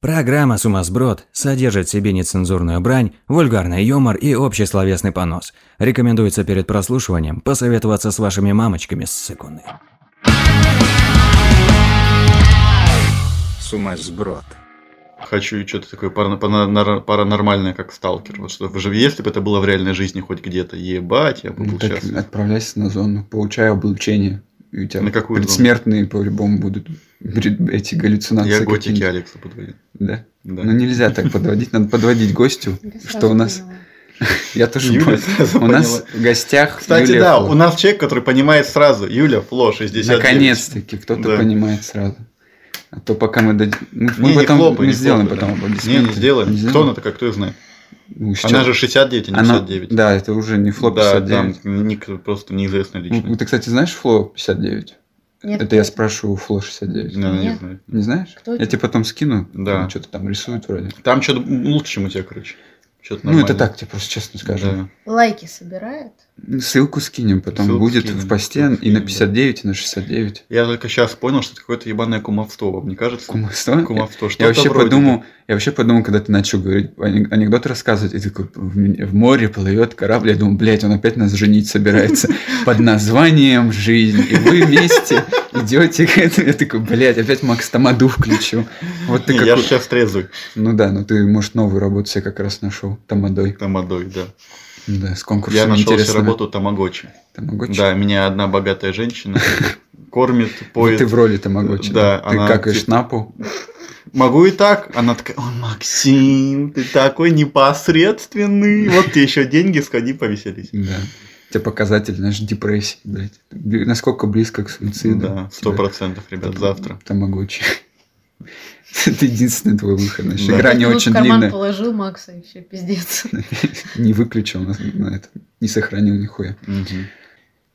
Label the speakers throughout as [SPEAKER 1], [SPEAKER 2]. [SPEAKER 1] Программа «Сумасброд» содержит в себе нецензурную брань, вульгарный юмор и общий словесный понос. Рекомендуется перед прослушиванием посоветоваться с вашими мамочками с секунды.
[SPEAKER 2] Сумасброд.
[SPEAKER 3] Хочу и что-то такое парано- панонар- паранормальное, как сталкер. Вот что, же, если бы это было в реальной жизни хоть где-то, ебать, я бы
[SPEAKER 2] Ну,
[SPEAKER 3] был
[SPEAKER 2] так
[SPEAKER 3] счастлив.
[SPEAKER 2] отправляйся на зону, получай облучение. И у тебя
[SPEAKER 3] На какую зону?
[SPEAKER 2] предсмертные по-любому будут бред- эти галлюцинации.
[SPEAKER 3] Я
[SPEAKER 2] какие-нибудь.
[SPEAKER 3] готики Алекса подводил.
[SPEAKER 2] Да.
[SPEAKER 3] Да.
[SPEAKER 2] Ну нельзя так подводить, надо подводить гостю, что у нас... Я тоже
[SPEAKER 3] Юля
[SPEAKER 2] понял.
[SPEAKER 3] сразу
[SPEAKER 2] У нас
[SPEAKER 3] поняла.
[SPEAKER 2] в гостях
[SPEAKER 3] Кстати,
[SPEAKER 2] Юлия
[SPEAKER 3] да,
[SPEAKER 2] Фло.
[SPEAKER 3] у нас человек, который понимает сразу. Юля Фло, 69.
[SPEAKER 2] Наконец-таки, кто-то
[SPEAKER 3] Да.
[SPEAKER 2] понимает сразу. А то пока мы дадим... Мы,
[SPEAKER 3] Не,
[SPEAKER 2] мы
[SPEAKER 3] не
[SPEAKER 2] потом
[SPEAKER 3] хлопай,
[SPEAKER 2] не,
[SPEAKER 3] не
[SPEAKER 2] сделаем
[SPEAKER 3] хлопай, да.
[SPEAKER 2] потом
[SPEAKER 3] Не,
[SPEAKER 2] аплодисменты.
[SPEAKER 3] не сделаем. Кто она такая, кто их знает?
[SPEAKER 2] Ну,
[SPEAKER 3] Она
[SPEAKER 2] сейчас-
[SPEAKER 3] же 69, а не
[SPEAKER 2] она-
[SPEAKER 3] 59.
[SPEAKER 2] Да, это уже не Фло 59.
[SPEAKER 3] Да, там ник просто неизвестная
[SPEAKER 2] Ну,
[SPEAKER 3] личность.
[SPEAKER 2] Ты, кстати, знаешь Фло 59?
[SPEAKER 4] Нет,
[SPEAKER 2] Это я спрашиваю у Фло 69.
[SPEAKER 3] Не, не
[SPEAKER 4] Нет.
[SPEAKER 3] знаю.
[SPEAKER 2] Не знаешь?
[SPEAKER 4] Кто
[SPEAKER 2] Я
[SPEAKER 4] это?
[SPEAKER 2] тебе потом скину.
[SPEAKER 3] Да.
[SPEAKER 2] Она Что-то там рисует вроде.
[SPEAKER 3] Там что-то лучше, чем у тебя, короче. Что-то
[SPEAKER 2] Ну, это так, тебе просто честно скажу.
[SPEAKER 4] лайки собирает.
[SPEAKER 2] Ссылку скинем, потом
[SPEAKER 3] Ссылку
[SPEAKER 2] будет
[SPEAKER 3] скинем,
[SPEAKER 2] в посте
[SPEAKER 3] ссылку
[SPEAKER 2] и на
[SPEAKER 3] скинем,
[SPEAKER 2] 59, и на 69.
[SPEAKER 3] Я только сейчас понял, что это какое-то ебаное кумовство, вам не кажется?
[SPEAKER 2] Кумовство?
[SPEAKER 3] Кумовство. Что
[SPEAKER 2] Я вообще подумал, я вообще подумал, когда ты начал говорить ане- анекдот рассказывать, и ты такой в м- в море плывет корабль, я думаю, блядь, он опять нас женить собирается под названием "Жизнь", и вы вместе идете к этому. Я такой, блядь, опять Макс Тамаду включил. Вот ты
[SPEAKER 3] Я
[SPEAKER 2] какой.
[SPEAKER 3] же сейчас трезвый
[SPEAKER 2] Ну да, но ты может новую работу себе как раз нашел тамадой.
[SPEAKER 3] тамадой, да.
[SPEAKER 2] Да, с конкурсом
[SPEAKER 3] Я нашел себе
[SPEAKER 2] интересными.
[SPEAKER 3] работу тамагочи.
[SPEAKER 2] Тамагочи?
[SPEAKER 3] Да, меня одна богатая женщина кормит,
[SPEAKER 2] Вот
[SPEAKER 3] поет.
[SPEAKER 2] Ну, Ты в роли Тамагочи.
[SPEAKER 3] Да,
[SPEAKER 2] Ты
[SPEAKER 3] она
[SPEAKER 2] какаешь
[SPEAKER 3] типа-
[SPEAKER 2] на пол.
[SPEAKER 3] Могу и так. Она такая, о, Максим, ты такой непосредственный. Вот тебе еще деньги, сходи повеселись.
[SPEAKER 2] Да. Тебе показатель, знаешь, депрессии, блядь. Бли- Насколько близко к суициду.
[SPEAKER 3] Да, сто процентов, ребят, завтра.
[SPEAKER 2] Тамагочи. Это единственный твой выход. Знаешь,
[SPEAKER 3] Да.
[SPEAKER 2] игра не
[SPEAKER 4] Тут
[SPEAKER 2] очень
[SPEAKER 4] в карман
[SPEAKER 2] длинная.
[SPEAKER 4] положил Макса, и все, пиздец.
[SPEAKER 2] Не выключил нас на это. Не сохранил нихуя.
[SPEAKER 3] Мгм.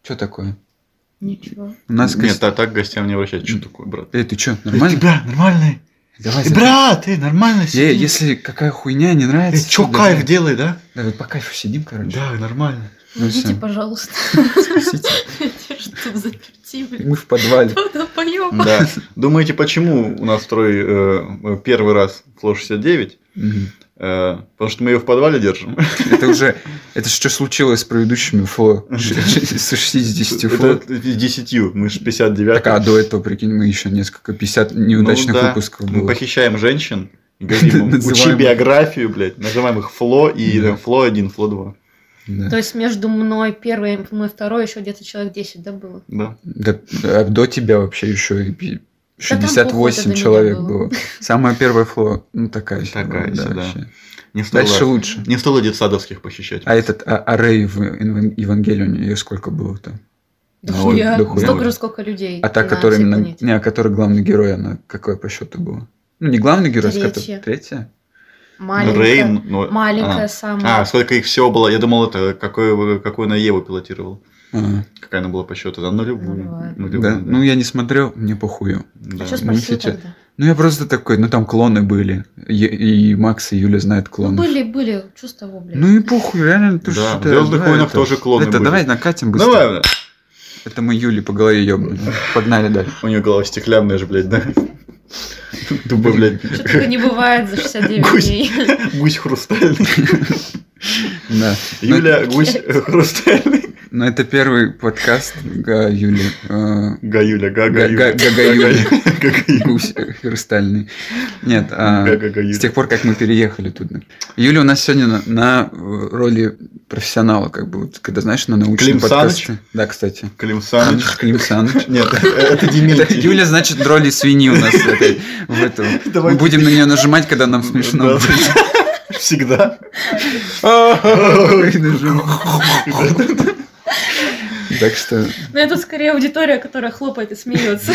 [SPEAKER 2] Что такое?
[SPEAKER 4] Ничего.
[SPEAKER 2] У нас...
[SPEAKER 3] Нет,
[SPEAKER 2] гость-
[SPEAKER 3] а так к гостям не обращаюсь. Что такое, брат?
[SPEAKER 2] Эй, ты что,
[SPEAKER 3] Э,
[SPEAKER 2] нормально?
[SPEAKER 3] Ты, брат, нормальный?
[SPEAKER 2] Давай,
[SPEAKER 3] Ты,
[SPEAKER 2] запи-
[SPEAKER 3] брат, ты нормально
[SPEAKER 2] Э,
[SPEAKER 3] сидишь?
[SPEAKER 2] Если какая хуйня не
[SPEAKER 3] Э,
[SPEAKER 2] нравится...
[SPEAKER 3] чё,
[SPEAKER 2] да,
[SPEAKER 3] кайф
[SPEAKER 2] да.
[SPEAKER 3] делай, да?
[SPEAKER 2] Да, вот по кайфу сидим, короче.
[SPEAKER 3] Да, нормально.
[SPEAKER 2] Ну
[SPEAKER 4] Идите,
[SPEAKER 2] всё.
[SPEAKER 4] пожалуйста.
[SPEAKER 2] Спасите.
[SPEAKER 4] Я ж тут заперти, блин.
[SPEAKER 2] Мы в подвале.
[SPEAKER 4] Кто-то поёбал.
[SPEAKER 3] Да. Думаете, почему у нас второй э, первый раз Фло 69?
[SPEAKER 2] Мгм.
[SPEAKER 3] Э, потому что мы ее в подвале держим.
[SPEAKER 2] Это уже... Это что случилось с предыдущими фло? Ш- ш- С 60 фло?
[SPEAKER 3] Это с 10, мы же 59.
[SPEAKER 2] Так, а до этого, прикинь, мы еще несколько, 50 неудачных
[SPEAKER 3] Ну да,
[SPEAKER 2] выпусков
[SPEAKER 3] Мы
[SPEAKER 2] было.
[SPEAKER 3] похищаем женщин и говорим им, учи
[SPEAKER 2] Называем их.
[SPEAKER 3] биографию, блядь, называем их Фло и
[SPEAKER 2] Да.
[SPEAKER 3] э, Фло 1, Фло 2.
[SPEAKER 2] Да.
[SPEAKER 4] То есть между мной первой и мной второй еще где-то человек 10, да, было?
[SPEAKER 3] Да.
[SPEAKER 2] Да, а до тебя вообще еще и пи-
[SPEAKER 4] Да там
[SPEAKER 2] 68
[SPEAKER 4] похуй-то до
[SPEAKER 2] человек
[SPEAKER 4] меня было.
[SPEAKER 2] было. Самое первое фло, ну такая себе.
[SPEAKER 3] Такая себе, да.
[SPEAKER 2] вообще.
[SPEAKER 3] Не стоило,
[SPEAKER 2] Дальше лучше.
[SPEAKER 3] не стоило детсадовских похищать.
[SPEAKER 2] А этот а, а Рэй в Инван- Евангелионе, ее сколько было там?
[SPEAKER 4] Да
[SPEAKER 3] Ну,
[SPEAKER 4] хуя.
[SPEAKER 2] да хуя.
[SPEAKER 4] Столько же, сколько людей.
[SPEAKER 2] А та,
[SPEAKER 4] на
[SPEAKER 2] которая
[SPEAKER 4] всей
[SPEAKER 2] именно-
[SPEAKER 4] планете.
[SPEAKER 2] не, а которая главный герой, она какая по счету была? Ну не главный герой, с которой-
[SPEAKER 4] Третья.
[SPEAKER 2] третья.
[SPEAKER 4] Маленькая.
[SPEAKER 3] ну,
[SPEAKER 4] Маленькая
[SPEAKER 3] А.
[SPEAKER 4] самая.
[SPEAKER 3] А, сколько их всего было? Я думал, это какой, какую на Еву пилотировал.
[SPEAKER 2] А,
[SPEAKER 3] Какая она была по счету? Да, нулевую.
[SPEAKER 4] Нулевая.
[SPEAKER 3] Нулевую,
[SPEAKER 2] да?
[SPEAKER 3] да.
[SPEAKER 2] Ну я не смотрел, мне похую.
[SPEAKER 3] Да.
[SPEAKER 4] А что
[SPEAKER 2] ну,
[SPEAKER 4] спросил
[SPEAKER 2] сейчас.
[SPEAKER 4] тогда?
[SPEAKER 2] Ну я просто такой, ну там клоны были. И, и Макс и Юля знают
[SPEAKER 4] Ну,
[SPEAKER 2] клонов.
[SPEAKER 4] были, были. Чувство, блядь.
[SPEAKER 2] Ну и похуй, реально, ты
[SPEAKER 3] Да,
[SPEAKER 2] что-то...
[SPEAKER 3] в «Звёздных войнах» тоже клоны
[SPEAKER 2] Это
[SPEAKER 3] были.
[SPEAKER 2] давай накатим быстро.
[SPEAKER 3] Давай, бля.
[SPEAKER 2] Это мы Юли по голове ёбнули. Погнали дальше.
[SPEAKER 3] у нее голова стеклянная же, блядь, да? Дуба, блядь.
[SPEAKER 4] Что такое не бывает за 69
[SPEAKER 3] Гусь.
[SPEAKER 4] дней.
[SPEAKER 3] Гусь хрустальный.
[SPEAKER 2] Да.
[SPEAKER 3] Юля, гусь э, хрустальный.
[SPEAKER 2] Но это первый подкаст га, Юли. э,
[SPEAKER 3] Гаюля, га
[SPEAKER 2] га- га-
[SPEAKER 3] гаюля.
[SPEAKER 2] Гагаюли.
[SPEAKER 3] Гагаюля.
[SPEAKER 2] Гусь э, хрустальный. Нет, а,
[SPEAKER 3] Га-га-га-юля.
[SPEAKER 2] с тех пор, как мы переехали тут. Юля у нас сегодня на, на, э, роли профессионала, как бы, вот, когда, знаешь, на научном
[SPEAKER 3] Клим
[SPEAKER 2] подкасте. Да, кстати.
[SPEAKER 3] Клим Саныч.
[SPEAKER 2] Клим Саныч.
[SPEAKER 3] Нет, это
[SPEAKER 2] А, Это
[SPEAKER 3] Дементий.
[SPEAKER 2] Юля, значит, роли свиньи у нас опять в этом. Мы
[SPEAKER 3] Давайте.
[SPEAKER 2] будем на нее нажимать, когда нам
[SPEAKER 3] Да.
[SPEAKER 2] смешно
[SPEAKER 3] Всегда.
[SPEAKER 2] будет. И нажимаем. Так что,
[SPEAKER 4] Но Ну, это скорее аудитория, которая хлопает и смеется.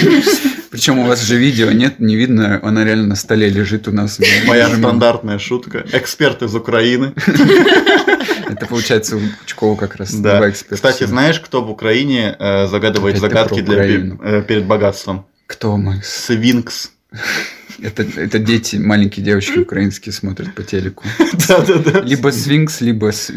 [SPEAKER 2] причем у вас же видео нет, не видно, она реально на столе лежит у нас. Мы
[SPEAKER 3] Моя
[SPEAKER 2] нажимаем.
[SPEAKER 3] стандартная шутка. Эксперт из Украины.
[SPEAKER 2] Это получается у Пучкова как раз два
[SPEAKER 3] Да.
[SPEAKER 2] эксперта.
[SPEAKER 3] Кстати, знаешь, кто в Украине э, загадывает
[SPEAKER 2] Опять ты
[SPEAKER 3] загадки
[SPEAKER 2] про
[SPEAKER 3] для пе-
[SPEAKER 2] Украину.
[SPEAKER 3] э, перед богатством?
[SPEAKER 2] Кто, Макс?
[SPEAKER 3] Свинкс.
[SPEAKER 2] Это, это дети, маленькие девочки украинские смотрят по телеку.
[SPEAKER 3] Да-да-да.
[SPEAKER 2] Либо Свинкс, либо... с-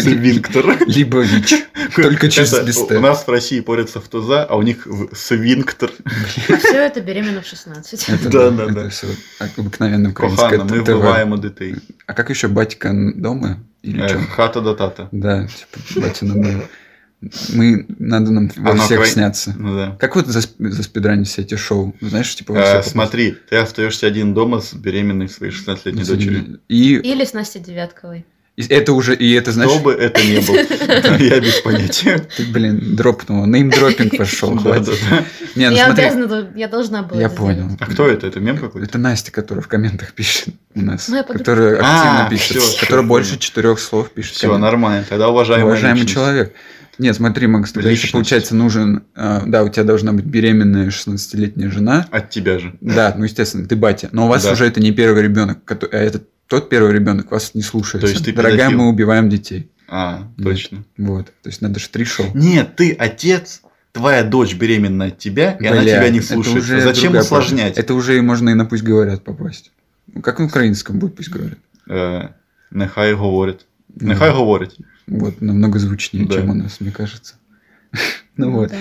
[SPEAKER 3] Свинктер.
[SPEAKER 2] Либо Вич. Только через
[SPEAKER 3] Это
[SPEAKER 2] без
[SPEAKER 3] у-
[SPEAKER 2] «Т».
[SPEAKER 3] У нас в России порятся в туза, а у них в- свинктер.
[SPEAKER 4] Все А это беременно в 16.
[SPEAKER 2] Это,
[SPEAKER 3] Да, да,
[SPEAKER 2] это
[SPEAKER 3] да.
[SPEAKER 2] всё обыкновенное украинское
[SPEAKER 3] Кохана, ми
[SPEAKER 2] ТВ.
[SPEAKER 3] вбиваємо дітей.
[SPEAKER 2] А как еще батька дома? Или
[SPEAKER 3] Е,
[SPEAKER 2] что?
[SPEAKER 3] Э, Хата до тата.
[SPEAKER 2] Да, типа, батя на доме. Мы, надо нам во
[SPEAKER 3] Оно
[SPEAKER 2] всех
[SPEAKER 3] край-
[SPEAKER 2] сняться.
[SPEAKER 3] Ну да.
[SPEAKER 2] Как вот за, заспидранить все эти шоу? Знаешь, типа... во
[SPEAKER 3] Э,
[SPEAKER 2] все попасть?
[SPEAKER 3] смотри, ты остаешься один дома с беременной своей 16-летней дочерью.
[SPEAKER 2] И,
[SPEAKER 4] Или с Настей Девятковой.
[SPEAKER 2] и это уже, и это
[SPEAKER 3] Кто
[SPEAKER 2] значит,
[SPEAKER 3] бы это ни был, я без понятия.
[SPEAKER 2] ты, блин, дропнул, неймдропинг пошел, хватит.
[SPEAKER 3] Да-да-да.
[SPEAKER 2] Не, ну
[SPEAKER 4] я,
[SPEAKER 2] смотри,
[SPEAKER 4] обязана была- я должна была
[SPEAKER 2] я
[SPEAKER 4] это сделать.
[SPEAKER 2] понял.
[SPEAKER 3] А кто это? Это мем какой-то?
[SPEAKER 2] Это Настя, которая в комментах пишет у нас,
[SPEAKER 4] Ну, я подумала.
[SPEAKER 2] которая активно
[SPEAKER 3] А,
[SPEAKER 2] пишет,
[SPEAKER 3] всё, всё,
[SPEAKER 2] которая
[SPEAKER 3] понял.
[SPEAKER 2] больше четырех слов пишет.
[SPEAKER 3] Все,
[SPEAKER 2] комментах.
[SPEAKER 3] нормально. Тогда уважаемый,
[SPEAKER 2] Уважаемый человек. Нет, смотри, Макс, тогда еще
[SPEAKER 3] Личность.
[SPEAKER 2] получается нужен... а, Да, у тебя должна быть беременная 16-летняя жена.
[SPEAKER 3] От тебя же.
[SPEAKER 2] Да, ну естественно, ты батя. Но у вас
[SPEAKER 3] Да.
[SPEAKER 2] уже это не первый ребенок, кото- а это тот первый ребенок вас не слушается.
[SPEAKER 3] То есть ты
[SPEAKER 2] Дорогая,
[SPEAKER 3] педофил.
[SPEAKER 2] мы убиваем детей.
[SPEAKER 3] А,
[SPEAKER 2] Нет.
[SPEAKER 3] точно.
[SPEAKER 2] Вот. То есть надо же три шоу.
[SPEAKER 3] Нет, ты отец, твоя дочь беременна от тебя, и она
[SPEAKER 2] Бля,
[SPEAKER 3] тебя не
[SPEAKER 2] это
[SPEAKER 3] слушается.
[SPEAKER 2] уже
[SPEAKER 3] Зачем
[SPEAKER 2] другая
[SPEAKER 3] усложнять?
[SPEAKER 2] проблема. Это уже и можно и на пусть говорят попасть. Ну, как на украинском будет, пусть говорят.
[SPEAKER 3] Е, Нехай говорить.
[SPEAKER 2] Ну,
[SPEAKER 3] Нехай говорить.
[SPEAKER 2] Вот, намного звучнее,
[SPEAKER 3] Да.
[SPEAKER 2] чем у нас, мне кажется. Ну
[SPEAKER 4] Ну
[SPEAKER 2] вот.
[SPEAKER 4] да.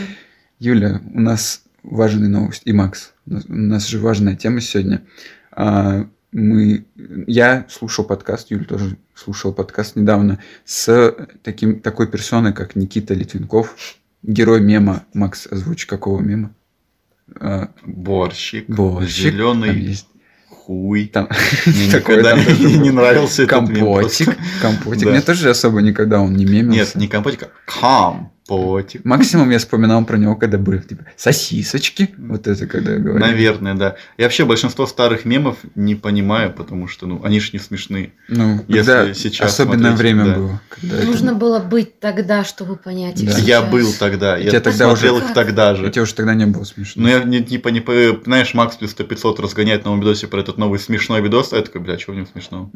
[SPEAKER 2] Юля, у нас важная новость. И Макс, у нас- у нас же важная тема сегодня. А, мы, я слушал подкаст, Юля тоже слушал подкаст недавно с таким, такой персоной, как Никита Литвинков, герой мема. Макс, озвучь какого мема? А,
[SPEAKER 3] Борщик.
[SPEAKER 2] борщик. Там
[SPEAKER 3] Зеленый
[SPEAKER 2] есть
[SPEAKER 3] хуй.
[SPEAKER 2] там
[SPEAKER 3] Мне
[SPEAKER 2] такой,
[SPEAKER 3] никогда
[SPEAKER 2] там тоже
[SPEAKER 3] не не
[SPEAKER 2] был.
[SPEAKER 3] нравился этот мем
[SPEAKER 2] компотик. Ну,
[SPEAKER 3] просто.
[SPEAKER 2] Компотик.
[SPEAKER 3] Да.
[SPEAKER 2] Мне тоже особо никогда он не
[SPEAKER 3] Нет,
[SPEAKER 2] мемился.
[SPEAKER 3] не компотик, а компотик.
[SPEAKER 2] Максимум я вспоминал про него, когда были типа, сосисочки. Вот это когда я говорил.
[SPEAKER 3] Наверное, да. Я вообще большинство старых мемов не понимаю, потому что ну, они же не смешные.
[SPEAKER 2] Ну,
[SPEAKER 3] Если
[SPEAKER 2] когда
[SPEAKER 3] сейчас
[SPEAKER 2] особенное
[SPEAKER 3] смотреть,
[SPEAKER 2] время
[SPEAKER 3] да.
[SPEAKER 2] было. когда это-
[SPEAKER 4] Нужно было быть тогда, чтобы понять их
[SPEAKER 2] Да.
[SPEAKER 3] Я
[SPEAKER 4] сейчас.
[SPEAKER 3] был тогда, я
[SPEAKER 2] Тебя тогда
[SPEAKER 3] смотрел
[SPEAKER 4] уже-
[SPEAKER 3] их тогда
[SPEAKER 2] У
[SPEAKER 3] же.
[SPEAKER 2] тебя уже тогда не было смешно.
[SPEAKER 3] Ну, я не, не, пони- по- знаешь, Макс плюс 100 500 разгоняет в новом видосе про этот новый смешной видос, а я такой, бля, чего в нем смешного?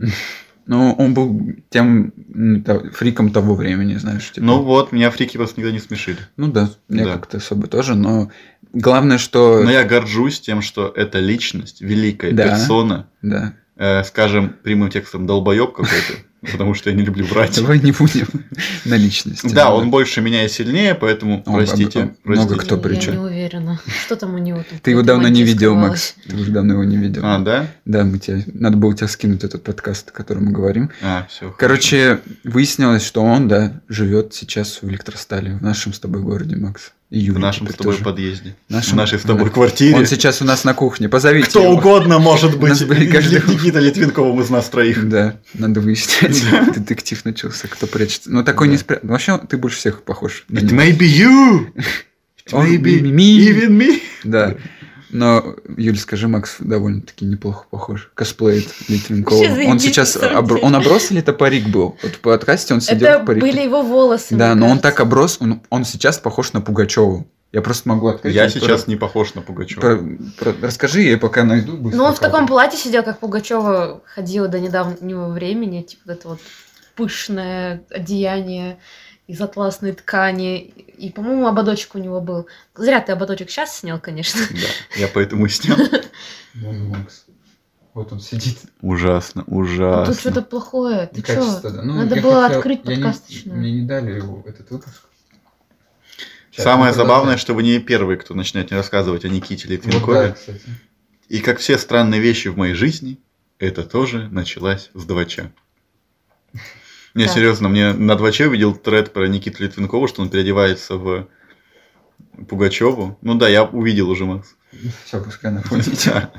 [SPEAKER 2] Ну, он был тем м, то- фриком того времени, знаешь. типа.
[SPEAKER 3] Ну вот, меня фрики просто никогда не смешили.
[SPEAKER 2] Ну да, я
[SPEAKER 3] Да.
[SPEAKER 2] как-то особо тоже, но главное, что...
[SPEAKER 3] Но я горжусь тем, что эта личность, великая
[SPEAKER 2] Э, Да.
[SPEAKER 3] персона,
[SPEAKER 2] Да,
[SPEAKER 3] э, скажем, прямым текстом долбоеб какой-то, потому что я не люблю врать.
[SPEAKER 2] давай не будем на личности.
[SPEAKER 3] Да,
[SPEAKER 2] Ну,
[SPEAKER 3] он больше меня и сильнее, поэтому
[SPEAKER 2] Он- он-
[SPEAKER 3] простите.
[SPEAKER 2] он много
[SPEAKER 3] простите.
[SPEAKER 2] кто
[SPEAKER 4] Я
[SPEAKER 2] причем.
[SPEAKER 4] не уверена. Что там у него там?
[SPEAKER 2] Ты его давно не видел,
[SPEAKER 4] скрывалось?
[SPEAKER 2] Макс. Ты уже давно его не видел.
[SPEAKER 3] А, да?
[SPEAKER 2] Да, мы тебе... Надо было тебя скинуть этот подкаст, о котором мы говорим.
[SPEAKER 3] А, все.
[SPEAKER 2] Короче, выяснилось, что он, да, живет сейчас в электростале, в нашем с тобой городе, Макс. И
[SPEAKER 3] в
[SPEAKER 2] Юля
[SPEAKER 3] нашем
[SPEAKER 2] теперь
[SPEAKER 3] с тобой
[SPEAKER 2] тоже.
[SPEAKER 3] подъезде. В
[SPEAKER 2] Нашем?
[SPEAKER 3] нашей с тобой
[SPEAKER 2] Да.
[SPEAKER 3] квартире.
[SPEAKER 2] Он сейчас у нас на кухне. Позовите
[SPEAKER 3] Кто
[SPEAKER 2] его.
[SPEAKER 3] угодно может
[SPEAKER 2] У
[SPEAKER 3] быть
[SPEAKER 2] нас были каждый-
[SPEAKER 3] Никита Литвинковым из нас троих.
[SPEAKER 2] Да, надо выяснять.
[SPEAKER 3] Да.
[SPEAKER 2] Детектив начался, кто прячется. Но такой не
[SPEAKER 3] Да.
[SPEAKER 2] спрятался. Вообще, ты больше всех похож. на
[SPEAKER 3] It
[SPEAKER 2] него.
[SPEAKER 3] may be you! It
[SPEAKER 2] Он
[SPEAKER 3] may be
[SPEAKER 2] me, me.
[SPEAKER 3] even me!
[SPEAKER 2] Да. Но, Юль, скажи, Макс довольно-таки неплохо похож. Косплеит
[SPEAKER 4] Вообще
[SPEAKER 2] Литвинкова. Он
[SPEAKER 4] заебись,
[SPEAKER 2] сейчас...
[SPEAKER 4] на самом
[SPEAKER 2] обр-
[SPEAKER 4] деле.
[SPEAKER 2] Он оброс или это парик был? Вот в подкасте он сидел
[SPEAKER 4] Это
[SPEAKER 2] в парике.
[SPEAKER 4] были его волосы.
[SPEAKER 2] Да,
[SPEAKER 4] мне
[SPEAKER 2] но он так
[SPEAKER 4] кажется.
[SPEAKER 2] оброс, он, он сейчас похож на Пугачеву. Я просто могу открыть.
[SPEAKER 3] Я
[SPEAKER 2] и
[SPEAKER 3] сейчас
[SPEAKER 2] про-
[SPEAKER 3] не похож на Пугачева.
[SPEAKER 2] про- про- расскажи, я пока найду. быстро
[SPEAKER 4] Ну, он в
[SPEAKER 2] покажу.
[SPEAKER 4] таком платье сидел, как Пугачева ходила до недавнего времени. Типа вот это вот пышное одеяние из атласной ткани. И, по-моему, ободочек у него был. Зря ты ободочек сейчас снял, конечно.
[SPEAKER 3] Да, я поэтому и снял. Ну,
[SPEAKER 2] Вон Макс. Вот он сидит.
[SPEAKER 3] Ужасно,
[SPEAKER 4] А Ну, Тут что-то
[SPEAKER 3] ужасно.
[SPEAKER 4] плохое. Ты
[SPEAKER 2] Некачественно,
[SPEAKER 4] что?
[SPEAKER 2] да. Ну,
[SPEAKER 4] Надо
[SPEAKER 2] я
[SPEAKER 4] было
[SPEAKER 2] хотел-
[SPEAKER 4] открыть
[SPEAKER 2] я не-
[SPEAKER 4] подкасточную.
[SPEAKER 2] Мне не дали его этот выпуск. Сейчас,
[SPEAKER 3] Самое
[SPEAKER 2] ну,
[SPEAKER 3] забавное,
[SPEAKER 2] продолжай.
[SPEAKER 3] что вы не первый, кто начинает мне рассказывать о Никите
[SPEAKER 2] Вот Ну да,
[SPEAKER 3] Литвинкове.
[SPEAKER 2] кстати.
[SPEAKER 3] И как все странные вещи в моей жизни, это тоже началось с двача. Не,
[SPEAKER 4] Да.
[SPEAKER 3] серьезно, мне на дваче увидел тред про Никиту Литвинкова, что он переодевается в Пугачеву. Ну да, я увидел уже, Макс.
[SPEAKER 2] Все, Ну, пускай она ходит.
[SPEAKER 3] Да.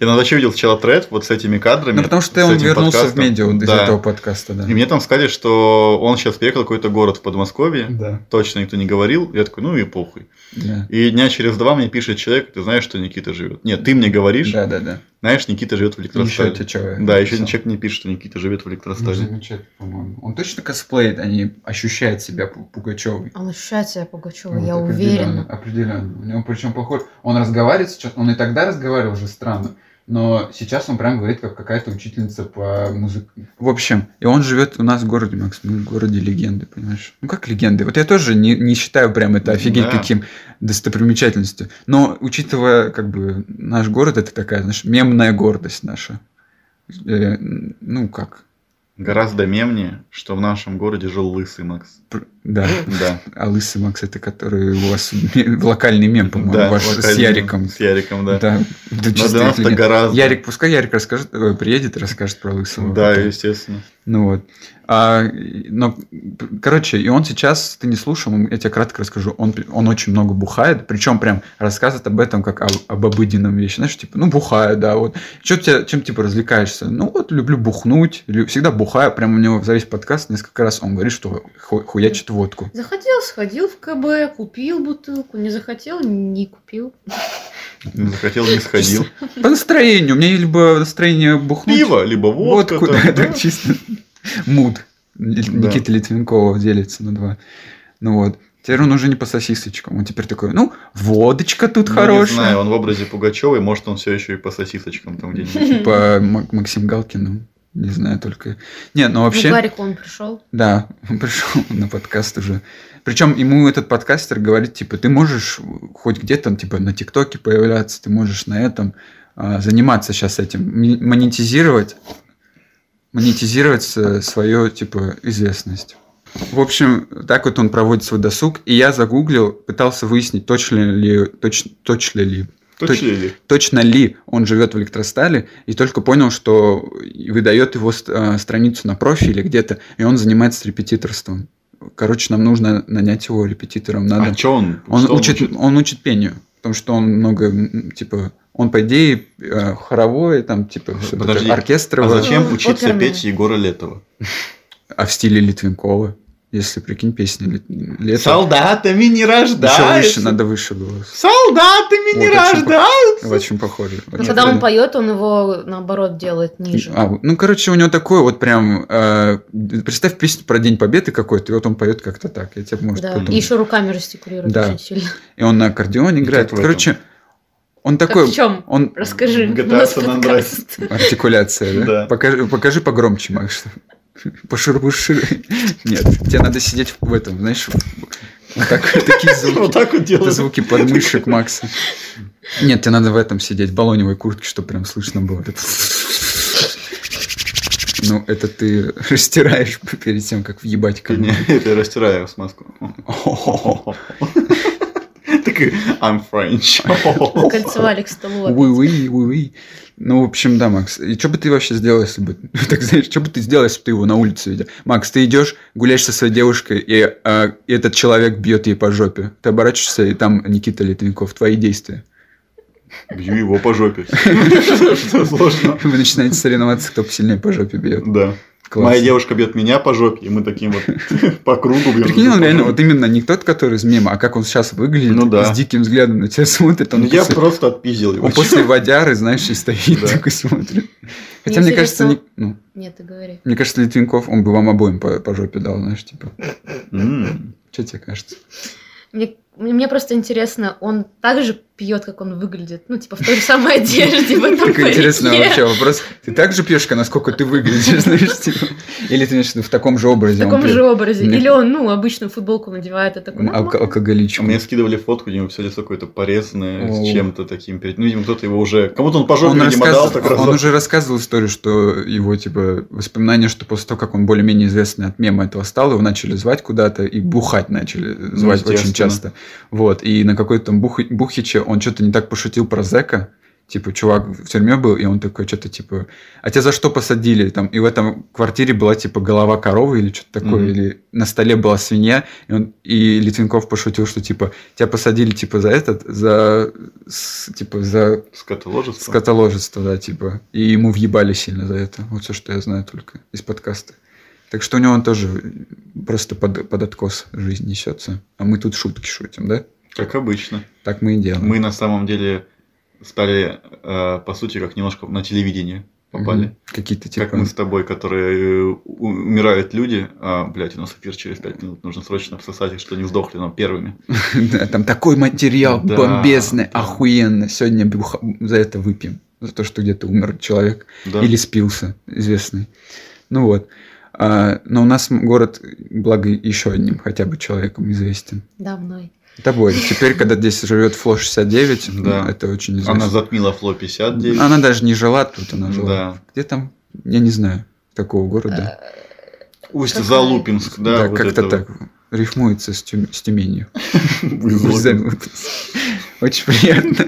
[SPEAKER 3] Я на дваче видел сначала тред вот с этими кадрами.
[SPEAKER 2] Ну, потому что
[SPEAKER 3] с
[SPEAKER 2] он
[SPEAKER 3] этим
[SPEAKER 2] вернулся в
[SPEAKER 3] подкастом.
[SPEAKER 2] медиа из
[SPEAKER 3] Да.
[SPEAKER 2] этого подкаста, да.
[SPEAKER 3] И мне там сказали, что он сейчас переехал в какой-то город в Подмосковье.
[SPEAKER 2] Да.
[SPEAKER 3] Точно никто не говорил. Я такой, ну и похуй.
[SPEAKER 2] Да.
[SPEAKER 3] И дня через два мне пишет человек, ты знаешь, что Никита живет. Нет, ты мне говоришь,
[SPEAKER 2] Да, да, да.
[SPEAKER 3] знаешь, Никита живет в
[SPEAKER 2] Еще
[SPEAKER 3] Электростале.
[SPEAKER 2] тебе человек.
[SPEAKER 3] Да, еще
[SPEAKER 2] написал.
[SPEAKER 3] человек не пишет, что Никита живет в
[SPEAKER 2] Ну,
[SPEAKER 3] электростале.
[SPEAKER 2] замечательно, по-моему. Он точно косплеит, а не ощущает себя Пугачевой.
[SPEAKER 4] Он ощущает себя Пугачева, я уверена.
[SPEAKER 2] Определенно. У него причем похож. Он разговаривает сейчас, он и тогда разговаривал уже странно. но сейчас он прям говорит, как какая-то учительница по музыке. В общем, и он живет у нас в городе, Макс, мы в городе легенды, понимаешь? Ну как легенды? Вот я тоже не, не считаю прям это офигеть
[SPEAKER 3] Ну Да.
[SPEAKER 2] каким достопримечательностью. Но учитывая, как бы, наш город, это такая, знаешь, мемная гордость наша. Э, ну как,
[SPEAKER 3] Гораздо мемнее, что в нашем городе жил лысый Макс.
[SPEAKER 2] пр- да.
[SPEAKER 3] Да.
[SPEAKER 2] А лысый Макс, это который у вас ме- локальный мем, по-моему,
[SPEAKER 3] Да,
[SPEAKER 2] ваш с
[SPEAKER 3] локальный.
[SPEAKER 2] Яриком.
[SPEAKER 3] С Яриком, да.
[SPEAKER 2] Да, да,
[SPEAKER 3] Но до
[SPEAKER 2] чисто
[SPEAKER 3] нас-то
[SPEAKER 2] интеллигент.
[SPEAKER 3] гораздо.
[SPEAKER 2] Ярик, пускай Ярик расскажет, э, приедет и расскажет про лысого.
[SPEAKER 3] Да,
[SPEAKER 2] Потом.
[SPEAKER 3] естественно.
[SPEAKER 2] Ну вот. А, и- но, п- короче, и он сейчас, ты не слушал, я тебе кратко расскажу, он, пи- он очень много бухает, причем прям рассказывает об этом как об, об обыденном вещи, знаешь, типа, ну, бухаю, да, вот. Чё тебя- чем, типа, развлекаешься? Ну, вот, люблю бухнуть, лю- всегда бухаю, прям у него за весь подкаст несколько раз он говорит, что ху- хуячит водку.
[SPEAKER 4] Захотел, сходил в КБ, купил бутылку, не захотел, не купил.
[SPEAKER 3] Не захотел, не сходил.
[SPEAKER 2] По настроению, у меня либо настроение бухнуть,
[SPEAKER 3] Пиво, либо водка.
[SPEAKER 2] водку, да,
[SPEAKER 3] там,
[SPEAKER 2] да,
[SPEAKER 3] да.
[SPEAKER 2] чисто муд. Л-
[SPEAKER 3] Да.
[SPEAKER 2] Никита Литвинкова делится на два. Ну вот. Теперь он уже не по сосисочкам. Он теперь такой, ну, водочка тут
[SPEAKER 3] Ну, Не
[SPEAKER 2] хорошая.
[SPEAKER 3] знаю, он в образе Пугачевой, может, он все еще и по сосисочкам там где-нибудь.
[SPEAKER 4] Ну,
[SPEAKER 2] По Ма- Максим Галкину. Не знаю только. Не, ну
[SPEAKER 4] Вообще...
[SPEAKER 2] вообще,
[SPEAKER 4] он пришел.
[SPEAKER 2] да, он пришел на подкаст уже. Причем ему этот подкастер говорит, типа, ты можешь хоть где-то, типа, на ТикТоке появляться, ты можешь на этом а, заниматься сейчас этим, ми- монетизировать, монетизировать свою, типа, известность. В общем, так вот он проводит свой досуг, и я загуглил, пытался выяснить, точно ли, точно, точно ли,
[SPEAKER 3] Точно ли?
[SPEAKER 2] точно ли он живет в электростале, и только понял, что выдает его ст- э, страницу на профиле где-то, и он занимается репетиторством. Короче, нам нужно нанять его репетитором на
[SPEAKER 3] А
[SPEAKER 2] дом.
[SPEAKER 3] что он? А
[SPEAKER 2] он,
[SPEAKER 3] что
[SPEAKER 2] учит, он, учит пению, потому что он много, м, типа, он по идее э, хоровой, там, типа, всё такое
[SPEAKER 3] Подожди, А
[SPEAKER 2] оркестровое,
[SPEAKER 3] зачем
[SPEAKER 4] Оперный.
[SPEAKER 3] учиться петь Егора Летова?
[SPEAKER 2] а в стиле Литвинкова, если прикинь песни Лит- Летова.
[SPEAKER 3] Солдатами не
[SPEAKER 2] Еще выше,
[SPEAKER 3] рождаются.
[SPEAKER 2] надо выше было.
[SPEAKER 3] Солдатами не
[SPEAKER 2] Вот это чё,
[SPEAKER 3] рождаются.
[SPEAKER 2] Очень похоже.
[SPEAKER 4] Но
[SPEAKER 2] очень
[SPEAKER 4] когда
[SPEAKER 2] прикольно.
[SPEAKER 4] Ну, он поет, он его наоборот делает ниже.
[SPEAKER 2] А, ну, короче, у него такой вот прям... э, представь песню про День Победы какой-то, и вот он поет как-то так. Я тебе, может,
[SPEAKER 4] да.
[SPEAKER 2] потом-
[SPEAKER 4] И еще руками жестикулирует
[SPEAKER 2] Да.
[SPEAKER 4] очень сильно.
[SPEAKER 2] И он на аккордеоне играет.
[SPEAKER 3] как в этом?
[SPEAKER 2] Короче, он
[SPEAKER 4] Как
[SPEAKER 2] такой...
[SPEAKER 4] в чем?
[SPEAKER 2] Он...
[SPEAKER 4] Расскажи.
[SPEAKER 3] GTA
[SPEAKER 4] у нас
[SPEAKER 3] San Andreas.
[SPEAKER 4] подкаст.
[SPEAKER 2] Артикуляция, да?
[SPEAKER 3] Да.
[SPEAKER 2] Покажи, покажи погромче, Макс. что- Пошурбуши. Нет, тебе надо сидеть в этом, знаешь, вот так, такие
[SPEAKER 3] Вот
[SPEAKER 2] звуки.
[SPEAKER 3] так вот
[SPEAKER 2] Это
[SPEAKER 3] делают.
[SPEAKER 2] звуки подмышек Макса. Нет, тебе надо в этом сидеть, в баллоневой куртке, чтобы прям слышно было. Это Ну, это ты растираешь перед тем, как въебать ко
[SPEAKER 3] Не,
[SPEAKER 2] мне.
[SPEAKER 3] Это я растираю смазку. Такой, I'm French.
[SPEAKER 4] Кольцевали к столу.
[SPEAKER 2] Уи, уи, уи, уи. Ну, в общем, да, Макс. И что бы ты вообще сделал, если бы... Так знаешь, что бы ты сделал, если бы ты его на улице видел? Макс, ты идешь, гуляешь со своей девушкой, и а, этот человек бьет ей по жопе. Ты оборачиваешься, и там Никита Литвинков. Твои действия.
[SPEAKER 3] Бью его по жопе. Что сложно?
[SPEAKER 2] Вы начинаете соревноваться, кто посильнее по жопе бьет.
[SPEAKER 3] Да. Моя
[SPEAKER 2] Класс.
[SPEAKER 3] девушка бьет меня по жопе, и мы таким вот по кругу бьем.
[SPEAKER 2] Прикинь, он реально, вот именно не тот, который из мема, а как он сейчас выглядит,
[SPEAKER 3] Ну да.
[SPEAKER 2] с диким взглядом на тебя смотрит, он
[SPEAKER 3] Ну, я
[SPEAKER 2] после-
[SPEAKER 3] просто отпиздил его.
[SPEAKER 2] Он после водяры, знаешь, и стоит
[SPEAKER 3] Да.
[SPEAKER 2] такой смотрит. Хотя,
[SPEAKER 4] Мне
[SPEAKER 2] мне кажется,
[SPEAKER 4] интересно-
[SPEAKER 2] не- ну,
[SPEAKER 4] Нет, ты говори.
[SPEAKER 2] мне кажется, Литвинков, он бы вам обоим по, по жопе дал, знаешь, типа.
[SPEAKER 3] М,
[SPEAKER 2] Что тебе кажется?
[SPEAKER 4] Мне, мне просто интересно, он так же пьет, как он выглядит? Ну, типа в той же типа самой одежде, в этом
[SPEAKER 2] Такой интересный
[SPEAKER 4] парике.
[SPEAKER 2] вообще вопрос. Ты так же пешка, насколько ты выглядишь, знаешь, типа? Или ты, конечно, в таком же образе?
[SPEAKER 4] В
[SPEAKER 2] он
[SPEAKER 4] таком
[SPEAKER 2] при-
[SPEAKER 4] же образе.
[SPEAKER 2] Мне-
[SPEAKER 4] Или он, ну, обычную футболку надевает, и такой...
[SPEAKER 2] м, а алк-
[SPEAKER 4] «Ну,
[SPEAKER 2] алкоголичку.
[SPEAKER 3] Мне скидывали фотку, у него все лицо какое-то порезанное,
[SPEAKER 2] О.
[SPEAKER 3] с чем-то таким. перед- Ну, видимо, кто-то его уже... Кому-то он по жопе,
[SPEAKER 2] Он,
[SPEAKER 3] видимо, дал,
[SPEAKER 2] рассказывал-
[SPEAKER 3] так
[SPEAKER 2] он
[SPEAKER 3] раз-
[SPEAKER 2] уже рассказывал историю, что его, типа, воспоминания, что после того, как он более-менее известный от мема этого стал, его начали звать куда-то и бухать начали звать очень
[SPEAKER 3] естественно.
[SPEAKER 2] часто. Вот, и на какой-то там бух- бухиче он что-то не так пошутил про зэка, типа, чувак в тюрьме был, и он такой что-то, типа, а тебя за что посадили? Там, и в этом квартире была, типа, голова коровы или что-то такое,
[SPEAKER 3] Мгм.
[SPEAKER 2] или на столе была свинья, и, он, и Литвинков пошутил, что, типа, тебя посадили, типа, за этот, за, с- типа, за
[SPEAKER 3] Скотоложество.
[SPEAKER 2] Скотоложество, да, типа. И ему въебали сильно за это. Вот все, что я знаю только из подкаста. Так что у него он тоже просто под, под откос жизнь несется. А мы тут шутки шутим, да?
[SPEAKER 3] Как обычно.
[SPEAKER 2] Так мы и делаем.
[SPEAKER 3] Мы на самом деле стали, э, по сути, как немножко на телевидение попали.
[SPEAKER 2] Мгм. Какие-то типа...
[SPEAKER 3] Как мы с тобой, которые э, у- умирают люди. А, блядь, у нас эфир через 5 минут. Нужно срочно обсосать их, что не сдохли нам первыми.
[SPEAKER 2] Да, там такой материал
[SPEAKER 3] Да,
[SPEAKER 2] бомбезный,
[SPEAKER 3] да.
[SPEAKER 2] охуенный. Сегодня бюха- за это выпьем. за то, что где-то умер человек.
[SPEAKER 3] Да.
[SPEAKER 2] Или спился, известный. Ну вот. А, но у нас м- город, благо, еще одним хотя бы человеком известен.
[SPEAKER 4] Да, мной.
[SPEAKER 2] Тобой. Теперь, когда здесь живет Фло 69,
[SPEAKER 3] Да.
[SPEAKER 2] ну, это очень известно.
[SPEAKER 3] Она затмила Фло 59.
[SPEAKER 2] Она даже не жила тут, она жила.
[SPEAKER 3] Да.
[SPEAKER 2] Где там? Я не знаю. Такого города.
[SPEAKER 4] Э,
[SPEAKER 3] Усть
[SPEAKER 4] Как
[SPEAKER 3] Залупинск, да. вот
[SPEAKER 2] как-то
[SPEAKER 3] это
[SPEAKER 2] так. Рифмуется с, Тюм- с Тюменью. Усть
[SPEAKER 3] вот.
[SPEAKER 2] Залупинск. Очень приятно.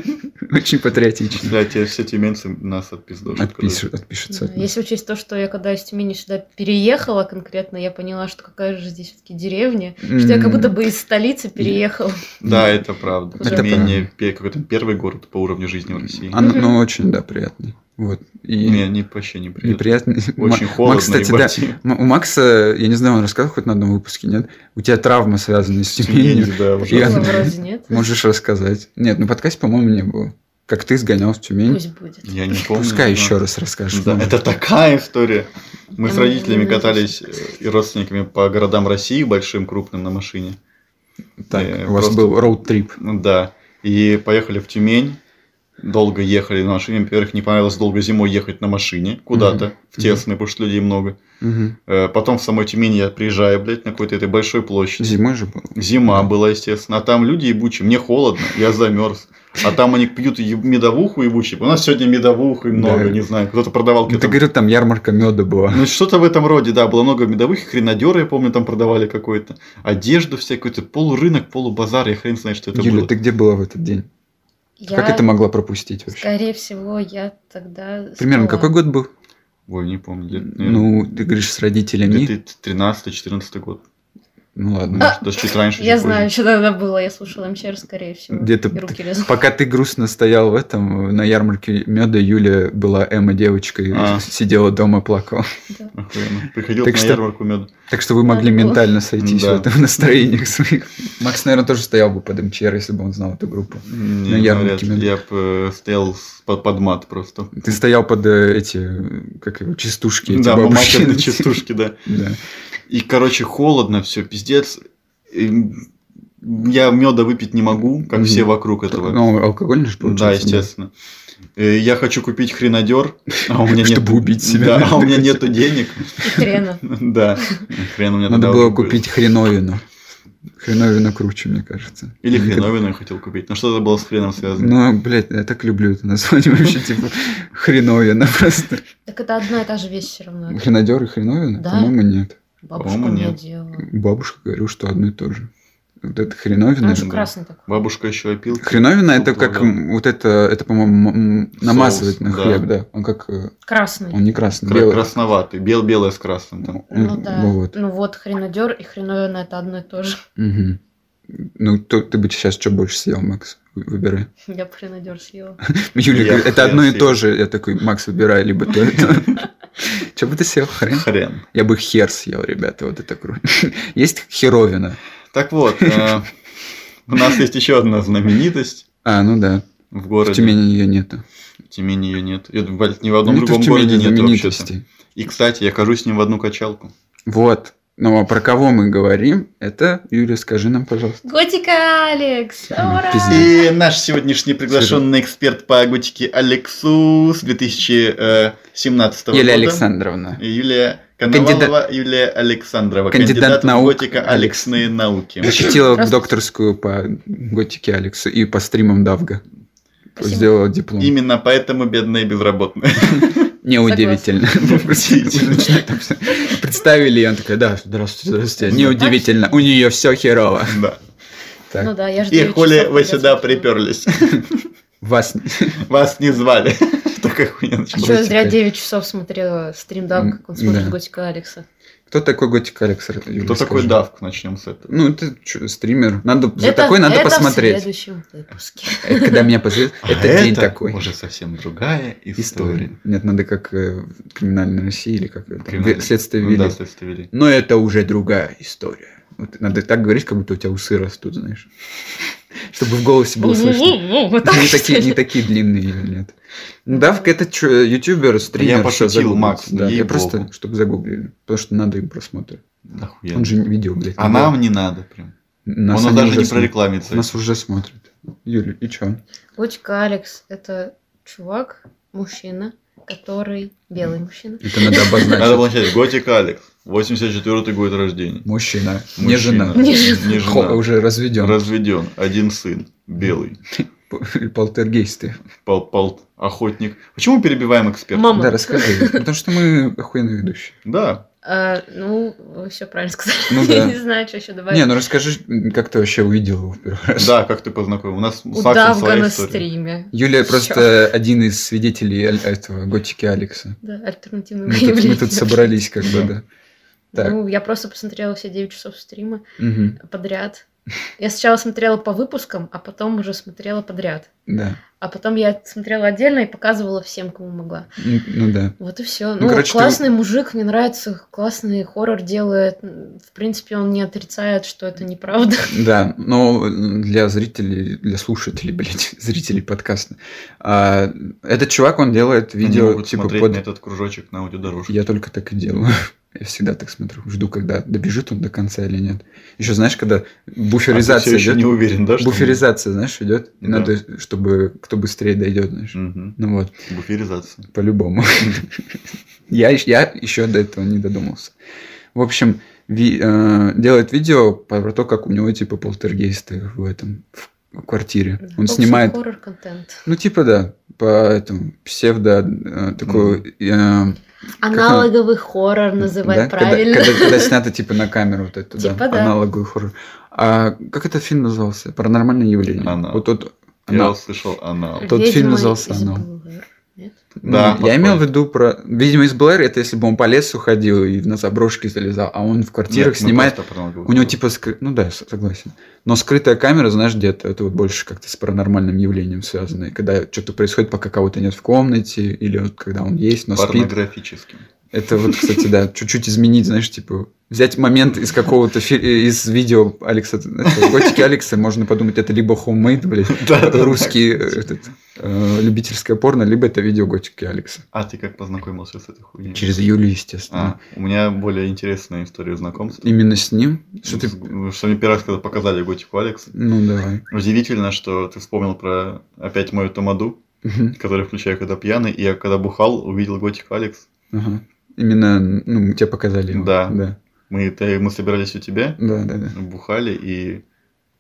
[SPEAKER 2] Очень патриотично.
[SPEAKER 3] Бля, те все тюменцы нас отпиздошат.
[SPEAKER 2] Отпиш- Отпишется от нас.
[SPEAKER 4] Да, ну, Если учесть то, что я когда из Тюмени сюда переехала конкретно, я поняла, что какая же здесь все-таки деревня, что я как будто бы из столицы переехала.
[SPEAKER 3] Да, это правда.
[SPEAKER 4] Это
[SPEAKER 3] Тюмень пе- какой-то первый город по уровню жизни в России.
[SPEAKER 2] Она-
[SPEAKER 4] Мгм.
[SPEAKER 2] ну, очень, да, приятный. Вот. И
[SPEAKER 3] Не, не, вообще не приятно.
[SPEAKER 2] неприятный.
[SPEAKER 3] Очень
[SPEAKER 2] Ма-
[SPEAKER 3] холодно,
[SPEAKER 2] Макс, кстати, да,
[SPEAKER 3] ебать.
[SPEAKER 2] М- У Макса, я не знаю, он рассказал хоть на одном выпуске, нет? У тебя травма, связанная с Тюменью.
[SPEAKER 3] Тюмень, да,
[SPEAKER 2] Я-
[SPEAKER 4] Ну,
[SPEAKER 3] ужасно.
[SPEAKER 4] Вроде нет.
[SPEAKER 2] Можешь рассказать. Нет, на подкасте, по-моему, не было. Как ты сгонял в Тюмень.
[SPEAKER 4] Пусть будет.
[SPEAKER 3] Я не помню.
[SPEAKER 2] Пускай
[SPEAKER 3] но-
[SPEAKER 2] еще раз расскажешь.
[SPEAKER 3] Да,
[SPEAKER 2] может.
[SPEAKER 3] это такая история. Мы с
[SPEAKER 4] Я не-
[SPEAKER 3] родителями
[SPEAKER 4] не
[SPEAKER 3] катались э, и родственниками по городам России большим, крупным на машине.
[SPEAKER 2] Так,
[SPEAKER 3] э,
[SPEAKER 2] у вас
[SPEAKER 3] просто-
[SPEAKER 2] был роуд-трип.
[SPEAKER 3] Ну Да. И поехали в Тюмень. Долго ехали на машине. Во-первых, не понравилось долго зимой ехать на машине куда-то, в тесной, потому что людей много.
[SPEAKER 2] Мгм.
[SPEAKER 3] Э, Потом в самой Тюмень я приезжаю, блядь, на какой-то этой большой площади.
[SPEAKER 2] Зимой же был.
[SPEAKER 3] Зима была, естественно. А там люди ебучие. Мне холодно, я замерз. А там они пьют е- медовуху ебучие. У нас сегодня медовуху и много,
[SPEAKER 2] Да. Ну,
[SPEAKER 3] не знаю. Кто-то продавал
[SPEAKER 2] Ты
[SPEAKER 3] какие-то...
[SPEAKER 2] говорил, там ярмарка меда была.
[SPEAKER 3] Ну, что-то в этом роде, да. Было много медовых, хренадеры, я помню, там продавали какой-то. Одежду всякую, какой-то полурынок, полубазар, я хрен знает, что это
[SPEAKER 2] Юля,
[SPEAKER 3] было.
[SPEAKER 2] ты где была в этот день?
[SPEAKER 4] Я,
[SPEAKER 2] Как это могла пропустить вообще?
[SPEAKER 4] скорее всего, я тогда...
[SPEAKER 2] Примерно
[SPEAKER 4] спала.
[SPEAKER 2] какой год был?
[SPEAKER 3] Ой, не помню. лет, наверное,
[SPEAKER 2] Ну, ты говоришь, с родителями.
[SPEAKER 3] 2013-2014 год.
[SPEAKER 2] Ну ладно.
[SPEAKER 3] Может, даже чуть раньше.
[SPEAKER 4] Я
[SPEAKER 3] чуть позже.
[SPEAKER 4] знаю, что тогда было. Я слушала МЧР, скорее всего.
[SPEAKER 2] Где-то
[SPEAKER 4] И руки лезут.
[SPEAKER 2] Пока ты грустно стоял в этом, на ярмарке меда Юля была Эмма девочкой,
[SPEAKER 3] А.
[SPEAKER 2] сидела дома, плакала.
[SPEAKER 4] Да.
[SPEAKER 3] Охуенно. Приходил
[SPEAKER 2] Так
[SPEAKER 3] на
[SPEAKER 2] что-
[SPEAKER 3] ярмарку меда.
[SPEAKER 2] Так что вы могли
[SPEAKER 4] Так вот.
[SPEAKER 2] ментально сойтись
[SPEAKER 3] Да.
[SPEAKER 2] в этом настроениях своих. Макс, наверное, тоже стоял бы под МЧР, если бы он знал эту группу.
[SPEAKER 3] Не,
[SPEAKER 2] На ярмарке
[SPEAKER 3] навряд ли.
[SPEAKER 2] меда.
[SPEAKER 3] Я бы стоял с- под, под мат просто.
[SPEAKER 2] Ты стоял под э, эти, э, как его, частушки, эти
[SPEAKER 3] да,
[SPEAKER 2] бабушкины.
[SPEAKER 3] матерные частушки, да.
[SPEAKER 2] Да.
[SPEAKER 3] И, короче, холодно все, пиздец. И я меда выпить не могу, как
[SPEAKER 2] Мгм.
[SPEAKER 3] все вокруг этого.
[SPEAKER 2] Ну, алкогольный же
[SPEAKER 3] Да,
[SPEAKER 2] получается.
[SPEAKER 3] естественно. Э, Я хочу купить хренадер, а у меня нет...
[SPEAKER 2] Чтобы убить себя,
[SPEAKER 3] Да, а
[SPEAKER 2] наверное,
[SPEAKER 3] у меня
[SPEAKER 2] хотя
[SPEAKER 3] нету денег.
[SPEAKER 4] И хрена.
[SPEAKER 3] Да, хрен у меня
[SPEAKER 2] Надо
[SPEAKER 3] тогда
[SPEAKER 2] было
[SPEAKER 3] уже были.
[SPEAKER 2] купить хреновину. Хреновина круче, мне кажется.
[SPEAKER 3] Или
[SPEAKER 2] Мне кажется.
[SPEAKER 3] хреновину я хотел купить. Но что-то было с хреном связано.
[SPEAKER 2] Ну, блядь, я так люблю это название вообще, типа, хреновина просто.
[SPEAKER 4] Так это одна и та же вещь все равно.
[SPEAKER 2] Хренадер и хреновина?
[SPEAKER 4] Да.
[SPEAKER 2] По-моему, нет.
[SPEAKER 4] Бабушка
[SPEAKER 3] По-моему,
[SPEAKER 4] мне
[SPEAKER 3] нет.
[SPEAKER 4] делала.
[SPEAKER 2] Бабушка говорила, что одно и то же. Вот это хреновина.
[SPEAKER 4] Он же
[SPEAKER 3] да.
[SPEAKER 4] Ну, красный такой.
[SPEAKER 3] Бабушка еще опилка.
[SPEAKER 2] Хреновина это
[SPEAKER 3] Суп
[SPEAKER 2] как
[SPEAKER 3] тоже.
[SPEAKER 2] м, вот это, это, по-моему, м, м,
[SPEAKER 3] Соус,
[SPEAKER 2] намазывать на
[SPEAKER 3] да.
[SPEAKER 2] хлеб, да. Он как, э,
[SPEAKER 4] Красный.
[SPEAKER 2] он не красный,
[SPEAKER 3] Кра-
[SPEAKER 2] белый.
[SPEAKER 3] Красноватый, бел белое с красным там.
[SPEAKER 2] М,
[SPEAKER 4] Ну да.
[SPEAKER 2] Вот.
[SPEAKER 4] Ну вот, хренадер и хреновина это одно и то же.
[SPEAKER 2] Мгм. Ну, то- ты бы сейчас что больше съел, Макс? Вы- Выбирай.
[SPEAKER 4] Я бы хренадер съела.
[SPEAKER 2] Юля
[SPEAKER 3] Я
[SPEAKER 2] говорит, это
[SPEAKER 3] хрен
[SPEAKER 2] одно и
[SPEAKER 3] съел.
[SPEAKER 2] то же. Я такой, Макс, выбирай, либо то, и то. Че бы ты съел? Хрен?
[SPEAKER 3] Хрен.
[SPEAKER 2] Я бы хер съел, ребята, вот это круто. Есть херовина.
[SPEAKER 3] Так вот, э, у нас есть еще одна знаменитость
[SPEAKER 2] А, ну да,
[SPEAKER 3] в
[SPEAKER 2] в
[SPEAKER 3] городе.
[SPEAKER 2] Тюмени ее нету.
[SPEAKER 3] В Тюмени ее нет. Я думаю, блядь, ни в одном
[SPEAKER 2] Нету
[SPEAKER 3] другом
[SPEAKER 2] в
[SPEAKER 3] городе
[SPEAKER 2] Тюмени
[SPEAKER 3] нет вообще-то.
[SPEAKER 2] знаменитостей.
[SPEAKER 3] И, кстати, я хожу с ним в одну качалку.
[SPEAKER 2] Вот. Но про кого мы говорим, это, Юля, скажи нам, пожалуйста.
[SPEAKER 4] Готика, Алекс! Ура!
[SPEAKER 2] Пиздец.
[SPEAKER 3] И наш сегодняшний приглашенный эксперт по готике Алексу с 2017 э, года.
[SPEAKER 2] Юлия Александровна.
[SPEAKER 3] Юлия Коновалова, Юлия Александрова.
[SPEAKER 2] Кандидат
[SPEAKER 3] в
[SPEAKER 2] наук.
[SPEAKER 3] готика Алексные науки.
[SPEAKER 2] Защитила
[SPEAKER 4] Здравствуйте.
[SPEAKER 2] докторскую по готике Алекса и по стримам Давга.
[SPEAKER 4] Спасибо.
[SPEAKER 2] Сделала диплом.
[SPEAKER 3] Именно поэтому бедные и безработные.
[SPEAKER 2] Неудивительно. ну,
[SPEAKER 3] Неудивительно.
[SPEAKER 2] Там всё. Представили, и он такой, да, здравствуйте, здравствуйте. Неудивительно, у нее все херово.
[SPEAKER 3] Да.
[SPEAKER 2] Так.
[SPEAKER 4] Ну да, я же
[SPEAKER 3] И
[SPEAKER 4] девять
[SPEAKER 3] хули вы
[SPEAKER 4] часов подряд
[SPEAKER 3] сюда
[SPEAKER 4] слушала.
[SPEAKER 3] приперлись.
[SPEAKER 2] Вас
[SPEAKER 3] Вас не звали. Такая хуйня
[SPEAKER 4] А что я
[SPEAKER 3] началась.
[SPEAKER 4] зря
[SPEAKER 2] Готика.
[SPEAKER 4] 9 часов смотрела стрим Дам, как он смотрит
[SPEAKER 2] Да.
[SPEAKER 4] Готика Алекса.
[SPEAKER 2] Кто такой Готик Алекс? Юля,
[SPEAKER 3] Кто такой
[SPEAKER 2] скажи?
[SPEAKER 3] Давк? Начнем с этого.
[SPEAKER 2] Ну, это чё, стример. Надо, за такой надо
[SPEAKER 4] это в
[SPEAKER 2] посмотреть.
[SPEAKER 4] следующем выпуске.
[SPEAKER 2] Это когда меня позовет,
[SPEAKER 3] А
[SPEAKER 2] это день такой.
[SPEAKER 3] уже совсем другая история.
[SPEAKER 2] История. Нет, надо как э, в криминальной России или как это.
[SPEAKER 3] Криминальная.
[SPEAKER 2] Ве- Следствие
[SPEAKER 3] Ну
[SPEAKER 2] вели.
[SPEAKER 3] Да, следствие вели.
[SPEAKER 2] Но это уже другая история. Вот надо так говорить, как будто у тебя усы растут, знаешь. Чтобы в голосе было слышно.
[SPEAKER 4] Вот так,
[SPEAKER 2] Не
[SPEAKER 4] что
[SPEAKER 2] такие,
[SPEAKER 4] ли?
[SPEAKER 2] не такие длинные или нет. Давка это чё, ютубер, стример.
[SPEAKER 3] Я
[SPEAKER 2] всё,
[SPEAKER 3] пошутил,
[SPEAKER 2] загуглите.
[SPEAKER 3] Макс,
[SPEAKER 2] Да, я
[SPEAKER 3] ей-богу.
[SPEAKER 2] просто, чтобы загуглили. Потому что надо им просмотр.
[SPEAKER 3] Охуенно.
[SPEAKER 2] Он же не видео, блядь.
[SPEAKER 3] А нам не надо прям.
[SPEAKER 2] Нас
[SPEAKER 3] Он
[SPEAKER 2] они
[SPEAKER 3] даже
[SPEAKER 2] уже
[SPEAKER 3] не
[SPEAKER 2] смотрят.
[SPEAKER 3] прорекламится.
[SPEAKER 2] Нас уже смотрят. Юля, и чё?
[SPEAKER 4] Готика Алекс это чувак, мужчина, который... Белый мужчина.
[SPEAKER 2] Это надо
[SPEAKER 3] Надо
[SPEAKER 2] обозначить.
[SPEAKER 3] обозначать. Готик Алекс. 84 год рождения.
[SPEAKER 2] Мужчина, не
[SPEAKER 3] Мужчина.
[SPEAKER 2] жена.
[SPEAKER 4] Не жена.
[SPEAKER 3] Не жена.
[SPEAKER 2] Хо- Уже разведен.
[SPEAKER 3] Разведен. Один сын. Белый.
[SPEAKER 2] Полтергейсты.
[SPEAKER 3] Пол, пол- охотник. Почему мы перебиваем эксперта?
[SPEAKER 4] Мама.
[SPEAKER 2] Да, расскажи. Потому что мы охуенно ведущие.
[SPEAKER 3] Да.
[SPEAKER 4] А, ну, вы все правильно сказали.
[SPEAKER 2] Ну
[SPEAKER 4] Я
[SPEAKER 2] да.
[SPEAKER 4] не знаю, что еще добавить.
[SPEAKER 2] Не, ну расскажи, как ты вообще увидел его в первый раз.
[SPEAKER 3] Да, как ты познакомил. У нас с Аксом
[SPEAKER 4] Удавка
[SPEAKER 3] своя
[SPEAKER 4] на
[SPEAKER 3] история.
[SPEAKER 4] стриме.
[SPEAKER 2] Юлия
[SPEAKER 4] Чё?
[SPEAKER 2] просто э, один из свидетелей аль- этого готики Алекса.
[SPEAKER 4] Да, альтернативное
[SPEAKER 2] Мы тут, мы
[SPEAKER 4] явление.
[SPEAKER 2] тут собрались, как бы, да.
[SPEAKER 3] Да.
[SPEAKER 2] Так.
[SPEAKER 4] Ну, я просто посмотрела все 9 часов стрима
[SPEAKER 2] Мгм.
[SPEAKER 4] подряд. Я сначала смотрела по выпускам, а потом уже смотрела подряд.
[SPEAKER 2] Да.
[SPEAKER 4] А потом я смотрела отдельно и показывала всем, кому могла.
[SPEAKER 2] М, Ну да.
[SPEAKER 4] Вот и все.
[SPEAKER 2] Ну,
[SPEAKER 4] Ну,
[SPEAKER 2] короче, ты-
[SPEAKER 4] классный мужик, мне нравится, классный хоррор делает. В принципе, он не отрицает, что это неправда.
[SPEAKER 2] Да, но для зрителей, для слушателей, блядь, зрителей подкаста. а, этот чувак, он делает
[SPEAKER 3] Они
[SPEAKER 2] видео,
[SPEAKER 3] могут
[SPEAKER 2] типа,
[SPEAKER 3] смотреть
[SPEAKER 2] под...
[SPEAKER 3] на этот кружочек на А аудиодорожке.
[SPEAKER 2] Я только так и делаю. Я всегда так смотрю. Жду, когда добежит он до конца или нет. Еще знаешь, когда буферизация
[SPEAKER 3] все еще
[SPEAKER 2] идет.
[SPEAKER 3] не уверен, да? что-
[SPEAKER 2] буферизация, знаешь, идет. И
[SPEAKER 3] Да.
[SPEAKER 2] надо, чтобы кто быстрее дойдет, знаешь.
[SPEAKER 3] Мгм.
[SPEAKER 2] Ну вот,
[SPEAKER 3] Буферизация.
[SPEAKER 2] по-любому. Я, ещё- я еще до этого не додумался. В общем, ви- э, делает видео про то, как у него типа полтергейсты в этом в квартире. Он
[SPEAKER 4] Общий
[SPEAKER 2] снимает.
[SPEAKER 4] Хоррор-контент.
[SPEAKER 2] Ну, типа, да, по этому псевдо э, такой. э,
[SPEAKER 4] Аналоговый хоррор
[SPEAKER 2] да,
[SPEAKER 4] называют
[SPEAKER 2] когда-
[SPEAKER 4] правильно.
[SPEAKER 2] Когда, когда снято типа на камеру вот это,
[SPEAKER 4] Типа
[SPEAKER 2] да,
[SPEAKER 4] да.
[SPEAKER 2] аналоговый хоррор. А как этот фильм назывался? Паранормальное явление.
[SPEAKER 3] Анал.
[SPEAKER 2] Вот тот.
[SPEAKER 3] Я
[SPEAKER 2] анал.
[SPEAKER 3] услышал анал.
[SPEAKER 2] Тот фильм
[SPEAKER 4] «Ведьма
[SPEAKER 2] назывался
[SPEAKER 4] из
[SPEAKER 2] «Оно».
[SPEAKER 4] Блэр». Нет?
[SPEAKER 3] Да,
[SPEAKER 2] Ну, я
[SPEAKER 3] подходит.
[SPEAKER 2] имел в виду про... Видимо, из Блэр это если бы он по лесу ходил и на заброшки залезал, а он в квартирах
[SPEAKER 3] Нет, мы
[SPEAKER 2] снимает...
[SPEAKER 3] просто про аналоговый
[SPEAKER 2] У него
[SPEAKER 3] хоррор.
[SPEAKER 2] типа... скры- Ну да, я с- согласен. Но скрытая камера, знаешь, где-то это вот больше как-то с паранормальным явлением связано. И когда что-то происходит, пока кого-то нет в комнате, или вот когда он есть, но спит.
[SPEAKER 3] Порнографическим.
[SPEAKER 2] Это вот, кстати, да, чуть-чуть изменить, знаешь, типа взять момент из какого-то фи- из видео Алекса, этого, готики Алекса, можно подумать, это либо homemade, блядь,
[SPEAKER 3] Да, да, да.
[SPEAKER 2] русский э, этот, э, любительское порно, либо это видео готики Алекса.
[SPEAKER 3] А ты как познакомился с этой хуйней?
[SPEAKER 2] Через Юлю, естественно.
[SPEAKER 3] А, у меня более интересная история знакомства.
[SPEAKER 2] Именно с ним? Что ты...
[SPEAKER 3] С- что мне первый раз, когда показали готику Алекса.
[SPEAKER 2] Ну, давай.
[SPEAKER 3] Удивительно, что ты вспомнил про опять мою Тамаду,
[SPEAKER 2] Мгм.
[SPEAKER 3] которую я включаю, когда пьяный, и я когда бухал, увидел готик Алекс.
[SPEAKER 2] Ага. Именно, ну, тебе показали его.
[SPEAKER 3] Да.
[SPEAKER 2] Да,
[SPEAKER 3] Мы, ты- мы собирались у тебя,
[SPEAKER 2] да, да. да.
[SPEAKER 3] бухали, и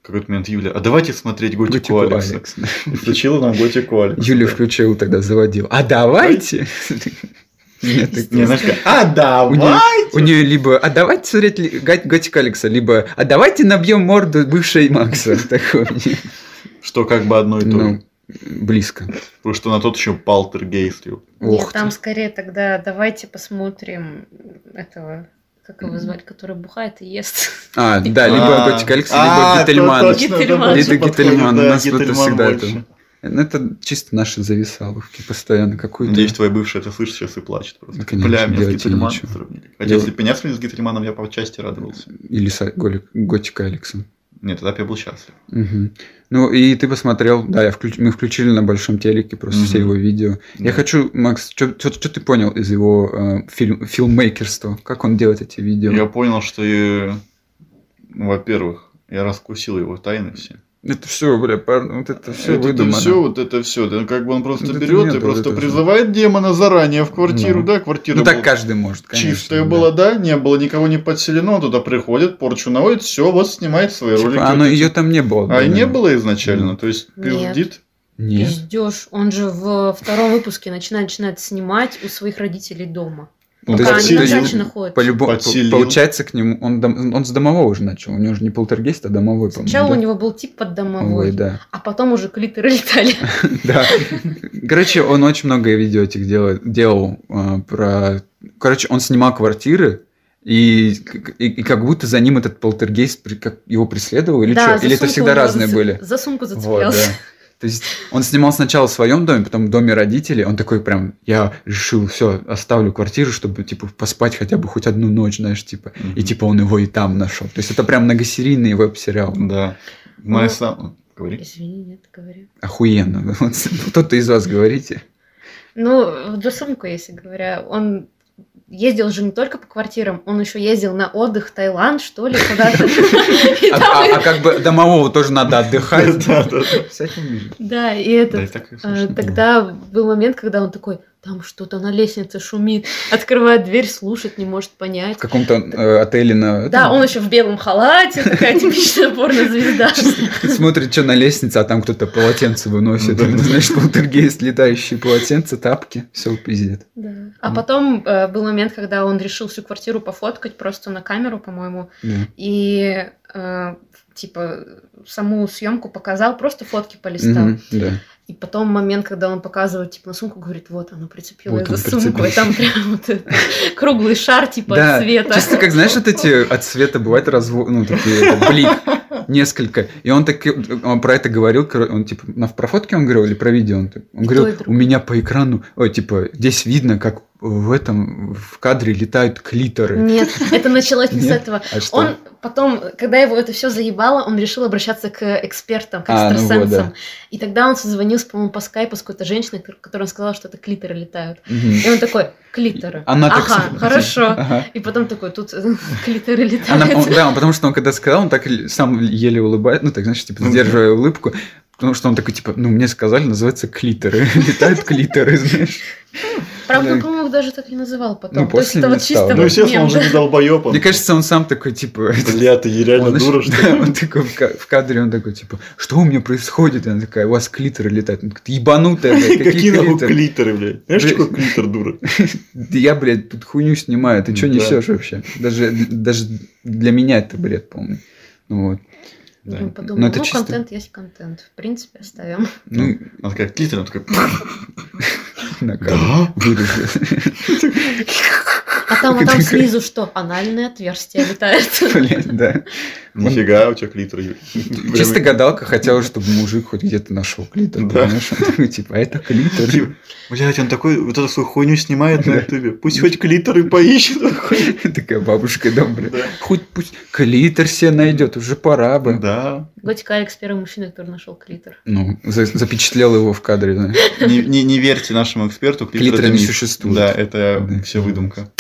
[SPEAKER 3] в какой-то момент Юля, а давайте смотреть готику,
[SPEAKER 2] Готику
[SPEAKER 3] Алекса. И включила нам готику Алекса.
[SPEAKER 2] Юля включила тогда, заводил. А давайте! Нет, ты-
[SPEAKER 3] Не, знаешь, как, а
[SPEAKER 2] У нее,
[SPEAKER 3] давай!
[SPEAKER 2] у нее либо «А давайте смотреть ли- Гат- Готик Алекса», либо «А давайте набьем морду бывшей Макса». Такое.
[SPEAKER 3] Ну, Что как бы одно и то
[SPEAKER 2] Ну,
[SPEAKER 3] же.
[SPEAKER 2] близко.
[SPEAKER 3] Потому что на тот еще полтергейст. ёп.
[SPEAKER 4] Нет,
[SPEAKER 2] Ох ты.
[SPEAKER 4] там скорее тогда давайте посмотрим этого, как его звать, который бухает и ест.
[SPEAKER 2] А, да, либо
[SPEAKER 3] А,
[SPEAKER 2] Готик Алекса,
[SPEAKER 3] а,
[SPEAKER 2] либо
[SPEAKER 3] то
[SPEAKER 2] Гительман.
[SPEAKER 3] точно, да,
[SPEAKER 4] Гительман.
[SPEAKER 3] больше
[SPEAKER 2] Лида
[SPEAKER 3] подходит,
[SPEAKER 2] Гительман,
[SPEAKER 3] да,
[SPEAKER 2] у нас вот это
[SPEAKER 3] Гительман
[SPEAKER 2] всегда
[SPEAKER 3] больше.
[SPEAKER 2] это. Ну, Это чисто наши зависаловки постоянно. Какую-то.
[SPEAKER 3] Надеюсь, твоя бывшая это слышит сейчас и плачет просто.
[SPEAKER 2] Ну, конечно,
[SPEAKER 3] Бля, меня с
[SPEAKER 2] делайте
[SPEAKER 3] Гительманом
[SPEAKER 2] нечего.
[SPEAKER 3] сравнили. Хотя если
[SPEAKER 2] Дел-
[SPEAKER 3] бы меня сравнили с Гительманом, я по части радовался.
[SPEAKER 2] Или со- Голик- Готика Алекса.
[SPEAKER 3] Нет, тогда бы я был счастлив.
[SPEAKER 2] Мгм. Ну и ты посмотрел, да, я включ- мы включили на большом телеке просто все
[SPEAKER 3] Мгм.
[SPEAKER 2] его видео. Я
[SPEAKER 3] Да.
[SPEAKER 2] хочу, Макс, что ты понял из его э, фильм- филммейкерства? Как он делает эти видео?
[SPEAKER 3] Я понял, что, э, ну, во-первых, я раскусил его тайны все.
[SPEAKER 2] Это все, бля, пар- вот это все
[SPEAKER 3] это
[SPEAKER 2] Ну, выдумано.
[SPEAKER 3] все, вот это все. как бы он просто
[SPEAKER 2] Вот это
[SPEAKER 3] берет
[SPEAKER 2] нет,
[SPEAKER 3] и
[SPEAKER 2] вот
[SPEAKER 3] просто
[SPEAKER 2] это всё.
[SPEAKER 3] призывает демона заранее в квартиру,
[SPEAKER 2] Ну.
[SPEAKER 3] да, квартира
[SPEAKER 2] Ну так
[SPEAKER 3] была
[SPEAKER 2] каждый может, конечно.
[SPEAKER 3] чистая
[SPEAKER 2] да.
[SPEAKER 3] была, да, не было никого не подселено, он туда приходит, порчу наводит, все, вот снимает свои
[SPEAKER 2] Типа,
[SPEAKER 3] ролики.
[SPEAKER 2] оно
[SPEAKER 3] Вот эти.
[SPEAKER 2] ее там не было.
[SPEAKER 3] А и
[SPEAKER 2] да.
[SPEAKER 3] не было изначально, то есть
[SPEAKER 4] Нет.
[SPEAKER 3] пиздит.
[SPEAKER 2] Нет.
[SPEAKER 4] Пиздешь. Он же во втором выпуске начинает, начинает снимать у своих родителей дома.
[SPEAKER 3] Он
[SPEAKER 2] То
[SPEAKER 4] Пока
[SPEAKER 2] есть-
[SPEAKER 4] они
[SPEAKER 2] то
[SPEAKER 4] на
[SPEAKER 2] есть
[SPEAKER 4] даче находятся.
[SPEAKER 2] По-любому,
[SPEAKER 3] Подселил.
[SPEAKER 2] получается, к нему он, дом- он с домового уже начал. У него же не полтергейст, а домовой, по-моему.
[SPEAKER 4] Сначала
[SPEAKER 2] да?
[SPEAKER 4] у него был тип под
[SPEAKER 2] Ой,
[SPEAKER 4] домовой,
[SPEAKER 2] да.
[SPEAKER 4] а потом уже клитеры летали.
[SPEAKER 2] Да. Короче, он очень много видео этих делал, делал э, про... Короче, он снимал квартиры, и, к- и, и как будто за ним этот полтергейст при- как, его преследовал или
[SPEAKER 4] Да,
[SPEAKER 2] что?
[SPEAKER 4] за
[SPEAKER 2] Или это
[SPEAKER 4] сумку
[SPEAKER 2] всегда
[SPEAKER 4] он
[SPEAKER 2] разные
[SPEAKER 4] за-
[SPEAKER 2] были?
[SPEAKER 4] За сумку
[SPEAKER 2] Вот, да.
[SPEAKER 4] зацеплялся.
[SPEAKER 2] То есть он снимал сначала в своем доме, потом в доме родителей. Он такой прям, я решил, все, оставлю квартиру, чтобы, типа, поспать хотя бы хоть одну ночь, знаешь, типа. И,
[SPEAKER 3] Мгм.
[SPEAKER 2] типа, он его и там нашел. То есть это прям многосерийный веб-сериал.
[SPEAKER 3] Да. Моя
[SPEAKER 4] Ну,
[SPEAKER 3] сам... Говори.
[SPEAKER 4] Извини, нет, говорю.
[SPEAKER 2] Охуенно. Вот Кто-то из вас говорите.
[SPEAKER 4] Ну, за сумку, если говоря, он ездил же не только по квартирам, он еще ездил на отдых в Таиланд, что ли, куда-то. И
[SPEAKER 2] А,
[SPEAKER 4] там
[SPEAKER 2] а-
[SPEAKER 4] их-
[SPEAKER 2] а как бы домового тоже надо отдыхать.
[SPEAKER 3] Да, да, да.
[SPEAKER 2] С этим миром.
[SPEAKER 4] Да,
[SPEAKER 3] Да,
[SPEAKER 4] и
[SPEAKER 3] и
[SPEAKER 4] этот...
[SPEAKER 3] так и
[SPEAKER 4] э,
[SPEAKER 3] слышно.
[SPEAKER 4] Тогда был момент, когда он такой, там что-то на лестнице шумит, открывает дверь, слушать не может понять.
[SPEAKER 2] В каком-то э, отеле на...
[SPEAKER 4] Да,
[SPEAKER 2] этом
[SPEAKER 4] он еще в белом халате, такая типичная порнозвезда.
[SPEAKER 2] Смотрит, что на лестнице, а там кто-то полотенце выносит.
[SPEAKER 3] Да.
[SPEAKER 2] Знаешь, полтергейст, летающие полотенца, тапки. Все, пиздец.
[SPEAKER 4] Да. А потом э, был момент, когда он решил всю квартиру пофоткать просто на камеру, по-моему,
[SPEAKER 2] Да.
[SPEAKER 4] и э, типа саму съемку показал, просто фотки полистал.
[SPEAKER 2] Мгм, Да.
[SPEAKER 4] И потом момент, когда он показывает типа на сумку, говорит, вот оно прицепилось
[SPEAKER 2] Вот он
[SPEAKER 4] за сумку, и
[SPEAKER 2] прицепил.
[SPEAKER 4] там прям вот этот круглый шар типа
[SPEAKER 2] Да,
[SPEAKER 4] от света.
[SPEAKER 2] Чисто как, знаешь, вот эти от света бывает разво... ну, такие, это, блик, несколько. И он так, он про это говорил, кро- он, типа, на, про фотки он говорил или про видео? Он, так- он
[SPEAKER 4] И то, и
[SPEAKER 2] говорил, у
[SPEAKER 4] другое.
[SPEAKER 2] меня по экрану, ой, типа, здесь видно, как в этом, в кадре летают клиторы.
[SPEAKER 4] Нет, это началось не с
[SPEAKER 2] Нет.
[SPEAKER 4] этого.
[SPEAKER 2] А что?
[SPEAKER 4] Он потом, когда его это все заебало, он решил обращаться к экспертам, к
[SPEAKER 2] А, ну вот,
[SPEAKER 4] экстрасенсам.
[SPEAKER 2] да.
[SPEAKER 4] И тогда он созвонился, по-моему, по скайпу с какой-то женщиной, кот- которая сказала, что это клиторы летают.
[SPEAKER 2] Мгм.
[SPEAKER 4] И он такой, клиторы.
[SPEAKER 2] Она так
[SPEAKER 4] ага,
[SPEAKER 2] с-
[SPEAKER 4] хорошо.
[SPEAKER 2] Ага.
[SPEAKER 4] И потом такой, тут э, клиторы
[SPEAKER 2] Она-
[SPEAKER 4] летают.
[SPEAKER 2] он- да, он- потому что он когда сказал, он так л- сам еле улыбается, ну так, знаешь, типа,
[SPEAKER 3] Ну,
[SPEAKER 2] сдерживая улыбку, потому что он такой, типа, ну, мне сказали, называется клиторы. Летают клиторы, знаешь.
[SPEAKER 4] Правда, он,
[SPEAKER 2] Да.
[SPEAKER 4] по-моему, даже так не называл потом.
[SPEAKER 2] Ну, после
[SPEAKER 4] То
[SPEAKER 2] не
[SPEAKER 4] есть это
[SPEAKER 2] стал,
[SPEAKER 4] вот чисто
[SPEAKER 2] да.
[SPEAKER 3] Ну,
[SPEAKER 4] вот
[SPEAKER 3] естественно,
[SPEAKER 4] мем,
[SPEAKER 3] он же
[SPEAKER 4] да.
[SPEAKER 3] не долбоеб. он.
[SPEAKER 2] Мне кажется, он сам такой, типа... это-
[SPEAKER 3] Бля, ты реально
[SPEAKER 2] он ещё-
[SPEAKER 3] дура, что ли?
[SPEAKER 2] да, он такой в ка- в кадре, он такой, типа, что у меня происходит? И она такая, у вас клиторы летают. Он говорит, ебанутая, блядь,
[SPEAKER 3] Какие
[SPEAKER 2] какие
[SPEAKER 3] нахуй
[SPEAKER 2] клиторы?
[SPEAKER 3] клиторы, блядь? Знаешь,
[SPEAKER 2] Блядь.
[SPEAKER 3] что такое клитор, дура?
[SPEAKER 2] Да Я, блядь, тут хуйню снимаю, ты что
[SPEAKER 3] Ну Да.
[SPEAKER 2] несешь вообще? Даже даже для меня это бред полный. Ну вот.
[SPEAKER 4] Ну,
[SPEAKER 3] Да.
[SPEAKER 4] подумал,
[SPEAKER 2] Но это
[SPEAKER 4] ну,
[SPEAKER 2] чисто-
[SPEAKER 4] контент есть контент. В принципе, оставим.
[SPEAKER 2] Ну,
[SPEAKER 3] Она такая, клитор, он такой... Ну,
[SPEAKER 2] на кадр.
[SPEAKER 3] Да?
[SPEAKER 2] Вырежу.
[SPEAKER 4] А там, а там
[SPEAKER 2] Такая-
[SPEAKER 4] снизу что? Анальное отверстие летает.
[SPEAKER 2] Блядь, да.
[SPEAKER 3] Нифига, у тебя клитор, Юрий. Прям-
[SPEAKER 2] Чисто гадалка хотела, чтобы мужик хоть где-то нашел клитор,
[SPEAKER 3] Да.
[SPEAKER 2] понимаешь? Он такой, типа, а это клитор.
[SPEAKER 3] Блин, Блядь, он такой вот эту свою хуйню снимает на ютубе. Пусть хоть клитор и поищет.
[SPEAKER 2] Такая бабушка, да, блядь.
[SPEAKER 3] Да.
[SPEAKER 2] Хоть пусть клитор себе найдет, уже пора бы.
[SPEAKER 3] Да.
[SPEAKER 4] Готик Алекс первый мужчина, который нашел клитор.
[SPEAKER 2] Ну, за- запечатлел его в кадре, да.
[SPEAKER 3] Не, не- не верьте нашему эксперту, клитор
[SPEAKER 2] Клитора
[SPEAKER 3] это
[SPEAKER 2] не
[SPEAKER 3] миф.
[SPEAKER 2] существует.
[SPEAKER 3] Да, это
[SPEAKER 2] Да.
[SPEAKER 3] все выдумка.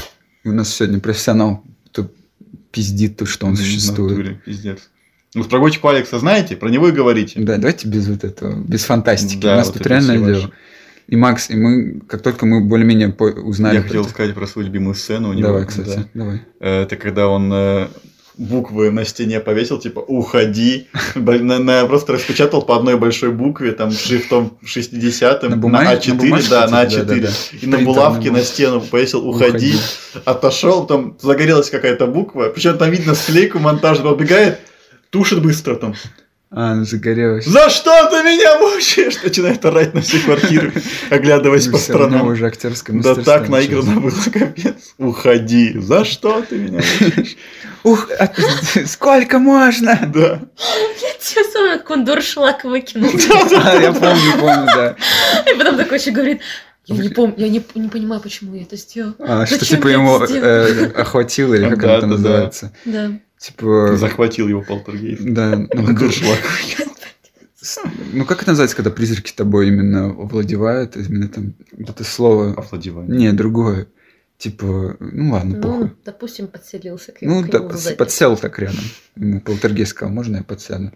[SPEAKER 2] У нас сегодня профессионал то пиздит то, что он
[SPEAKER 3] В
[SPEAKER 2] существует.
[SPEAKER 3] натуре, Пиздец. Вот про Готику Алекса знаете? Про него и говорите.
[SPEAKER 2] Да, давайте без вот этого, без фантастики.
[SPEAKER 3] Да,
[SPEAKER 2] У нас
[SPEAKER 3] вот
[SPEAKER 2] тут
[SPEAKER 3] это
[SPEAKER 2] реальное
[SPEAKER 3] всё
[SPEAKER 2] дело.
[SPEAKER 3] ваше.
[SPEAKER 2] И Макс, и мы, как только мы более-менее по- узнали...
[SPEAKER 3] Я
[SPEAKER 2] про
[SPEAKER 3] хотел
[SPEAKER 2] это-
[SPEAKER 3] сказать про свою любимую сцену у него.
[SPEAKER 2] Давай,
[SPEAKER 3] Да.
[SPEAKER 2] кстати, давай.
[SPEAKER 3] Э, Это когда он э, буквы на стене повесил, типа «Уходи!» Б- на- на- Просто распечатал по одной большой букве, там, шрифтом 60
[SPEAKER 2] На
[SPEAKER 3] на
[SPEAKER 2] бумаге- на
[SPEAKER 3] А4,
[SPEAKER 2] бумажке,
[SPEAKER 3] да, на
[SPEAKER 2] типа, да, да, да.
[SPEAKER 3] А4. И на
[SPEAKER 2] Принтером
[SPEAKER 3] булавке
[SPEAKER 2] на
[SPEAKER 3] на стену повесил «Уходи!» Отошел, там загорелась какая-то буква, причем там видно склейку монтаж побегает, тушит быстро там.
[SPEAKER 2] А, ну загорелось.
[SPEAKER 3] За что ты меня мучаешь? Начинает орать на всю квартиру, оглядываясь
[SPEAKER 2] Ну,
[SPEAKER 3] по
[SPEAKER 2] всё равно
[SPEAKER 3] сторонам.
[SPEAKER 2] уже актерское
[SPEAKER 3] Да
[SPEAKER 2] мастерство
[SPEAKER 3] так
[SPEAKER 2] началось.
[SPEAKER 3] наигранно было, капец. Уходи. За что ты меня мучаешь?
[SPEAKER 2] Ух, а- сколько можно?
[SPEAKER 3] Да.
[SPEAKER 4] Тебе самое, как он дуршлаг выкинул.
[SPEAKER 2] А, Я помню, помню, да.
[SPEAKER 4] И потом такой еще говорит, я не помню, я не, не понимаю, почему я это сделал.
[SPEAKER 2] А, Что
[SPEAKER 4] Зачем
[SPEAKER 2] типа
[SPEAKER 4] я это
[SPEAKER 2] ему
[SPEAKER 4] сделала?
[SPEAKER 2] э, охватило, или как
[SPEAKER 3] Да,
[SPEAKER 2] оно там
[SPEAKER 3] да, да.
[SPEAKER 2] называется?
[SPEAKER 4] Да.
[SPEAKER 2] Типа...
[SPEAKER 3] Захватил его полтергейст.
[SPEAKER 2] Да, ну как,
[SPEAKER 3] Дуршлаг.
[SPEAKER 2] с- ну как это называется, когда призраки тобой именно овладевают, именно там вот это слово,
[SPEAKER 3] Овладевание.
[SPEAKER 2] не, другое, типа, ну ладно,
[SPEAKER 4] Ну,
[SPEAKER 2] похуй.
[SPEAKER 4] он, допустим, подселился к
[SPEAKER 2] Ну,
[SPEAKER 4] к
[SPEAKER 2] да,
[SPEAKER 4] нему
[SPEAKER 2] подс-
[SPEAKER 4] сзади.
[SPEAKER 2] подсел так рядом. Ему полтергейст сказал, можно я подсяду?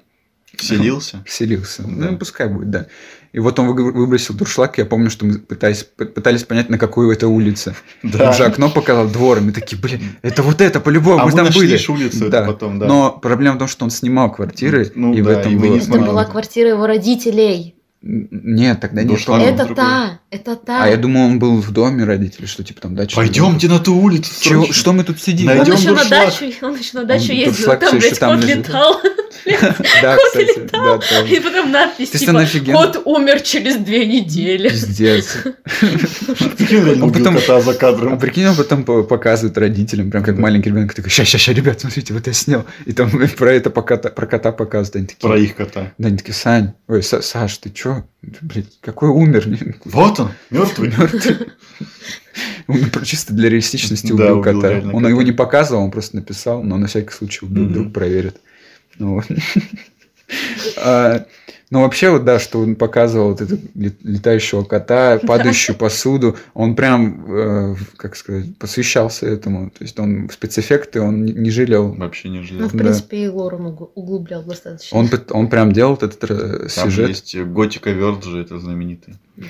[SPEAKER 3] Вселился.
[SPEAKER 2] Вселился.
[SPEAKER 3] Да.
[SPEAKER 2] Ну, пускай будет, да. И вот он выгр- выбросил дуршлаг, я помню, что мы пытались, п- пытались понять, на какую это улице. Он же окно показал двор, и мы такие, блин, это вот это, по-любому,
[SPEAKER 3] А
[SPEAKER 2] мы
[SPEAKER 3] мы
[SPEAKER 2] там были.
[SPEAKER 3] нашли ж улицу
[SPEAKER 2] Да.
[SPEAKER 3] это потом, да.
[SPEAKER 2] Но проблема в том, что он снимал квартиры,
[SPEAKER 3] Ну
[SPEAKER 2] и в
[SPEAKER 3] да, и
[SPEAKER 2] этом
[SPEAKER 3] мы не
[SPEAKER 2] было...
[SPEAKER 4] Это
[SPEAKER 3] знали.
[SPEAKER 4] была квартира его родителей.
[SPEAKER 2] Н- Нет, тогда не
[SPEAKER 3] Дуршлаг.
[SPEAKER 2] то.
[SPEAKER 3] он
[SPEAKER 4] это
[SPEAKER 3] другой.
[SPEAKER 4] та, это та.
[SPEAKER 2] А я думал, он был в доме родителей, что типа там дача.
[SPEAKER 3] Пойдемте на ту улицу.
[SPEAKER 2] Чё-
[SPEAKER 3] срочно.
[SPEAKER 2] что мы тут сидим?
[SPEAKER 4] он
[SPEAKER 3] найдем
[SPEAKER 4] еще на
[SPEAKER 3] дуршлаг.
[SPEAKER 4] дачу, он еще на дачу
[SPEAKER 2] Он-
[SPEAKER 4] ездил,
[SPEAKER 2] дуршлаг
[SPEAKER 4] там,
[SPEAKER 2] всё ещё
[SPEAKER 4] блядь,
[SPEAKER 2] там
[SPEAKER 4] кот
[SPEAKER 2] лежит.
[SPEAKER 4] летал.
[SPEAKER 2] Да,
[SPEAKER 4] Кот
[SPEAKER 2] кстати, да,
[SPEAKER 4] И
[SPEAKER 2] тоже.
[SPEAKER 4] потом надпись,
[SPEAKER 2] Ты
[SPEAKER 4] типа,
[SPEAKER 2] становишь офигенно.
[SPEAKER 4] кот умер через две недели.
[SPEAKER 2] Пиздец.
[SPEAKER 3] Прикинь, он реально
[SPEAKER 2] Он
[SPEAKER 3] убил
[SPEAKER 2] потом-
[SPEAKER 3] кота за
[SPEAKER 2] А
[SPEAKER 3] кадром.
[SPEAKER 2] прикинь, он потом по- показывает родителям, прям как
[SPEAKER 3] Да.
[SPEAKER 2] маленький ребенок, такой, ща, ща, ща, ребят, смотрите, вот я снял. И там про это про кота, про кота показывают. Они такие,
[SPEAKER 3] Про их кота.
[SPEAKER 2] Да, они такие, Сань, ой, Са- Саш, ты чё? Ты, Блин, какой умер?
[SPEAKER 3] Вот он, мертвый.
[SPEAKER 2] Мёртвый. Он про- чисто для реалистичности
[SPEAKER 3] Да,
[SPEAKER 2] убил
[SPEAKER 3] убил
[SPEAKER 2] кота.
[SPEAKER 3] реально
[SPEAKER 2] Он
[SPEAKER 3] кота.
[SPEAKER 2] его не показывал, он просто написал, но на всякий случай убил,
[SPEAKER 3] Мгм.
[SPEAKER 2] вдруг проверит. Ну вот. А, Ну, вообще, вот да, что он показывал вот этого лет- летающего кота, падающую посуду, он прям, э, как сказать, посвящался этому. То есть он в спецэффекты, он не- не жалел.
[SPEAKER 3] Вообще не
[SPEAKER 4] Ну,
[SPEAKER 3] жалел.
[SPEAKER 4] в
[SPEAKER 2] Да.
[SPEAKER 4] принципе, и лор он уг- углублял достаточно.
[SPEAKER 2] Он, пыт- он прям делал этот э,
[SPEAKER 3] Там же
[SPEAKER 2] сюжет.
[SPEAKER 3] есть Готика Верджи, это знаменитый.
[SPEAKER 4] Да.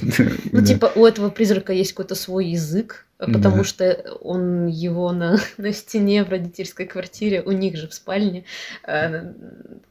[SPEAKER 4] Ну,
[SPEAKER 2] Да.
[SPEAKER 4] типа, у этого призрака есть какой-то свой язык, э, потому
[SPEAKER 2] Да.
[SPEAKER 4] что он его на, на стене в родительской квартире, у них же в спальне, э,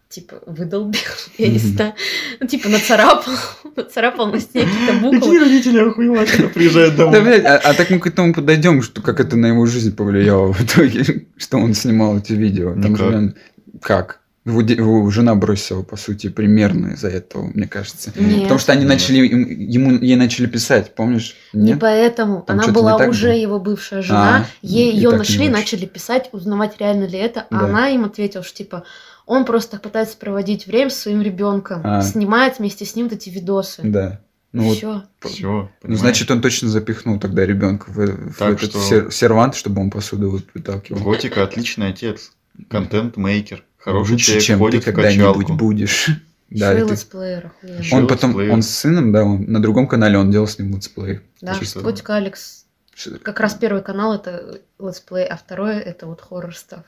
[SPEAKER 4] типа, выдолбил, я не
[SPEAKER 2] Мгм.
[SPEAKER 4] знаю, ну, типа, нацарапал, нацарапал на стене какие-то буквы.
[SPEAKER 3] родители охуевают, когда приезжают
[SPEAKER 2] Ну, Да, блядь, а, а так мы к этому подойдем, что как это на его жизнь повлияло в итоге, что он снимал эти видео. Там же
[SPEAKER 3] Никак.
[SPEAKER 2] реально- как? Его, де- его жена бросила, по сути, примерно из-за этого, мне кажется.
[SPEAKER 4] Нет.
[SPEAKER 2] Потому что они
[SPEAKER 3] Нет.
[SPEAKER 2] начали, им- ему, ей начали писать, помнишь?
[SPEAKER 4] Не
[SPEAKER 2] Нет?
[SPEAKER 4] поэтому.
[SPEAKER 2] Там
[SPEAKER 4] она
[SPEAKER 2] что-то не
[SPEAKER 4] была
[SPEAKER 2] так
[SPEAKER 4] уже
[SPEAKER 2] было?
[SPEAKER 4] его бывшая жена.
[SPEAKER 2] А,
[SPEAKER 4] ей
[SPEAKER 2] и
[SPEAKER 4] ее
[SPEAKER 2] так не
[SPEAKER 4] нашли,
[SPEAKER 2] очень.
[SPEAKER 4] начали писать, узнавать, реально ли это. А
[SPEAKER 2] Да.
[SPEAKER 4] она им ответила, что типа он просто пытается проводить время со своим ребенком,
[SPEAKER 2] А.
[SPEAKER 4] снимает вместе с ним вот эти видосы.
[SPEAKER 2] Да. Ну вот,
[SPEAKER 4] Всё.
[SPEAKER 3] Все.
[SPEAKER 2] ну, значит, он точно запихнул тогда ребенка в, в
[SPEAKER 3] Так
[SPEAKER 2] этот
[SPEAKER 3] что-
[SPEAKER 2] сер- сервант, чтобы он посуду вот выталкивал.
[SPEAKER 3] Готика отличный отец, контент-мейкер, хороший
[SPEAKER 2] Лучше,
[SPEAKER 3] человек,
[SPEAKER 2] чем ты
[SPEAKER 3] ходит в
[SPEAKER 2] когда-нибудь
[SPEAKER 3] качалку.
[SPEAKER 2] будешь. Да,
[SPEAKER 4] Еще и
[SPEAKER 2] и ты-
[SPEAKER 4] летсплеер, охуенно.
[SPEAKER 3] Ещё
[SPEAKER 2] он потом,
[SPEAKER 3] летсплеер.
[SPEAKER 2] он с сыном, да, он на другом канале он делал с ним летсплей.
[SPEAKER 4] Да,
[SPEAKER 3] Слушай, что-
[SPEAKER 4] Готика Алекс. Как раз первый канал это летсплей, а второй это вот хоррор став.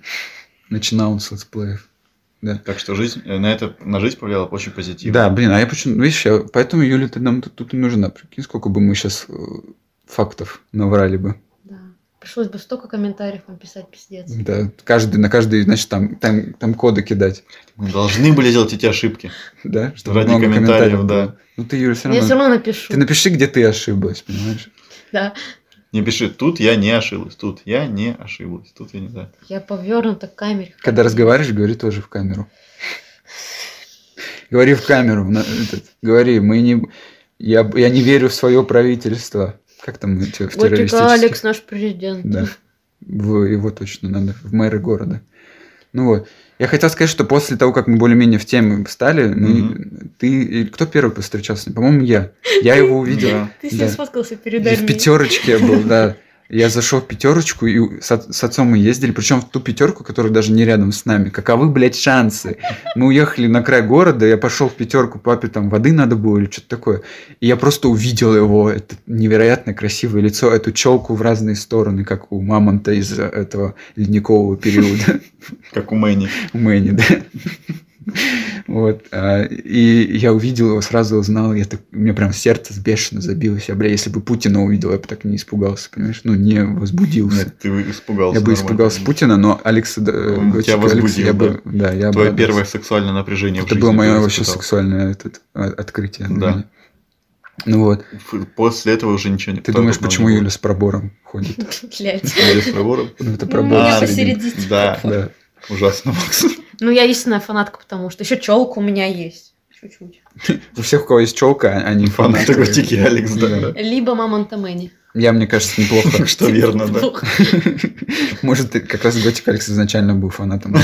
[SPEAKER 2] Начинал он с летсплеев.
[SPEAKER 3] Так что жизнь э, на это на жизнь повлияла очень позитивно.
[SPEAKER 2] Да, блин, а я почему... Видишь, я- поэтому Юля, ты нам тут, тут и нужна. Прикинь, сколько бы мы сейчас фактов наврали бы.
[SPEAKER 4] Да. Пришлось бы столько комментариев нам писать, пиздец.
[SPEAKER 2] Да, каждый, на каждый, значит, там, там, там коды кидать.
[SPEAKER 3] Мы должны были делать эти ошибки.
[SPEAKER 2] Да?
[SPEAKER 3] Ради
[SPEAKER 2] много
[SPEAKER 3] комментариев,
[SPEAKER 2] было.
[SPEAKER 3] да.
[SPEAKER 2] Ну ты, Юля, все
[SPEAKER 4] Но я
[SPEAKER 2] равно...
[SPEAKER 4] все равно напишу.
[SPEAKER 2] Ты напиши, где ты ошиблась, понимаешь?
[SPEAKER 3] Не пиши, тут я не ошиблась, тут я не ошиблась, тут я не знаю.
[SPEAKER 4] Я повернута к камере.
[SPEAKER 2] Когда разговариваешь, говори тоже в камеру. Говори в камеру. на- этот, говори, мы не... Я, б- я не верю в свое правительство. Как там эти- в
[SPEAKER 4] Готика
[SPEAKER 2] террористических?
[SPEAKER 4] Алекс наш президент.
[SPEAKER 2] Да. В- его точно надо, в мэры города. Ну вот. Я хотел сказать, что после того, как мы более-менее в теме стали, мы- ты... и Кто первый повстречался? По-моему, я. Я его увидел.
[SPEAKER 3] Да.
[SPEAKER 4] Ты с ним
[SPEAKER 2] Да.
[SPEAKER 4] сфоткался
[SPEAKER 2] И
[SPEAKER 4] перед
[SPEAKER 2] в пятерочке я был, да. Я зашел в пятерочку, и с, от- с отцом мы ездили, причем в ту пятерку, которая даже не рядом с нами. Каковы, блядь, шансы? Мы уехали на край города, я пошел в пятерку, папе там воды надо было или что-то такое. И я просто увидел его, это невероятно красивое лицо, эту челку в разные стороны, как у мамонта из э, этого ледникового периода
[SPEAKER 3] Как у Мэнни.
[SPEAKER 2] у Мэнни, да. Вот. а, И я увидел его, сразу узнал, я так, у меня прям сердце бешено забилось. Я, бля, если бы Путина увидел, я бы так не испугался, понимаешь? Ну, не возбудился.
[SPEAKER 3] Нет, ты испугался.
[SPEAKER 2] я бы
[SPEAKER 3] нормально.
[SPEAKER 2] испугался Путина, но Алекса... да, э,
[SPEAKER 3] Он тебя
[SPEAKER 2] Готика Алекса
[SPEAKER 3] возбудил,
[SPEAKER 2] я бы, да, я бы
[SPEAKER 3] Твое
[SPEAKER 2] радовался.
[SPEAKER 3] первое сексуальное напряжение в
[SPEAKER 2] Это
[SPEAKER 3] жизни
[SPEAKER 2] было
[SPEAKER 3] ты
[SPEAKER 2] мое
[SPEAKER 3] испытал.
[SPEAKER 2] вообще сексуальное этот, а, открытие. для
[SPEAKER 3] Да.
[SPEAKER 2] меня. Ну вот.
[SPEAKER 3] Ф- После этого уже ничего не
[SPEAKER 2] Ты думаешь, почему Юля с пробором ходит?
[SPEAKER 4] Блядь.
[SPEAKER 3] Юля с пробором?
[SPEAKER 2] Ну, это
[SPEAKER 4] Ну,
[SPEAKER 2] пробор.
[SPEAKER 4] меня
[SPEAKER 3] А,
[SPEAKER 4] посередине
[SPEAKER 3] видно. Да,
[SPEAKER 2] Да.
[SPEAKER 3] ужасно, Макс.
[SPEAKER 4] Ну, я истинная фанатка, потому что еще челка у меня есть. Чуть-чуть.
[SPEAKER 2] У всех, у кого есть челка, а, они
[SPEAKER 3] Фанаты
[SPEAKER 2] фанаты.
[SPEAKER 3] Готики Алекс, да.
[SPEAKER 4] Либо Мамонта Мэнни.
[SPEAKER 2] Я, мне кажется, неплохо
[SPEAKER 3] Так что
[SPEAKER 2] А,
[SPEAKER 3] верно, да.
[SPEAKER 4] Двух.
[SPEAKER 2] Может, ты- как раз Готик Алекс изначально был фанатом.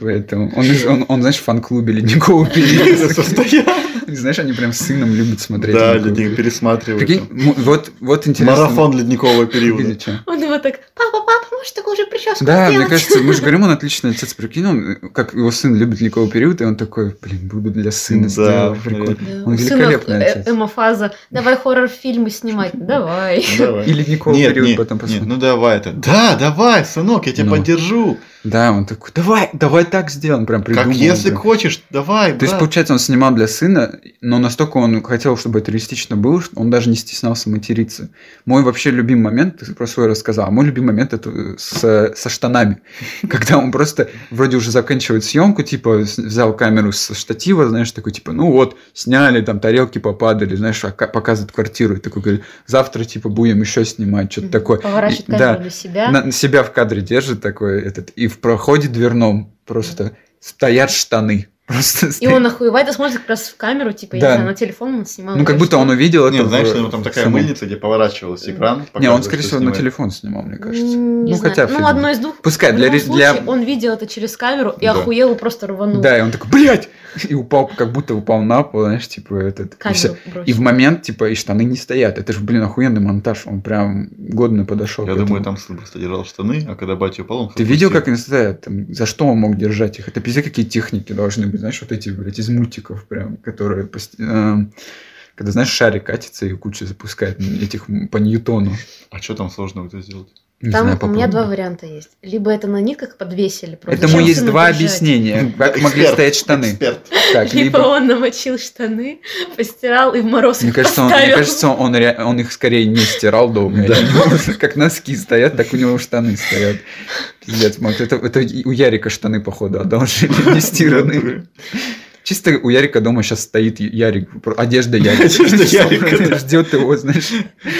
[SPEAKER 2] Поэтому он, из- он, он, знаешь, в фан-клубе ледникового
[SPEAKER 3] Мэнни.
[SPEAKER 2] периода.
[SPEAKER 3] Состояние.
[SPEAKER 2] И знаешь, они прям с сыном любят смотреть.
[SPEAKER 3] Да,
[SPEAKER 2] «Ледниковый
[SPEAKER 3] людей
[SPEAKER 2] период».
[SPEAKER 3] пересматривают.
[SPEAKER 2] Прикинь,
[SPEAKER 3] там.
[SPEAKER 2] м- вот, вот интересно.
[SPEAKER 3] Марафон ледникового периода.
[SPEAKER 2] Видите, чё?
[SPEAKER 4] Он его так, папа, папа, может, такую же прическу
[SPEAKER 2] Да, мне
[SPEAKER 4] сделать?»
[SPEAKER 2] кажется, мы же говорим, он отличный отец, прикинь, он, э, как его сын любит ледниковый период, и он такой, блин, буду для сына
[SPEAKER 3] Да,
[SPEAKER 2] сделать. прикольно».
[SPEAKER 4] Да,
[SPEAKER 2] Он
[SPEAKER 4] у сына
[SPEAKER 2] великолепный
[SPEAKER 4] э-
[SPEAKER 2] отец.
[SPEAKER 4] эмофаза. Давай хоррор-фильмы снимать. Давай.
[SPEAKER 3] Ну, Давай.
[SPEAKER 2] И ледниковый
[SPEAKER 3] Нет,
[SPEAKER 2] период
[SPEAKER 3] нет,
[SPEAKER 2] потом
[SPEAKER 3] нет,
[SPEAKER 2] посмотрим.
[SPEAKER 3] ну давай это. Да, давай, сынок, я тебя
[SPEAKER 2] Ну.
[SPEAKER 3] поддержу.
[SPEAKER 2] Да, он такой, давай, давай так сделаем, прям придумал.
[SPEAKER 3] Как если
[SPEAKER 2] прям.
[SPEAKER 3] хочешь, давай,
[SPEAKER 2] То есть,
[SPEAKER 3] брат.
[SPEAKER 2] получается, он снимал для сына, но настолько он хотел, чтобы это реалистично было, что он даже не стеснялся материться. Мой вообще любимый момент, ты про свой рассказал, а мой любимый момент это э, с- со штанами. Когда он просто вроде уже заканчивает съемку, типа с- взял камеру со штатива, знаешь, такой типа, ну вот, сняли, там тарелки попадали, знаешь, ока- показывает квартиру, и такой говорит, завтра типа будем еще снимать, что-то такое.
[SPEAKER 4] Поворачивает
[SPEAKER 2] И- да,
[SPEAKER 4] камеру на себя.
[SPEAKER 2] на- на себя в кадре держит такой этот, и в проходе дверном просто стоят штаны. Просто
[SPEAKER 4] И
[SPEAKER 2] стоит.
[SPEAKER 4] он охуевает и смотрит как раз в камеру, типа, я
[SPEAKER 2] Да.
[SPEAKER 4] не знаю, на телефон он снимал.
[SPEAKER 2] Ну, как будто он увидел это.
[SPEAKER 3] Нет, знаешь,
[SPEAKER 2] в-
[SPEAKER 3] у него там такая
[SPEAKER 2] самом-
[SPEAKER 3] мыльница, где поворачивался экран.
[SPEAKER 2] э, Не, он,
[SPEAKER 3] показывает,
[SPEAKER 2] скорее
[SPEAKER 3] что
[SPEAKER 2] всего, на
[SPEAKER 3] снимает.
[SPEAKER 2] телефон снимал, мне кажется.
[SPEAKER 4] Не
[SPEAKER 2] Ну,
[SPEAKER 4] знаю.
[SPEAKER 2] хотя фиг
[SPEAKER 4] ну, одно из двух.
[SPEAKER 2] Пускай
[SPEAKER 4] В
[SPEAKER 2] для...
[SPEAKER 4] любом
[SPEAKER 2] ре- для...
[SPEAKER 4] случае, он ну видел это через камеру и
[SPEAKER 3] Да.
[SPEAKER 4] охуел и просто рванул.
[SPEAKER 2] Да, и он такой, блядь! И упал, как будто упал на пол, знаешь, типа этот... и всё.
[SPEAKER 4] Камеру бросил.
[SPEAKER 2] И в момент, типа, и штаны не стоят. Это же, блин, охуенный монтаж. Он прям годно подошел.
[SPEAKER 3] Я думаю, там сын просто держал штаны, а когда батя упал, он
[SPEAKER 2] Ты видел, как
[SPEAKER 3] отпустил.
[SPEAKER 2] они стоят? Там, за что он мог держать их? Это пиздец, какие техники должны быть. Знаешь, вот эти, блядь, из мультиков прям, которые... пост- эм, Когда, знаешь, шарик катится и куча запускает м, этих м, по Ньютону.
[SPEAKER 3] А что там сложного это сделать?
[SPEAKER 2] Не
[SPEAKER 4] Там
[SPEAKER 2] знаю,
[SPEAKER 4] у
[SPEAKER 2] попробуй.
[SPEAKER 4] меня два варианта есть. Либо это на них как подвесили просто.
[SPEAKER 2] Этому
[SPEAKER 4] чем
[SPEAKER 2] есть
[SPEAKER 4] сына
[SPEAKER 2] два
[SPEAKER 4] держать.
[SPEAKER 2] объяснения. Как
[SPEAKER 3] Эксперт,
[SPEAKER 2] могли стоять штаны.
[SPEAKER 3] Эксперт.
[SPEAKER 2] Так,
[SPEAKER 4] Либо
[SPEAKER 2] либо...
[SPEAKER 4] он намочил штаны, постирал и в мороз
[SPEAKER 2] Мне
[SPEAKER 4] их
[SPEAKER 2] кажется, он, мне
[SPEAKER 4] поставил.
[SPEAKER 2] кажется, он, ре- он их скорее не стирал дома. Как носки стоят, так у него штаны стоят. Пиздец, Макс, это, это и у Ярика штаны, походу, одолжили, не
[SPEAKER 3] Ну,
[SPEAKER 2] стиранные. Чисто у Ярика дома сейчас стоит Ярик, одежда Ярика.
[SPEAKER 3] Одежда Ярика, да.
[SPEAKER 2] Ждет его, знаешь.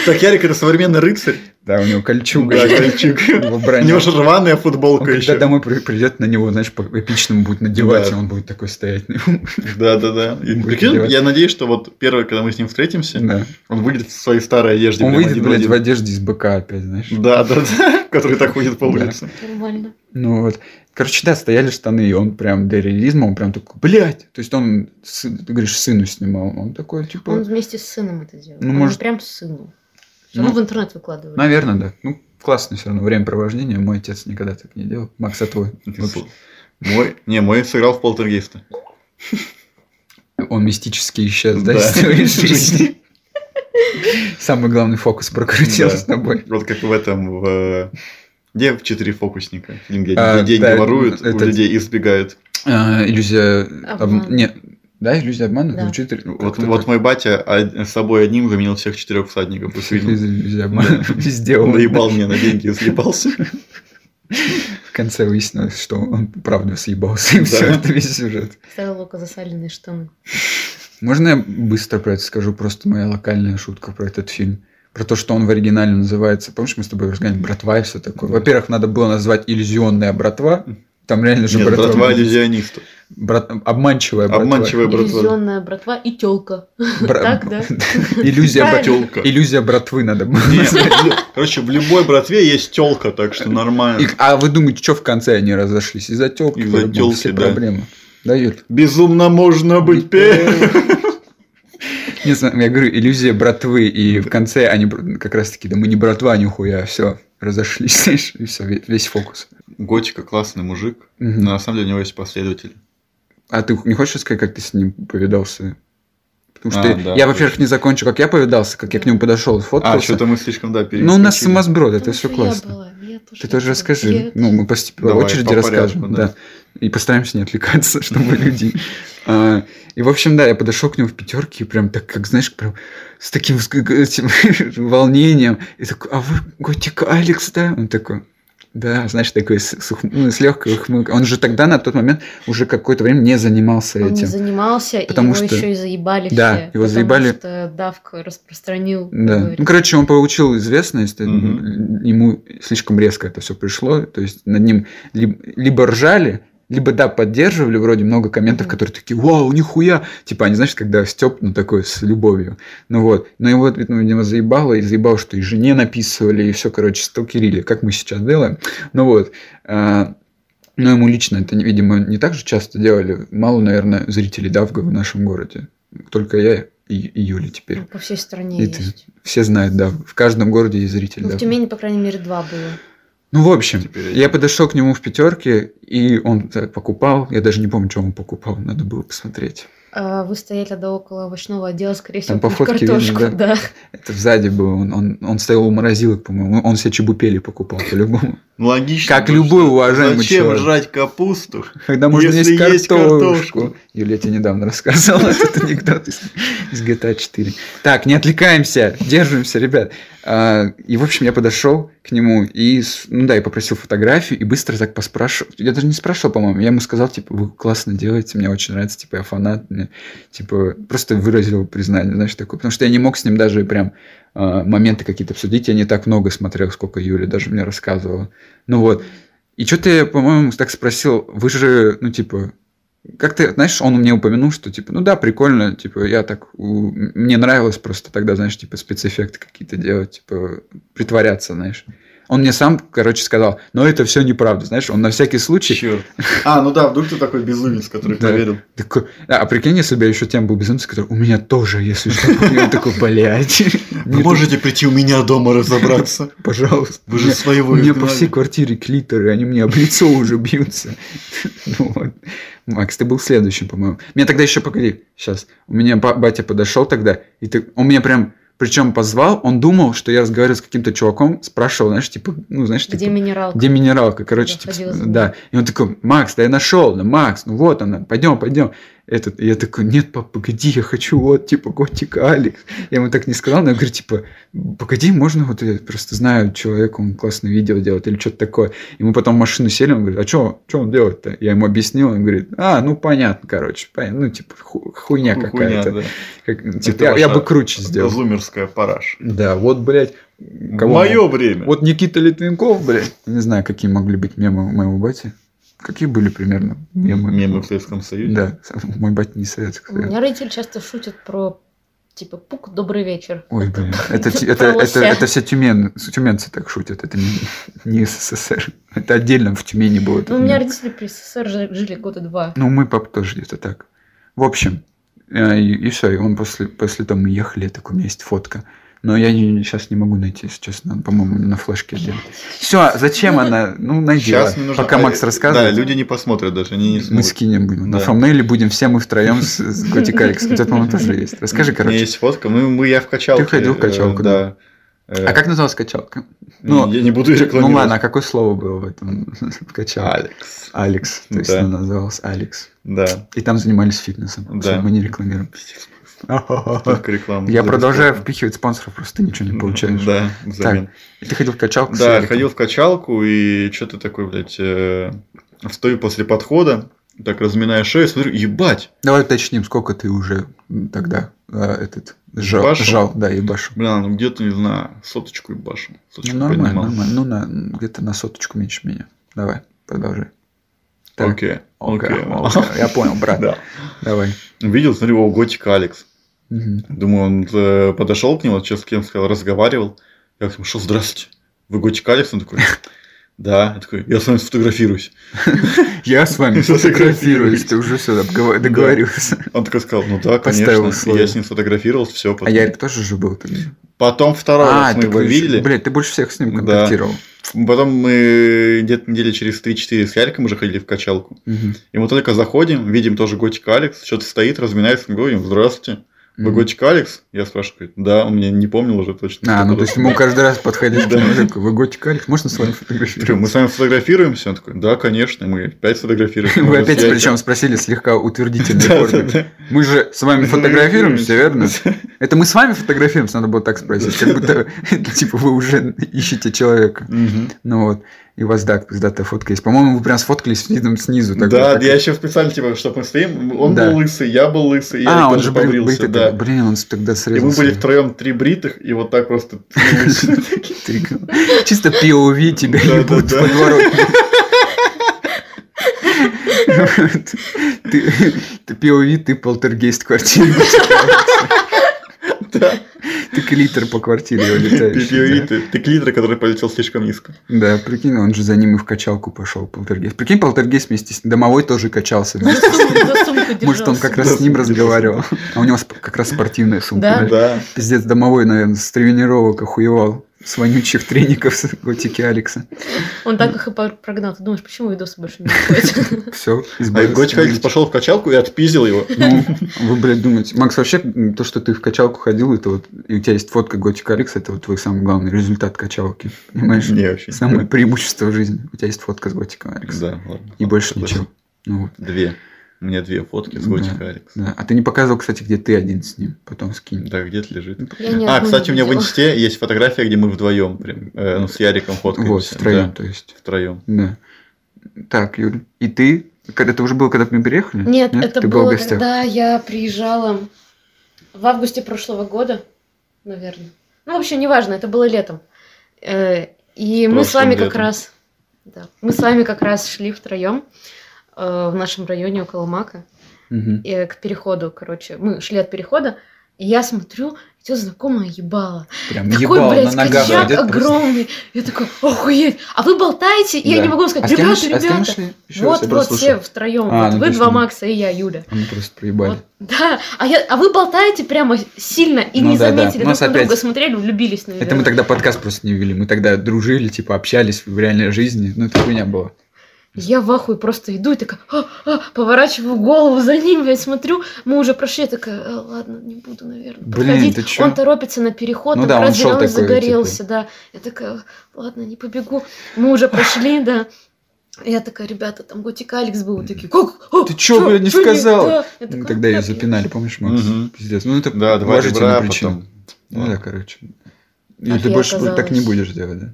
[SPEAKER 3] Так Ярик это современный рыцарь.
[SPEAKER 2] Да, у него кольчуга.
[SPEAKER 3] Да, кольчуг.
[SPEAKER 2] Его
[SPEAKER 3] У
[SPEAKER 2] броня.
[SPEAKER 3] него же рваная
[SPEAKER 2] Он
[SPEAKER 3] футболка
[SPEAKER 2] Ну, когда
[SPEAKER 3] еще.
[SPEAKER 2] домой при- придет, на него, знаешь, по эпичному будет надевать,
[SPEAKER 3] Да.
[SPEAKER 2] и он будет такой стоять. на
[SPEAKER 3] Да, да, да. И
[SPEAKER 2] Будет
[SPEAKER 3] прикинь,
[SPEAKER 2] делать.
[SPEAKER 3] Я надеюсь, что вот первое, когда мы с ним встретимся,
[SPEAKER 2] Да.
[SPEAKER 3] он выйдет в своей старой одежде.
[SPEAKER 2] Он
[SPEAKER 3] прям
[SPEAKER 2] выйдет,
[SPEAKER 3] один
[SPEAKER 2] блядь,
[SPEAKER 3] один.
[SPEAKER 2] в одежде из быка опять, знаешь.
[SPEAKER 3] Да, да, да. Который так ходит по
[SPEAKER 2] Да.
[SPEAKER 3] улице.
[SPEAKER 4] Нормально.
[SPEAKER 2] Ну вот. Короче, да, стояли штаны, и он прям до реализма, он прям такой, блядь. То есть он, сы- ты говоришь, сыну снимал. Он такой, типа,
[SPEAKER 4] Он вместе с сыном это делал.
[SPEAKER 2] Ну,
[SPEAKER 4] Он
[SPEAKER 2] может-
[SPEAKER 4] прям сыну.
[SPEAKER 2] Ну,
[SPEAKER 4] он в интернет выкладывает.
[SPEAKER 2] наверное, да. Ну, классно все равно времяпровождение. Мой отец никогда так не делал. Макс, а твой? Вот
[SPEAKER 3] Мой, не, мой сыграл в полтергейста.
[SPEAKER 2] Он мистически исчез, да,
[SPEAKER 3] Да.
[SPEAKER 2] из твоей жизни. Самый главный фокус прокрутил
[SPEAKER 3] Да.
[SPEAKER 2] с тобой.
[SPEAKER 3] Вот как в этом, в... э, Где в четыре фокусника? Фильм, где
[SPEAKER 2] А,
[SPEAKER 3] деньги
[SPEAKER 2] да,
[SPEAKER 3] воруют, у
[SPEAKER 2] это-
[SPEAKER 3] людей и избегают.
[SPEAKER 2] А, Иллюзия...
[SPEAKER 4] Обман.
[SPEAKER 2] обм- Не, да, иллюзия обмана?
[SPEAKER 4] Да.
[SPEAKER 2] Звучит как-то
[SPEAKER 3] Вот,
[SPEAKER 2] так.
[SPEAKER 3] вот мой батя од- с собой одним заменил всех четырех всадников. Ты видел?
[SPEAKER 2] Из иллюзии обмана. Сделал.
[SPEAKER 3] Наебал мне на деньги, и съебался.
[SPEAKER 2] В конце выяснилось, что он правда съебался, и
[SPEAKER 3] Да.
[SPEAKER 2] все, это весь сюжет.
[SPEAKER 4] Ставил Лука засаленные штаны.
[SPEAKER 2] Можно я быстро про это скажу? Просто моя локальная шутка про этот фильм. Про то, что он в оригинале называется. Помнишь, мы с тобой разгоняли братва и все такое?
[SPEAKER 3] Да.
[SPEAKER 2] Во-первых, надо было назвать иллюзионная братва. Там реально же
[SPEAKER 3] Нет,
[SPEAKER 2] братва.
[SPEAKER 3] братва
[SPEAKER 2] была.
[SPEAKER 3] иллюзиониста.
[SPEAKER 2] Брат- Обманчивая братва.
[SPEAKER 3] Обманчивая братва.
[SPEAKER 4] Иллюзионная братва и телка.
[SPEAKER 2] Бра-
[SPEAKER 4] Так, да?
[SPEAKER 2] Иллюзия, бра-
[SPEAKER 4] Правильно.
[SPEAKER 3] Телка.
[SPEAKER 2] Иллюзия братвы надо было.
[SPEAKER 3] Нет, короче, в любой братве есть телка, так что нормально.
[SPEAKER 2] И- А вы думаете, что в конце они разошлись? Из-за телки.
[SPEAKER 3] Из-за
[SPEAKER 2] по-любому,
[SPEAKER 3] тёлки,
[SPEAKER 2] все
[SPEAKER 3] да.
[SPEAKER 2] проблемы. Да, Юль?
[SPEAKER 3] Безумно можно быть пе.
[SPEAKER 2] Не знаю, я говорю, иллюзия братвы,
[SPEAKER 3] Ну
[SPEAKER 2] и в конце они бр- как раз таки, да мы не братва, нихуя, все, разошлись, знаешь, и все, весь фокус.
[SPEAKER 3] Готика классный мужик.
[SPEAKER 2] Мгм.
[SPEAKER 3] но На самом деле у него есть последователи.
[SPEAKER 2] А ты не хочешь сказать, как ты с ним повидался? Потому что
[SPEAKER 3] А,
[SPEAKER 2] я-
[SPEAKER 3] да,
[SPEAKER 2] я, во-первых, не закончил, как я повидался, как я к нему подошел,
[SPEAKER 3] А,
[SPEAKER 2] сфоткался.
[SPEAKER 3] что-то мы слишком, да, перескочили.
[SPEAKER 2] ну, у нас сумасброд, это
[SPEAKER 4] Потому
[SPEAKER 2] все
[SPEAKER 4] что
[SPEAKER 2] классно.
[SPEAKER 4] Я была, я тоже
[SPEAKER 2] Ты тоже
[SPEAKER 4] была.
[SPEAKER 2] расскажи.
[SPEAKER 4] Я-
[SPEAKER 2] Ну, мы постепенно по
[SPEAKER 3] Давай,
[SPEAKER 2] очереди
[SPEAKER 3] по порядку,
[SPEAKER 2] расскажем,
[SPEAKER 3] да.
[SPEAKER 2] да. И постараемся не отвлекаться, чтобы люди. А, И, в общем, да, я подошел к нему в пятерке, и прям так, как, знаешь, прям с таким с- как этим волнением. И такой, а вы Готик Алекс, да? Он такой, да, знаешь, такой с, с, ух- ну, с легкой ухмылкой. Он же тогда, на тот момент, уже какое-то время не занимался
[SPEAKER 4] Он не
[SPEAKER 2] этим.
[SPEAKER 4] занимался, и
[SPEAKER 2] Потому
[SPEAKER 4] его
[SPEAKER 2] что-
[SPEAKER 4] еще и заебали
[SPEAKER 2] Да,
[SPEAKER 4] все.
[SPEAKER 2] его
[SPEAKER 4] потому
[SPEAKER 2] заебали.
[SPEAKER 4] что Давка распространил.
[SPEAKER 2] Да.
[SPEAKER 4] говорит.
[SPEAKER 2] Ну, короче, он получил известность, э,
[SPEAKER 3] Мгм.
[SPEAKER 2] ему слишком резко это все пришло. То есть над ним либо, либо ржали, либо да, поддерживали вроде много комментов,
[SPEAKER 4] Мгм.
[SPEAKER 2] которые такие Вау, нихуя! Типа, они, знаешь, когда Степ, ну такой с любовью. Ну вот. Но его, видимо, видимо, заебало, и заебало, что и жене написывали, и все, короче, сталкерили, как мы сейчас делаем. Ну вот. А, но ему лично это, видимо, не так же часто делали. Мало, наверное, зрителей Давга в нашем городе. Только я и, и Юля теперь.
[SPEAKER 4] Ну, По всей стране
[SPEAKER 2] И ты.
[SPEAKER 4] есть.
[SPEAKER 2] Все знают, да. В каждом городе есть зритель.
[SPEAKER 4] Ну,
[SPEAKER 2] да.
[SPEAKER 4] в Тюмени, по крайней мере, два было.
[SPEAKER 2] Ну, в общем,
[SPEAKER 3] Теперь
[SPEAKER 2] я
[SPEAKER 3] один.
[SPEAKER 2] подошел к нему в пятерке, и он так покупал. Я даже не помню, что он покупал. Надо было посмотреть.
[SPEAKER 4] А вы стояли тогда около овощного отдела, скорее всего,
[SPEAKER 2] Там по
[SPEAKER 4] пили
[SPEAKER 2] фотке видно,
[SPEAKER 4] картошку, да.
[SPEAKER 2] Это сзади был. Он, он, он стоял у морозилок, по-моему. Он себе чебупели покупал, по-любому.
[SPEAKER 3] Ну, Логично.
[SPEAKER 2] Как
[SPEAKER 3] потому
[SPEAKER 2] любой
[SPEAKER 3] что
[SPEAKER 2] уважаемый
[SPEAKER 3] Зачем
[SPEAKER 2] человек.
[SPEAKER 3] жрать капусту?
[SPEAKER 2] Когда можно
[SPEAKER 3] Если
[SPEAKER 2] есть
[SPEAKER 3] есть
[SPEAKER 2] картошку.
[SPEAKER 3] картошку.
[SPEAKER 2] Юля, я тебе недавно рассказал этот анекдот из из GTA 4. Так, не отвлекаемся, держимся, ребят. А, И, в общем, я подошел к нему и, с- ну да, и попросил фотографию, и быстро так поспрашивал. Я даже не спрашивал, по-моему, я ему сказал, типа, вы классно делаете, мне очень нравится, типа, я фанат, мне, типа, просто выразил признание, знаешь, такое. Потому что я не мог с ним даже прям а, моменты какие-то обсудить, я не так много смотрел, сколько Юля даже мне рассказывала. Ну вот, и что-то я, по-моему, так спросил, вы же, ну, типа, как ты, знаешь, он мне упомянул, что, типа, ну да, прикольно, типа, я так, у- мне нравилось просто тогда, знаешь, типа, спецэффекты какие-то делать, типа, притворяться, знаешь. Он мне сам, короче, сказал, но это все неправда, знаешь, он на всякий случай
[SPEAKER 3] Черт. А, ну да, вдруг ты такой безумец, который
[SPEAKER 2] Да.
[SPEAKER 3] поверил.
[SPEAKER 2] такой, а, а прикинь, если бы я еще тем был безумцем, который, у меня тоже, если что, я такой, блядь,
[SPEAKER 3] Вы можете прийти у меня дома разобраться?
[SPEAKER 2] пожалуйста.
[SPEAKER 3] Вы же своего
[SPEAKER 2] У меня по
[SPEAKER 3] изгнали.
[SPEAKER 2] всей квартире клиторы, они мне об лицо уже бьются. Ну вот. Макс, ты был следующим, по-моему. Меня тогда еще, погоди, сейчас. У меня ба- батя подошел тогда, и ты- он меня прям, причем позвал, он думал, что я разговариваю с каким-то чуваком, спрашивал, знаешь, типа, ну, знаешь,
[SPEAKER 4] Где
[SPEAKER 2] типа,
[SPEAKER 4] минералка?
[SPEAKER 2] где минералка? Короче,
[SPEAKER 4] Я
[SPEAKER 2] типа,
[SPEAKER 4] ходила за ней.
[SPEAKER 2] да. И он такой, Макс, да я нашел, да, Макс, ну вот она, пойдем, пойдем. Этот, и я такой, нет, пап, погоди, я хочу вот, типа, котик Алекс. Я ему так не сказал, но я говорю, типа, погоди, можно вот я просто знаю человека, он классное видео делает или что-то такое. И мы потом в машину сели, он говорит, а что, что он делает-то? Я ему объяснил, он говорит, а, ну понятно, короче, понятно, ну типа ху- хуйня
[SPEAKER 3] Хуйня,
[SPEAKER 2] какая-то.
[SPEAKER 3] да.
[SPEAKER 2] Как- типа,
[SPEAKER 3] Это
[SPEAKER 2] я, я
[SPEAKER 3] ваша
[SPEAKER 2] бы круче сделал.
[SPEAKER 3] Зумерская параш.
[SPEAKER 2] Да, вот, блядь, кого
[SPEAKER 3] Мое время.
[SPEAKER 2] вот Никита Литвинков, блядь. Не знаю, какие могли быть мемы у моего бати. Какие были примерно мемы?
[SPEAKER 3] Мемы в Советском Союзе.
[SPEAKER 2] Да, мой батя не советский.
[SPEAKER 4] У меня родители часто шутят про типа пук, добрый вечер.
[SPEAKER 2] Ой, блин, это, те- это,
[SPEAKER 4] Про
[SPEAKER 2] это,
[SPEAKER 4] лося.
[SPEAKER 2] это все тюмен, тюменцы так шутят, это не, не СССР. Это отдельно в Тюмени было. этот
[SPEAKER 4] Ну, у меня
[SPEAKER 2] мем.
[SPEAKER 4] родители при СССР жи- жили года два.
[SPEAKER 2] Ну, мой папа тоже где-то так. В общем, э, и, все, и он после, после того мы ехали, я такой, у меня есть фотка. Но я сейчас не могу найти, если честно, по-моему, на флешке сделал. Все, зачем она? Ну, найди.
[SPEAKER 3] Сейчас
[SPEAKER 2] ладно.
[SPEAKER 3] не нужно-
[SPEAKER 2] Пока
[SPEAKER 3] а,
[SPEAKER 2] Макс
[SPEAKER 3] э,
[SPEAKER 2] рассказывает.
[SPEAKER 3] Да, люди не посмотрят даже, они не
[SPEAKER 2] Мы
[SPEAKER 3] смогут.
[SPEAKER 2] скинем будем. На
[SPEAKER 3] Да.
[SPEAKER 2] фамнейле будем все мы втроем с, с Готик Алекс. У тебя, по-моему, тоже есть. Расскажи,
[SPEAKER 3] У меня
[SPEAKER 2] короче.
[SPEAKER 3] есть фотка, мы, мы я в качалке.
[SPEAKER 2] Ты ходил в
[SPEAKER 3] э,
[SPEAKER 2] качалку,
[SPEAKER 3] да. э,
[SPEAKER 2] А как называлась качалка?
[SPEAKER 3] Ну,
[SPEAKER 2] ну,
[SPEAKER 3] я не буду
[SPEAKER 2] Ну
[SPEAKER 3] рекламировать.
[SPEAKER 2] ладно, а какое слово было в этом в качалке?
[SPEAKER 3] Алекс.
[SPEAKER 2] Алекс. То есть
[SPEAKER 3] Да.
[SPEAKER 2] она называлась Алекс.
[SPEAKER 3] Да.
[SPEAKER 2] И там занимались фитнесом.
[SPEAKER 3] Да.
[SPEAKER 2] Всё, Мы не рекламируем.
[SPEAKER 3] Только реклама.
[SPEAKER 2] Я
[SPEAKER 3] за
[SPEAKER 2] продолжаю
[SPEAKER 3] бесплатно.
[SPEAKER 2] впихивать спонсоров, просто ты ничего не получаешь.
[SPEAKER 3] Да, взамен.
[SPEAKER 2] И Ты ходил в качалку? с
[SPEAKER 3] Да,
[SPEAKER 2] Аликом?
[SPEAKER 3] ходил в качалку, и что ты такой, блядь, э, стою после подхода, так разминая шею, смотрю, ебать,
[SPEAKER 2] Давай уточним, сколько ты уже м, тогда э, этот жал,
[SPEAKER 3] Ебашил?
[SPEAKER 2] жал, да, ебашил.
[SPEAKER 3] бля, ну где-то, не знаю, соточку ебашу.
[SPEAKER 2] Ну,
[SPEAKER 3] Соточку
[SPEAKER 2] нормально,
[SPEAKER 3] поднимал.
[SPEAKER 2] нормально. Ну, на, где-то на соточку меньше меня. Давай, продолжи. Так.
[SPEAKER 3] Окей,
[SPEAKER 2] Окей,
[SPEAKER 3] окей.
[SPEAKER 2] окей, Я понял, брат.
[SPEAKER 3] Да.
[SPEAKER 2] Давай.
[SPEAKER 3] Увидел, смотрю, о, готик Алекс.
[SPEAKER 2] Мгм.
[SPEAKER 3] Думаю, он э, подошел к нему, что с кем сказал, разговаривал. Я к нему, что, здравствуйте, вы Готик Алекс? Он такой, да. Я такой, я с вами сфотографируюсь.
[SPEAKER 2] Я с вами сфотографируюсь, ты уже все договорился.
[SPEAKER 3] Он такой сказал, ну да,
[SPEAKER 2] Поставил
[SPEAKER 3] конечно. И
[SPEAKER 2] условия.
[SPEAKER 3] я с ним сфотографировался, все.
[SPEAKER 2] А я А, тоже же был тогда.
[SPEAKER 3] Потом второй раз мы
[SPEAKER 2] ты
[SPEAKER 3] его
[SPEAKER 2] больше-
[SPEAKER 3] видели.
[SPEAKER 2] Блядь, ты больше всех с ним
[SPEAKER 3] Да.
[SPEAKER 2] контактировал.
[SPEAKER 3] Потом мы где-то недели через 3-4 с Яриком уже ходили в качалку.
[SPEAKER 2] Мгм.
[SPEAKER 3] И мы только заходим, видим тоже Готик Алекс, что-то стоит, разминается, мы говорим, здравствуйте. Вы
[SPEAKER 2] Мгм.
[SPEAKER 3] Готик Алекс? Я спрашиваю, да, он меня не помнил уже точно.
[SPEAKER 2] А, ну то есть мы каждый раз подходили к
[SPEAKER 3] Да.
[SPEAKER 2] нему, такой, вы готик Алекс, можно с вами
[SPEAKER 3] Прям, мы
[SPEAKER 2] фотографироваться?
[SPEAKER 3] с вами фотографируемся? Он такой, да, конечно, мы опять сфотографируемся.
[SPEAKER 2] Вы
[SPEAKER 3] Уже
[SPEAKER 2] опять
[SPEAKER 3] с Яриком.
[SPEAKER 2] причем спросили слегка утвердительной
[SPEAKER 3] Да, да,
[SPEAKER 2] форме.
[SPEAKER 3] да.
[SPEAKER 2] Мы же с вами фотографируемся, верно? Это мы с вами фотографируемся, надо было так спросить. Как будто, типа, вы уже ищете человека.
[SPEAKER 3] Мгм.
[SPEAKER 2] Ну вот, и у вас, да, пиздатая фотка есть. По-моему, вы прям сфоткались видом снизу. так
[SPEAKER 3] Да,
[SPEAKER 2] вот, так
[SPEAKER 3] я
[SPEAKER 2] вот.
[SPEAKER 3] еще специально, типа, чтобы мы стоим, он
[SPEAKER 2] Да.
[SPEAKER 3] был лысый, я был лысый, я
[SPEAKER 2] А, он
[SPEAKER 3] тоже
[SPEAKER 2] же брит-
[SPEAKER 3] побрился,
[SPEAKER 2] бритый. тогда.
[SPEAKER 3] да.
[SPEAKER 2] Блин, он тогда
[SPEAKER 3] И мы
[SPEAKER 2] срезался.
[SPEAKER 3] были втроем три бритых, и вот так просто...
[SPEAKER 2] Ты- Чисто POV тебя
[SPEAKER 3] Да, да,
[SPEAKER 2] ебут
[SPEAKER 3] да.
[SPEAKER 2] в подворотне. Ты ты POV, ты полтергейст квартиры.
[SPEAKER 3] Да.
[SPEAKER 2] Ты клитер по квартире улетаешь.
[SPEAKER 3] Пипиорит, ты- ты клитер, который полетел слишком низко.
[SPEAKER 2] Да, прикинь, он же за ним и в качалку пошел, полтергейст. Прикинь, полтергейст вместе с ним. Домовой тоже качался. вместе.
[SPEAKER 4] За сумку
[SPEAKER 2] Может, он
[SPEAKER 4] держался.
[SPEAKER 2] как раз с ним разговаривал. А у него сп- как раз спортивная сумка.
[SPEAKER 4] Да?
[SPEAKER 2] блядь.
[SPEAKER 3] Да.
[SPEAKER 2] Пиздец, домовой, наверное, с тренировок охуевал. С вонючих треников с готики Алекса.
[SPEAKER 4] Он так их и пор- прогнал. Ты думаешь, почему видосы больше не выходят?
[SPEAKER 2] Все,
[SPEAKER 3] А Готик Алекс пошел в качалку и отпиздил его.
[SPEAKER 2] Ну, вы, блядь, думаете. Макс, вообще, м, то, что ты в качалку ходил, это вот, и у тебя есть фотка Готик Алекс, это вот твой самый главный результат качалки. Понимаешь?
[SPEAKER 3] Не, вообще. не
[SPEAKER 2] Самое преимущество в жизни. У тебя есть фотка с Готиком
[SPEAKER 3] понял.
[SPEAKER 2] Алекс.
[SPEAKER 3] Да, ладно.
[SPEAKER 2] И больше
[SPEAKER 3] Ладно,
[SPEAKER 2] ничего. Ну вот.
[SPEAKER 3] Две. У меня две фотки с
[SPEAKER 2] Да.
[SPEAKER 3] Готик Алекс.
[SPEAKER 2] Да. А ты не показывал, кстати, где ты один с ним. Потом скинь.
[SPEAKER 3] Да, где-то лежит.
[SPEAKER 4] Я ни
[SPEAKER 3] А,
[SPEAKER 4] одну
[SPEAKER 3] кстати, у
[SPEAKER 4] не
[SPEAKER 3] меня в
[SPEAKER 4] видела.
[SPEAKER 3] инсте есть фотография, где мы вдвоем прям, э, ну, с Яриком фоткаемся.
[SPEAKER 2] Вот, втроем,
[SPEAKER 3] Да,
[SPEAKER 2] то есть.
[SPEAKER 3] втроем.
[SPEAKER 2] Да. Так, Юль, и ты? Когда это уже было, когда мы переехали?
[SPEAKER 4] Нет, это
[SPEAKER 2] ты была в
[SPEAKER 4] было,
[SPEAKER 2] гостях?
[SPEAKER 4] когда я приезжала в августе прошлого года, наверное. Ну, в общем, неважно, это было летом. Э, И мы с
[SPEAKER 3] прошлым
[SPEAKER 4] вами как
[SPEAKER 3] летом.
[SPEAKER 4] раз... да, мы с вами как раз шли втроем э, в нашем районе около Мака
[SPEAKER 2] Мгм.
[SPEAKER 4] э, к переходу, короче. Мы шли от перехода, и я смотрю, идет знакомая ебала.
[SPEAKER 2] Прям
[SPEAKER 4] Такой,
[SPEAKER 2] ебал на
[SPEAKER 4] блядь,
[SPEAKER 2] ногах.
[SPEAKER 4] качак
[SPEAKER 2] идёт просто.
[SPEAKER 4] огромный. Я такой, охуеть. А вы болтаете, и я
[SPEAKER 2] Да.
[SPEAKER 4] не могу вам
[SPEAKER 2] А
[SPEAKER 4] сказать,
[SPEAKER 2] с кем мы
[SPEAKER 4] ребята,
[SPEAKER 2] шли- а с кем мы
[SPEAKER 4] ребята.
[SPEAKER 2] шли? Ещё раз,
[SPEAKER 4] Вот,
[SPEAKER 2] я
[SPEAKER 4] вот
[SPEAKER 2] просто
[SPEAKER 4] все
[SPEAKER 2] слушал.
[SPEAKER 4] втроем.
[SPEAKER 2] А,
[SPEAKER 4] вот
[SPEAKER 2] ну
[SPEAKER 4] вы
[SPEAKER 2] точно.
[SPEAKER 4] два Макса и я, Юля.
[SPEAKER 2] Мы просто проебали.
[SPEAKER 4] Вот, да, а, я, а вы болтаете прямо сильно и
[SPEAKER 2] Ну
[SPEAKER 4] не
[SPEAKER 2] да, да.
[SPEAKER 4] заметили.
[SPEAKER 2] У нас
[SPEAKER 4] Друг на друга
[SPEAKER 2] опять-
[SPEAKER 4] смотрели, влюбились, наверное.
[SPEAKER 2] Это мы тогда подкаст просто не вели. Мы тогда дружили, типа общались в реальной жизни. Ну, это хуйня была.
[SPEAKER 4] Я в ахуе просто иду и такая, «А, а», поворачиваю голову за ним, я смотрю, мы уже прошли, я такая, «А, ладно, не буду, наверное,
[SPEAKER 2] Блин,
[SPEAKER 4] подходить».
[SPEAKER 2] ты чё?
[SPEAKER 4] Он торопится на переход,
[SPEAKER 2] Ну
[SPEAKER 4] там
[SPEAKER 2] да, он
[SPEAKER 4] разве
[SPEAKER 2] шёл
[SPEAKER 4] он
[SPEAKER 2] такой, типа.
[SPEAKER 4] загорелся, да. Я такая, ладно, не побегу. Мы уже прошли, да. Я такая, ребята, там Готик Алекс был, такие, как? А,
[SPEAKER 2] Ты чё,
[SPEAKER 4] чё?
[SPEAKER 2] блядь, не
[SPEAKER 4] Чё
[SPEAKER 2] сказала?»
[SPEAKER 4] да?» Я
[SPEAKER 2] Мы
[SPEAKER 4] такая,
[SPEAKER 2] тогда ее
[SPEAKER 4] «Как
[SPEAKER 2] запинали,
[SPEAKER 4] я?»
[SPEAKER 2] помнишь, Макс?
[SPEAKER 3] Мгм.
[SPEAKER 2] Пиздец. Ну, это
[SPEAKER 3] Да, два
[SPEAKER 2] уважительная
[SPEAKER 3] ребра, а
[SPEAKER 2] причина.
[SPEAKER 3] потом...
[SPEAKER 2] Ну да,
[SPEAKER 3] Ладно.
[SPEAKER 2] короче.
[SPEAKER 4] А
[SPEAKER 2] И ты
[SPEAKER 4] я
[SPEAKER 2] больше будет- так
[SPEAKER 4] оказалась-
[SPEAKER 2] не будешь делать, да?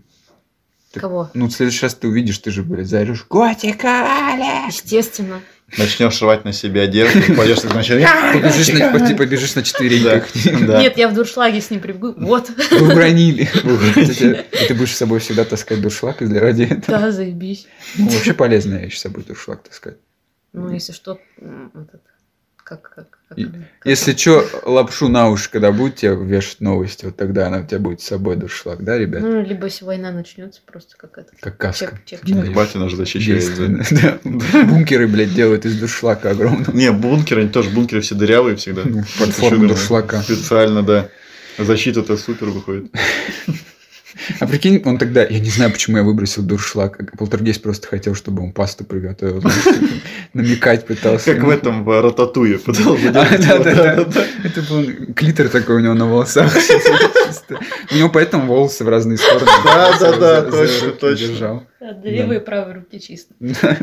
[SPEAKER 2] Так-
[SPEAKER 4] Кого?
[SPEAKER 2] Ну, в следующий раз ты увидишь, ты же, блядь, заорешь. Готика, Алекс!»
[SPEAKER 4] Естественно.
[SPEAKER 3] Начнешь рвать на себе одежду, пойдешь так вначале.
[SPEAKER 2] Побежишь на, почти побежишь на четвереньках.
[SPEAKER 3] Да.
[SPEAKER 4] Нет, я в дуршлаге с ним прибегу. Вот.
[SPEAKER 2] Вы уронили. И ты будешь с собой всегда таскать дуршлаг из- ради этого.
[SPEAKER 4] Да, заебись.
[SPEAKER 2] Ну, Вообще полезная вещь с собой дуршлаг таскать.
[SPEAKER 4] Ну, если что, м, этот, как, как, как,
[SPEAKER 2] И-
[SPEAKER 4] она- как
[SPEAKER 2] Если чё, лапшу на уши, когда будет тебе вешать новости, вот тогда она у тебя будет с собой дуршлаг, да, ребят?
[SPEAKER 4] Ну, либо если война начнется, просто как это.
[SPEAKER 2] Как каска.
[SPEAKER 4] Чек, чек,
[SPEAKER 2] Ну,
[SPEAKER 4] чек.
[SPEAKER 2] и
[SPEAKER 3] Батя же защищает.
[SPEAKER 2] Действенно, да. Бункеры, блядь, делают из дуршлака огромного.
[SPEAKER 3] Не, бункеры, они тоже бункеры все дырявые всегда.
[SPEAKER 2] Ну,
[SPEAKER 3] С
[SPEAKER 2] Под форму
[SPEAKER 3] шагами.
[SPEAKER 2] дуршлака.
[SPEAKER 3] Специально, да. Защита-то супер выходит.
[SPEAKER 2] А прикинь, он тогда, я не знаю, почему я выбросил дуршлаг. Полтергейст просто хотел, чтобы он пасту приготовил. знаешь, Намекать пытался.
[SPEAKER 3] А Как в этом в Рататуе.
[SPEAKER 2] А,
[SPEAKER 3] пытался делать
[SPEAKER 2] да,
[SPEAKER 3] его,
[SPEAKER 2] да, да.
[SPEAKER 3] да-да-да.
[SPEAKER 2] Это был клитор такой у него на волосах. Чисто. У него поэтому волосы в разные стороны.
[SPEAKER 3] Да, да, да,
[SPEAKER 2] За- за
[SPEAKER 3] точно,
[SPEAKER 2] руки
[SPEAKER 3] точно.
[SPEAKER 2] держал.
[SPEAKER 4] Да, да, левые и правые руки чисто.
[SPEAKER 2] Да.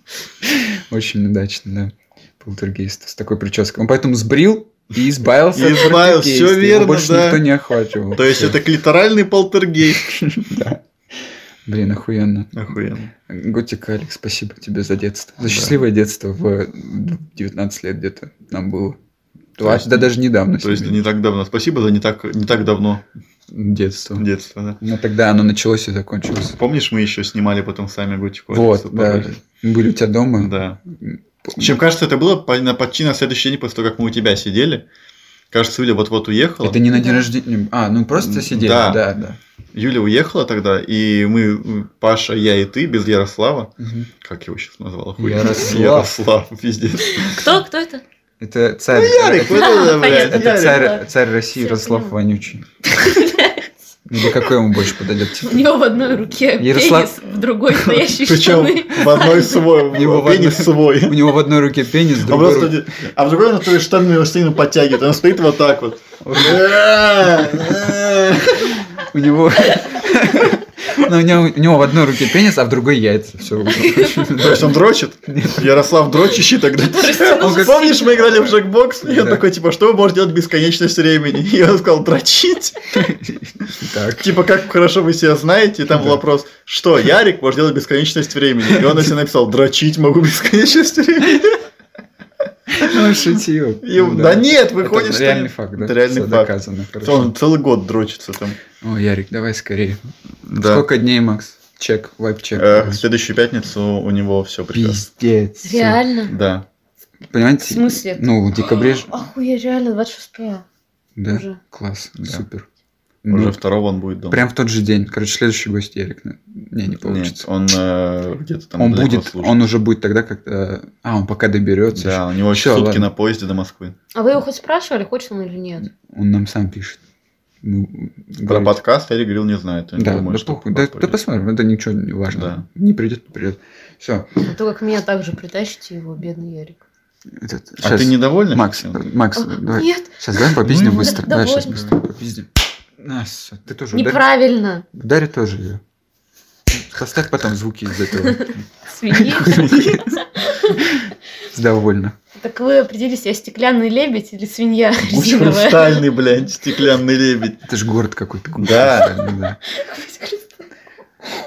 [SPEAKER 2] Очень удачно, да. Полтергейст с такой прической. Он поэтому сбрил и избавился
[SPEAKER 3] И
[SPEAKER 2] от
[SPEAKER 3] избавил,
[SPEAKER 2] полтергейста.
[SPEAKER 3] всё
[SPEAKER 2] Его
[SPEAKER 3] верно,
[SPEAKER 2] больше
[SPEAKER 3] да.
[SPEAKER 2] никто не охвачивал.
[SPEAKER 3] То есть это клиторальный полтергейст.
[SPEAKER 2] Блин, охуенно.
[SPEAKER 3] Охуенно.
[SPEAKER 2] Готик, Алекс, спасибо тебе за детство. За счастливое детство в 19 лет где-то нам было.
[SPEAKER 3] То
[SPEAKER 2] Два-
[SPEAKER 3] есть-
[SPEAKER 2] Да даже недавно.
[SPEAKER 3] То есть
[SPEAKER 2] Ну, себе.
[SPEAKER 3] не так давно. Спасибо за не так, не так давно
[SPEAKER 2] Детство.
[SPEAKER 3] детство, да.
[SPEAKER 2] Ну тогда оно началось и закончилось.
[SPEAKER 3] Помнишь, мы еще снимали потом сами Готику?
[SPEAKER 2] Вот, да. Мы Были у тебя дома.
[SPEAKER 3] Да. Чем кажется, это было по- на почти на следующий день после того, как мы у тебя сидели. Кажется, Юля вот-вот уехала.
[SPEAKER 2] Это не на день
[SPEAKER 4] Да.
[SPEAKER 2] рождения. А, ну просто
[SPEAKER 3] М,
[SPEAKER 2] сидели. Да,
[SPEAKER 3] да.
[SPEAKER 2] да. да.
[SPEAKER 3] Юля уехала тогда, и мы, м, Паша, я и ты, без Ярослава. Как его сейчас назвал? охуенно.
[SPEAKER 2] Ярослав.
[SPEAKER 3] Ярослав, пиздец.
[SPEAKER 4] Кто? Кто это?
[SPEAKER 2] Это царь.
[SPEAKER 3] Ну, Ярик, вот
[SPEAKER 2] Ну, это,
[SPEAKER 3] это,
[SPEAKER 4] Понятно.
[SPEAKER 3] блядь,
[SPEAKER 2] Э, это
[SPEAKER 3] Ярик.
[SPEAKER 2] царь, царь России
[SPEAKER 4] Всё
[SPEAKER 2] Ярослав
[SPEAKER 4] поняла.
[SPEAKER 2] Вонючий. Или какой ему больше подойдет?
[SPEAKER 4] У него в одной руке
[SPEAKER 2] Ярослав-
[SPEAKER 4] пенис, в другой стоящий штаны.
[SPEAKER 3] Причем в одной свой,
[SPEAKER 2] У него в
[SPEAKER 3] в пенис
[SPEAKER 2] одной-
[SPEAKER 3] свой.
[SPEAKER 2] У него в одной руке пенис, в
[SPEAKER 3] А,
[SPEAKER 2] другой
[SPEAKER 3] просто
[SPEAKER 2] руке...
[SPEAKER 3] не- а в другой он твои штаны его сильно подтягивает, он стоит вот так вот. Э,
[SPEAKER 2] У него... Ну, у него, у него в одной руке пенис, а в другой яйца. Все.
[SPEAKER 3] То есть он дрочит? Ярослав дрочащий тогда.
[SPEAKER 4] растянул
[SPEAKER 3] Он, Помнишь, мы играли в джекбокс? И он
[SPEAKER 2] Да.
[SPEAKER 3] такой, типа, что вы можете делать бесконечность времени? И он сказал, дрочить.
[SPEAKER 2] Так.
[SPEAKER 3] Типа, как хорошо вы себя знаете, и там был
[SPEAKER 2] Да.
[SPEAKER 3] вопрос, что Ярик может делать бесконечность времени? И он на себя написал, дрочить могу бесконечность времени.
[SPEAKER 2] Он шутил.
[SPEAKER 3] И-
[SPEAKER 2] Ну
[SPEAKER 3] Да нет,
[SPEAKER 2] Это
[SPEAKER 3] выходит, что...
[SPEAKER 2] реальный
[SPEAKER 3] нет.
[SPEAKER 2] факт, да?
[SPEAKER 3] Это реальный
[SPEAKER 2] Всё
[SPEAKER 3] факт.
[SPEAKER 2] доказано. хорошо.
[SPEAKER 3] Он целый год дрочится там.
[SPEAKER 2] О, Ярик, давай скорее.
[SPEAKER 3] Да.
[SPEAKER 2] Сколько дней, Макс? Чек, вайп-чек.
[SPEAKER 3] Э, В следующую пятницу у него все прекрасно.
[SPEAKER 2] Пиздец.
[SPEAKER 4] Реально?
[SPEAKER 3] Да.
[SPEAKER 2] Понимаете?
[SPEAKER 4] В смысле?
[SPEAKER 2] Ну, в декабре ж-
[SPEAKER 4] Охуеть, реально, 26
[SPEAKER 2] Да,
[SPEAKER 4] уже.
[SPEAKER 2] класс,
[SPEAKER 3] Да.
[SPEAKER 2] супер.
[SPEAKER 3] Уже
[SPEAKER 2] Ну,
[SPEAKER 3] второго он будет дома.
[SPEAKER 2] прям в тот же день. Короче, следующий гость Ярик. на- Не, не
[SPEAKER 3] Нет,
[SPEAKER 2] получится.
[SPEAKER 3] он э, где-то там
[SPEAKER 2] он
[SPEAKER 3] далеко
[SPEAKER 2] будет,
[SPEAKER 3] служит.
[SPEAKER 2] он уже будет тогда как-то... А, он пока доберется.
[SPEAKER 3] Да, у него еще
[SPEAKER 2] Всё,
[SPEAKER 3] сутки
[SPEAKER 2] ладно.
[SPEAKER 3] на поезде до Москвы.
[SPEAKER 4] А вы его хоть спрашивали, хочет он или нет?
[SPEAKER 2] Он нам сам пишет. Ну,
[SPEAKER 3] Про
[SPEAKER 2] говорит.
[SPEAKER 3] подкаст Эрик говорил, не знает. он
[SPEAKER 2] Да,
[SPEAKER 3] думает,
[SPEAKER 2] да,
[SPEAKER 3] что
[SPEAKER 2] похуй. Да,
[SPEAKER 3] подкаст
[SPEAKER 2] да
[SPEAKER 3] придет.
[SPEAKER 2] посмотрим, это ничего не важно.
[SPEAKER 3] Да.
[SPEAKER 2] Не придет, не придет. Все.
[SPEAKER 4] А то как меня также притащите его, бедный Ярик.
[SPEAKER 3] А ты недовольна?
[SPEAKER 2] Макс,
[SPEAKER 3] Максим?
[SPEAKER 2] Макс,
[SPEAKER 4] А,
[SPEAKER 2] давай.
[SPEAKER 4] нет,
[SPEAKER 2] Сейчас давай попиздим
[SPEAKER 3] Ну,
[SPEAKER 2] быстро.
[SPEAKER 4] да,
[SPEAKER 2] Давай сейчас
[SPEAKER 4] довольно.
[SPEAKER 2] быстро попиздим. На, всё, ты тоже ударь.
[SPEAKER 4] неправильно.
[SPEAKER 2] Дарья тоже ее. Поставь потом звуки из этого.
[SPEAKER 4] Свиньи.
[SPEAKER 2] Довольно.
[SPEAKER 4] Так вы определились, я стеклянный лебедь или свинья
[SPEAKER 3] Будь
[SPEAKER 4] резиновая?
[SPEAKER 3] хрустальный, блядь, стеклянный лебедь.
[SPEAKER 2] Это же город какой-то.
[SPEAKER 3] Да.
[SPEAKER 2] крутой, да.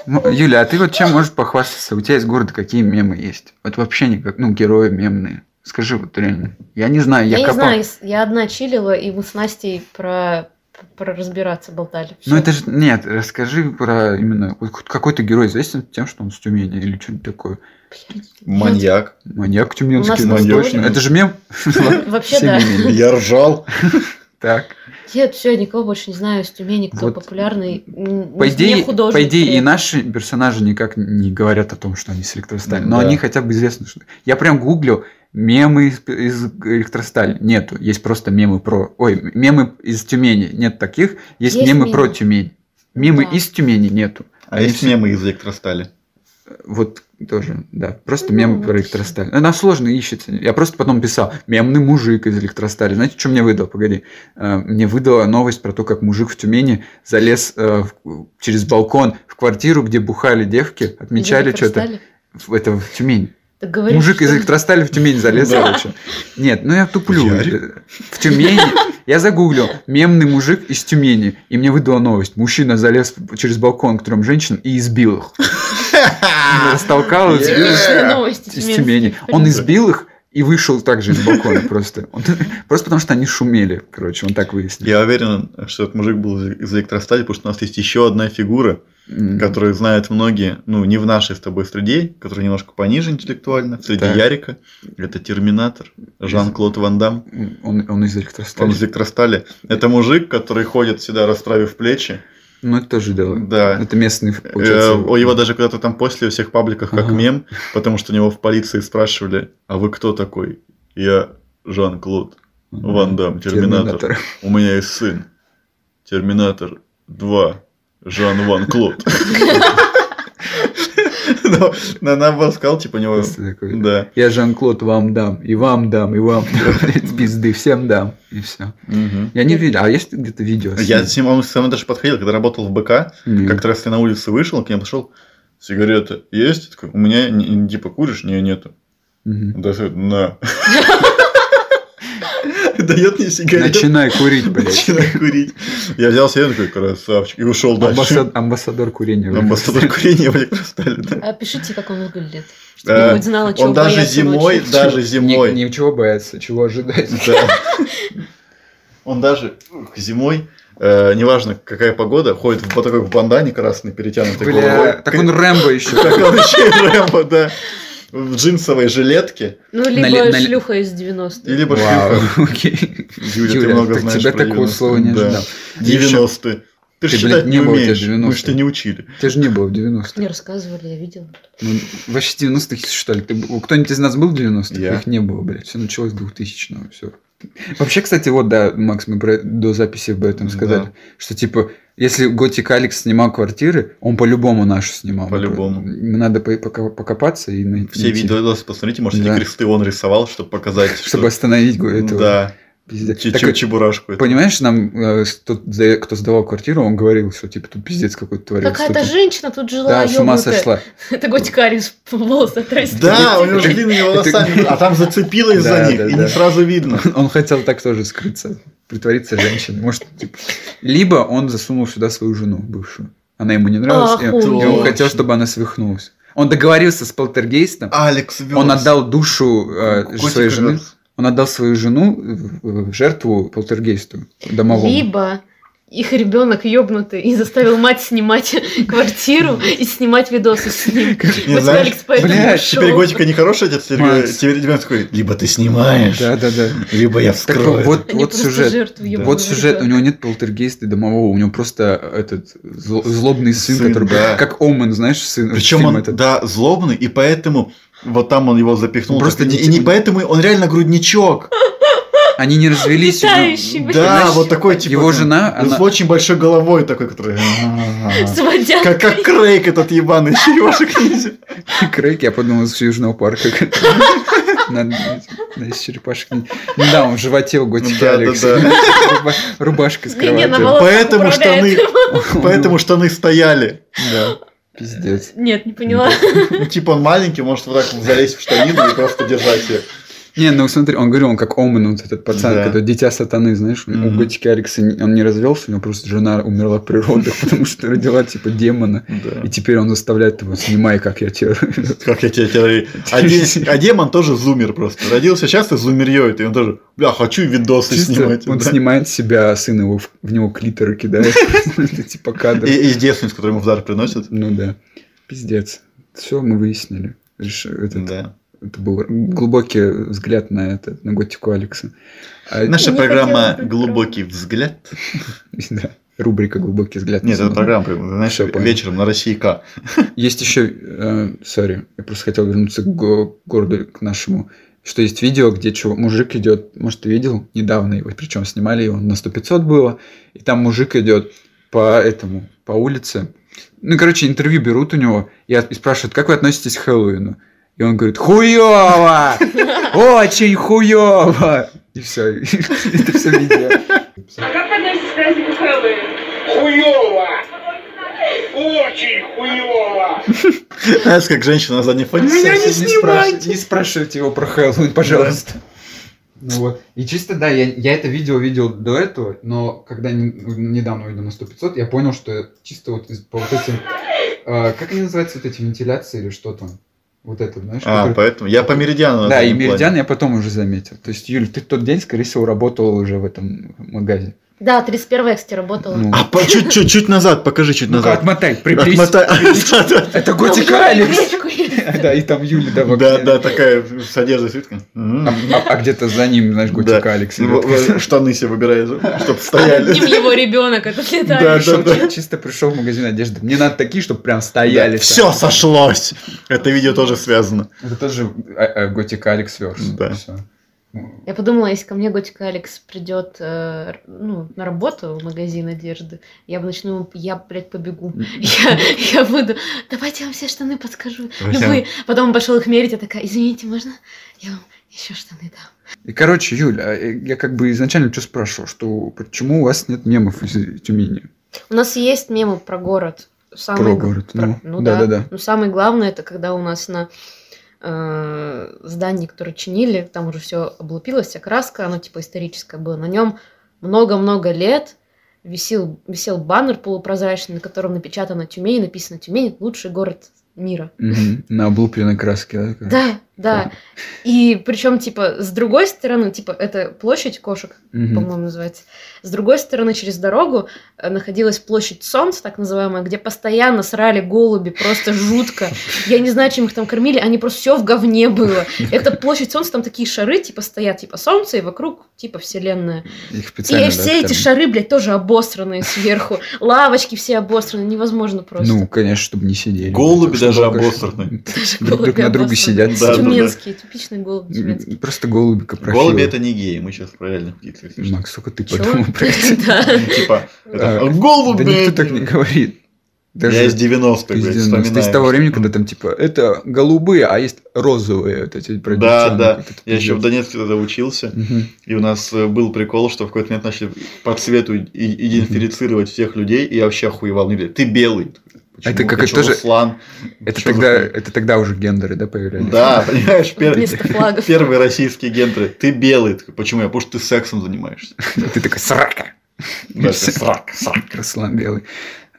[SPEAKER 2] Ну, Юля, а ты вот чем можешь похвастаться? У тебя из города какие мемы есть? Вот вообще никак, ну, герои мемные. Скажи вот реально. Я не знаю, я,
[SPEAKER 4] Я не
[SPEAKER 2] копал.
[SPEAKER 4] знаю, я одна чилила, и мы с Настей про про разбираться болтали.
[SPEAKER 2] Ну
[SPEAKER 4] Всё.
[SPEAKER 2] это же, нет, расскажи про именно, вот хоть какой-то герой известен тем, что он с Тюмени или что-нибудь такое.
[SPEAKER 3] Маньяк.
[SPEAKER 2] Маньяк
[SPEAKER 4] У нас
[SPEAKER 2] тюменский,
[SPEAKER 4] на
[SPEAKER 2] ну,
[SPEAKER 3] истории-
[SPEAKER 2] точно. Это же мем?
[SPEAKER 4] Вообще да.
[SPEAKER 2] Семейный.
[SPEAKER 3] Я ржал.
[SPEAKER 2] Так,
[SPEAKER 4] Нет, все, я никого больше не знаю из Тюмени, кто
[SPEAKER 2] Вот.
[SPEAKER 4] популярный. м,
[SPEAKER 2] по
[SPEAKER 4] не
[SPEAKER 2] идее,
[SPEAKER 4] художник э,
[SPEAKER 2] по идее
[SPEAKER 4] при
[SPEAKER 2] и
[SPEAKER 4] этом.
[SPEAKER 2] наши персонажи никак не говорят о том, что они с электростали, но
[SPEAKER 3] Да.
[SPEAKER 2] они хотя бы известны. Что... Я прям гуглю мемы из, из электростали. Нету, есть просто мемы про... Ой, мемы из Тюмени. Нет таких, есть,
[SPEAKER 4] Есть
[SPEAKER 2] мемы,
[SPEAKER 4] мемы.
[SPEAKER 2] про Тюмень. Мемы
[SPEAKER 4] Да.
[SPEAKER 2] из Тюмени нету.
[SPEAKER 3] А есть мемы из электростали?
[SPEAKER 2] Вот тоже, да. Просто
[SPEAKER 4] Ну,
[SPEAKER 2] мемы
[SPEAKER 4] вот
[SPEAKER 2] про
[SPEAKER 4] и
[SPEAKER 2] электросталь. Она сложно ищется. Я просто потом писал. Мемный мужик из электростали. Знаете, что мне выдал? Погоди. Э, Мне выдала новость про то, как мужик в Тюмени залез э, в- через балкон в квартиру, где бухали девки,
[SPEAKER 4] Где
[SPEAKER 2] отмечали что-то.
[SPEAKER 4] Электростали?
[SPEAKER 2] В- Это в Тюмени.
[SPEAKER 4] Так говоришь,
[SPEAKER 2] мужик из
[SPEAKER 4] что-
[SPEAKER 2] электростали в Тюмень залез,
[SPEAKER 3] Да.
[SPEAKER 2] короче. Нет, ну я туплю.
[SPEAKER 3] Ярик?
[SPEAKER 2] Э, В Тюмени. Я загуглил мемный мужик из Тюмени, и мне выдала новость. Мужчина залез через балкон к трем женщинам и избил их. Он Растолкал,
[SPEAKER 3] Е.
[SPEAKER 2] избил.
[SPEAKER 4] Типичные новости
[SPEAKER 2] Э, Из
[SPEAKER 4] тюменские.
[SPEAKER 2] Тюмени. Он
[SPEAKER 4] Понятно.
[SPEAKER 2] избил их и вышел также из балкона просто. Он- Просто потому, что они шумели, короче, он так выяснил.
[SPEAKER 3] Я уверен, что этот мужик был из из электростали, потому что у нас есть еще одна фигура,
[SPEAKER 2] М,
[SPEAKER 3] которую знают многие, ну, не в нашей с тобой среде, которая немножко пониже интеллектуально, среди
[SPEAKER 2] Так.
[SPEAKER 3] Ярика. Это Терминатор, Жан-Клод Ван Дам.
[SPEAKER 2] м, Он, он из
[SPEAKER 3] Он
[SPEAKER 2] электростали.
[SPEAKER 3] из электростали. Это мужик, который ходит всегда расправив плечи.
[SPEAKER 2] Ну, это тоже дело.
[SPEAKER 3] Да.
[SPEAKER 2] Это местный,
[SPEAKER 3] Э,
[SPEAKER 2] получается.
[SPEAKER 3] Его даже когда-то там после во всех пабликах как
[SPEAKER 2] Ага.
[SPEAKER 3] мем, потому что у него в полиции спрашивали, а вы кто такой? Я Жан-Клод Ван Дам, Терминатор. Э, У меня есть сын. Терминатор 2. Жан Ван Клод. Но на- Нам он сказал, типа, у него...
[SPEAKER 2] Просто такой,
[SPEAKER 3] Да.
[SPEAKER 2] Я Жан-Клод вам дам, и вам дам, и вам дам. Блядь, Пизды, всем дам. И все.
[SPEAKER 3] Мгм.
[SPEAKER 2] Я не видел, а есть где-то видео? с
[SPEAKER 3] Я
[SPEAKER 2] ним?
[SPEAKER 3] с ним, он со мной даже подходил, когда работал в БК,
[SPEAKER 2] М,
[SPEAKER 3] как-то раз я на улице вышел, к нему пошел, сигарета есть? Я такой, у меня, не- типа, куришь? Не, нету.
[SPEAKER 2] мгм.
[SPEAKER 3] Он достает, на. Дает мне сигарету.
[SPEAKER 2] Начинай курить, блядь.
[SPEAKER 3] Начинаю курить. Я взял себе такой, красавчик, и ушел дальше.
[SPEAKER 2] Амбасад- Амбассадор курения. блядь.
[SPEAKER 3] Амбассадор курения в электростале, да.
[SPEAKER 4] А пишите, как он выглядит.
[SPEAKER 3] Э,
[SPEAKER 4] Чтобы хоть знала,
[SPEAKER 2] А
[SPEAKER 4] чего
[SPEAKER 3] Он даже
[SPEAKER 4] бояться
[SPEAKER 3] зимой,
[SPEAKER 4] ночью.
[SPEAKER 3] даже зимой.
[SPEAKER 2] Ни- Ничего бояться, чего ожидать.
[SPEAKER 3] Да. Он даже ух, зимой, э, неважно какая погода, ходит в вот такой в бандане красный, перетянутый
[SPEAKER 2] Бля,
[SPEAKER 3] головой.
[SPEAKER 2] так он Рэмбо еще.
[SPEAKER 3] Так он еще и Рэмбо, да. В джинсовой жилетке.
[SPEAKER 4] Ну, либо
[SPEAKER 2] Нали- нали-
[SPEAKER 4] шлюха из 90-х.
[SPEAKER 3] Или либо
[SPEAKER 2] Вау,
[SPEAKER 3] шлюха.
[SPEAKER 2] окей.
[SPEAKER 3] Юля, ты много
[SPEAKER 2] так
[SPEAKER 3] знаешь
[SPEAKER 2] тебя
[SPEAKER 3] про
[SPEAKER 2] такого
[SPEAKER 3] 90-е.
[SPEAKER 2] слова не
[SPEAKER 3] Да.
[SPEAKER 2] ожидал. Еще-
[SPEAKER 3] 90-е. Ты
[SPEAKER 2] Ты,
[SPEAKER 3] же
[SPEAKER 2] блядь,
[SPEAKER 3] считать не
[SPEAKER 2] не было у тебя
[SPEAKER 3] умеешь. Мы
[SPEAKER 2] 90-х.
[SPEAKER 3] же тебя не учили.
[SPEAKER 2] Тебя же не было в 90-х.
[SPEAKER 4] Мне рассказывали, я видела.
[SPEAKER 2] Ну, вообще 90-х, что ли? Ты б- кто-нибудь из нас был в 90-х?
[SPEAKER 3] Я.
[SPEAKER 2] Их не было, блядь. Все началось с 2000-го, все. Вообще, кстати, вот, да, Макс, мы про- до записи об этом
[SPEAKER 3] Да.
[SPEAKER 2] сказали, что, типа, если Готик Алекс снимал квартиры, он по-любому нашу снимал.
[SPEAKER 3] По-любому.
[SPEAKER 2] М, Надо по- пока- покопаться и най- найти.
[SPEAKER 3] Все видосы посмотрите, может, эти
[SPEAKER 2] Да.
[SPEAKER 3] кресты он рисовал, чтобы показать,
[SPEAKER 2] Чтобы
[SPEAKER 3] что...
[SPEAKER 2] остановить го- этого.
[SPEAKER 3] Да,
[SPEAKER 2] Пиздец.
[SPEAKER 3] Чи-
[SPEAKER 2] Так,
[SPEAKER 3] чи- чебурашку. эту.
[SPEAKER 2] Понимаешь, нам э, с- тот, за- кто сдавал квартиру, он говорил, что типа тут пиздец какой-то творится.
[SPEAKER 4] Какая-то женщина тут жила,
[SPEAKER 2] Да, с ума
[SPEAKER 4] ёбнутая.
[SPEAKER 2] сошла.
[SPEAKER 4] Это Готикарис волосы отрастил.
[SPEAKER 3] Да, у него
[SPEAKER 2] Это-
[SPEAKER 3] же длинными волосами, а там зацепилась
[SPEAKER 2] Да,
[SPEAKER 3] за них,
[SPEAKER 2] да,
[SPEAKER 3] и
[SPEAKER 2] да.
[SPEAKER 3] не сразу видно.
[SPEAKER 2] Он хотел так тоже скрыться, притвориться женщиной. Может, типа. Либо он засунул сюда свою жену бывшую. Она ему не нравилась, и, и он
[SPEAKER 4] Охуеть.
[SPEAKER 2] хотел, чтобы она свихнулась. Он договорился с полтергейстом,
[SPEAKER 3] Алекс Вилс.
[SPEAKER 2] он отдал душу э,
[SPEAKER 3] Котик
[SPEAKER 2] своей жены.
[SPEAKER 3] Вилс.
[SPEAKER 2] Он отдал свою жену в в жертву полтергейсту домовому.
[SPEAKER 4] Либо их ребенок ёбнутый и заставил мать снимать квартиру и снимать видосы с ним.
[SPEAKER 3] Не
[SPEAKER 4] Вот
[SPEAKER 3] знаешь,
[SPEAKER 4] Алекс поэтому
[SPEAKER 2] блядь,
[SPEAKER 4] ушёл.
[SPEAKER 3] Теперь Готика не хороший отец, теперь э,
[SPEAKER 2] Макс.
[SPEAKER 3] теперь ребенок такой, либо ты снимаешь,
[SPEAKER 2] Да, да, да.
[SPEAKER 3] либо я
[SPEAKER 2] Так
[SPEAKER 3] вскрою.
[SPEAKER 2] вот,
[SPEAKER 4] Они
[SPEAKER 2] вот
[SPEAKER 4] просто
[SPEAKER 2] сюжет.
[SPEAKER 4] жертвы ёбаного
[SPEAKER 2] Вот сюжет, у
[SPEAKER 4] ребёнка.
[SPEAKER 2] него нет полтергейста и домового, у него просто этот зл- злобный сын,
[SPEAKER 3] Сын,
[SPEAKER 2] который
[SPEAKER 3] да.
[SPEAKER 2] как Омен, знаешь, сын.
[SPEAKER 3] Причем
[SPEAKER 2] фильм
[SPEAKER 3] он,
[SPEAKER 2] этот.
[SPEAKER 3] да, злобный, и поэтому вот там он его запихнул.
[SPEAKER 2] Просто
[SPEAKER 3] так, и не-
[SPEAKER 2] дети-
[SPEAKER 3] и не поэтому он реально грудничок.
[SPEAKER 2] Они не развелись. у него-
[SPEAKER 4] Летающий, блядь.
[SPEAKER 3] Да,
[SPEAKER 2] Понимаешь,
[SPEAKER 3] вот такой типа.
[SPEAKER 2] Его
[SPEAKER 3] там,
[SPEAKER 2] жена,
[SPEAKER 3] С
[SPEAKER 2] она-
[SPEAKER 3] очень большой головой такой, который...
[SPEAKER 4] С водянкой.
[SPEAKER 3] Как, как Крейг этот ебаный черешек ниндзя.
[SPEAKER 2] Крейг, я подумал, с Южного парка. как- На- на- из черепашек. Ну Да, он в животе у Готики
[SPEAKER 3] Да, да,
[SPEAKER 2] Алекса.
[SPEAKER 3] да.
[SPEAKER 2] Руба- Рубашка с
[SPEAKER 4] Линия на
[SPEAKER 2] кроватью.
[SPEAKER 4] волосах
[SPEAKER 3] Поэтому штаны,
[SPEAKER 4] управляет.
[SPEAKER 3] поэтому штаны стояли.
[SPEAKER 2] Да, пиздец.
[SPEAKER 4] Нет, не поняла.
[SPEAKER 3] Ну, Типа он маленький, может вот так вот залезть в штанину и просто держать ее.
[SPEAKER 2] Не, ну смотри, он говорил, он как Омен, вот этот пацан,
[SPEAKER 3] Да.
[SPEAKER 2] который дитя сатаны, знаешь, у
[SPEAKER 3] Мгм.
[SPEAKER 2] Готики Алекса не- он не развелся, у него просто жена умерла при родах, потому что родила типа демона.
[SPEAKER 3] Да.
[SPEAKER 2] И теперь он заставляет его, снимай, как я тебя...
[SPEAKER 3] Как я тебя террори... А, де- а демон тоже зумер просто. Родился часто зумерьёет, и он тоже, бля, хочу видосы
[SPEAKER 2] Чисто
[SPEAKER 3] снимать.
[SPEAKER 2] он
[SPEAKER 3] Да.
[SPEAKER 2] снимает себя, сын его, в- в него клитор кидает. Это типа кадр.
[SPEAKER 3] И, и девственниц, которые ему в дар приносят.
[SPEAKER 2] Ну да. Пиздец. Все мы выяснили. Реш- этот-
[SPEAKER 3] Да.
[SPEAKER 2] Это был глубокий взгляд на это, на готику Алекса. А-
[SPEAKER 3] Наша
[SPEAKER 4] Не
[SPEAKER 3] программа
[SPEAKER 4] хотелось бы
[SPEAKER 3] «Глубокий взгляд».
[SPEAKER 2] Да. Рубрика «Глубокий взгляд». на
[SPEAKER 3] Нет, это
[SPEAKER 2] самом деле.
[SPEAKER 3] программа, прям, знаешь,
[SPEAKER 2] Всё, понял.
[SPEAKER 3] вечером на России К.
[SPEAKER 2] Есть еще, сори, я просто хотел вернуться к го- городу, к нашему, что есть видео, где чувак, мужик идет, может, ты видел недавно его, причем снимали его, на 100 500 было, и там мужик идет по этому, по улице. Ну, короче, интервью берут у него и, от- и спрашивают, как вы относитесь к Хэллоуину? И он говорит, хуёво! Очень хуёво! И все, это все видео.
[SPEAKER 5] А как относитесь к празднику Хэллоуин?
[SPEAKER 6] Хуёво! Очень хуёво!
[SPEAKER 3] Знаешь, как женщина на заднем фоне.
[SPEAKER 2] Совсем
[SPEAKER 3] «Совсем не
[SPEAKER 2] спрашивайте-
[SPEAKER 3] спрашивай».
[SPEAKER 2] Ну, не спрашивайте его про Хэллоуин, пожалуйста. Ну вот. И чисто, да, я, я это видео видел до этого, но когда не- недавно увидел на 100 500, я понял, что чисто вот из- по вот этим... э, как они называются, вот эти вентиляции или что там? Вот это, знаешь?
[SPEAKER 3] А,
[SPEAKER 2] которые-
[SPEAKER 3] поэтому я по меридиану. на
[SPEAKER 2] Да, и
[SPEAKER 3] заднем плане.
[SPEAKER 2] меридиан я потом уже заметил. То есть, Юль, ты в тот день, скорее всего, работала уже в этом магазе.
[SPEAKER 4] Да, 31 эксте работала.
[SPEAKER 2] Ну,
[SPEAKER 3] А по- чуть, чуть, чуть назад, покажи чуть
[SPEAKER 2] ну-ка,
[SPEAKER 3] назад.
[SPEAKER 2] отмотай, приблизь.
[SPEAKER 3] Отмотай.
[SPEAKER 2] Это
[SPEAKER 4] Там уже
[SPEAKER 2] Готика Алекс.
[SPEAKER 4] гречку есть.
[SPEAKER 2] Да, и там Юля, да, в
[SPEAKER 3] Да,
[SPEAKER 2] окне.
[SPEAKER 3] да, такая с одеждой свитка.
[SPEAKER 2] А, а- а где-то за ним, знаешь, Готика
[SPEAKER 3] Да. Ну,
[SPEAKER 2] Алекс. идет.
[SPEAKER 3] Штаны себе выбирает, чтобы
[SPEAKER 4] Над
[SPEAKER 3] стояли.
[SPEAKER 4] ним его ребенок это летает.
[SPEAKER 2] Пришел,
[SPEAKER 3] да,
[SPEAKER 2] чи- чисто пришел в магазин одежды. Мне надо такие, чтобы прям стояли.
[SPEAKER 3] Все сошлось. Это видео тоже связано.
[SPEAKER 2] Это тоже Готик а, Алекс Верс.
[SPEAKER 3] Да.
[SPEAKER 2] Всё.
[SPEAKER 4] Я подумала, если ко мне Готика Алекс придет э, р- ну, на работу в магазин одежды, я бы начну, ему- я, блядь, побегу. Я, я буду, давайте я вам все штаны подскажу.
[SPEAKER 3] Друзья.
[SPEAKER 4] Любые. Потом он пошел их мерить, я такая, извините, можно? Я вам еще штаны дам.
[SPEAKER 2] И, короче, Юль, а, э, я как бы изначально что спрашивал, что почему у вас нет мемов из Тюмени?
[SPEAKER 4] У нас есть мемы про город. Самый
[SPEAKER 2] Про
[SPEAKER 4] г-
[SPEAKER 2] город,
[SPEAKER 4] про-
[SPEAKER 2] ну,
[SPEAKER 4] ну
[SPEAKER 2] да, да,
[SPEAKER 4] да,
[SPEAKER 2] да.
[SPEAKER 4] Но самое главное, это когда у нас на э, здании, которое чинили, там уже все облупилось, вся краска, оно типа историческое было. На нем много-много лет висел, висел баннер полупрозрачный, на котором напечатано Тюмень, и написано Тюмень – лучший город мира.
[SPEAKER 2] Мгм. На облупленной краске. Да.
[SPEAKER 4] Да, да. И причем, типа, с другой стороны, типа, это площадь кошек,
[SPEAKER 2] Мгм.
[SPEAKER 4] по-моему, называется. С другой стороны, через дорогу э, находилась площадь Солнца, так называемая, где постоянно срали голуби, просто жутко. Я не знаю, чем их там кормили, они просто все в говне было. Это площадь Солнца, там такие шары, типа, стоят, типа, Солнце, и вокруг, типа, Вселенная.
[SPEAKER 2] Их специально,
[SPEAKER 4] И
[SPEAKER 2] да,
[SPEAKER 4] все эти
[SPEAKER 2] там-
[SPEAKER 4] шары, блядь, тоже обосранные сверху. Лавочки все обосранные, невозможно просто.
[SPEAKER 2] Ну, конечно, чтобы не сидели.
[SPEAKER 3] Голуби
[SPEAKER 2] Чтобы
[SPEAKER 3] даже
[SPEAKER 2] как-
[SPEAKER 3] обосраны.
[SPEAKER 4] Даже
[SPEAKER 2] друг
[SPEAKER 4] голуби
[SPEAKER 2] на друга
[SPEAKER 4] обосранные.
[SPEAKER 2] сидят,
[SPEAKER 3] Да, да, да.
[SPEAKER 4] Тюменские, типичные голуби тюменские.
[SPEAKER 2] М, Просто голуби копрофилы.
[SPEAKER 3] Голуби это не геи, мы сейчас про реальных птиц. если что.
[SPEAKER 2] Макс, сколько ты
[SPEAKER 4] Чё?
[SPEAKER 2] подумал про это?
[SPEAKER 4] Да.
[SPEAKER 3] Ну, Типа, это,
[SPEAKER 2] А,
[SPEAKER 3] голуби!
[SPEAKER 2] Да никто так не говорит.
[SPEAKER 3] Я из 90-х,
[SPEAKER 2] Ты из
[SPEAKER 3] блядь,
[SPEAKER 2] 90-х. Ты из
[SPEAKER 3] вспоминаю.
[SPEAKER 2] того времени, когда там типа это голубые, а есть розовые вот эти про
[SPEAKER 3] Да,
[SPEAKER 2] девчонок.
[SPEAKER 3] да.
[SPEAKER 2] Вот это
[SPEAKER 3] Я еще в
[SPEAKER 2] пиздец.
[SPEAKER 3] Донецке тогда учился,
[SPEAKER 2] Мгм.
[SPEAKER 3] и у нас э, был прикол, что в какой-то момент начали по цвету и- и- идентифицировать всех людей, и я вообще охуевал. Мне говорили, ты белый.
[SPEAKER 2] А Это
[SPEAKER 3] Почему?
[SPEAKER 2] как
[SPEAKER 3] Ты
[SPEAKER 2] это
[SPEAKER 3] чё,
[SPEAKER 2] тоже-
[SPEAKER 3] Руслан?
[SPEAKER 2] Это
[SPEAKER 3] Чё за
[SPEAKER 2] тогда, э,
[SPEAKER 3] хуйня?
[SPEAKER 2] это тогда уже гендеры, да, появлялись?
[SPEAKER 3] Да, понимаешь, пер-
[SPEAKER 4] Вместо флагов.
[SPEAKER 3] первые российские гендеры. Ты белый. Такой, Почему? Я, потому что ты сексом занимаешься.
[SPEAKER 2] Ты такой срака.
[SPEAKER 3] Да, ты срак, срак.
[SPEAKER 2] Руслан белый.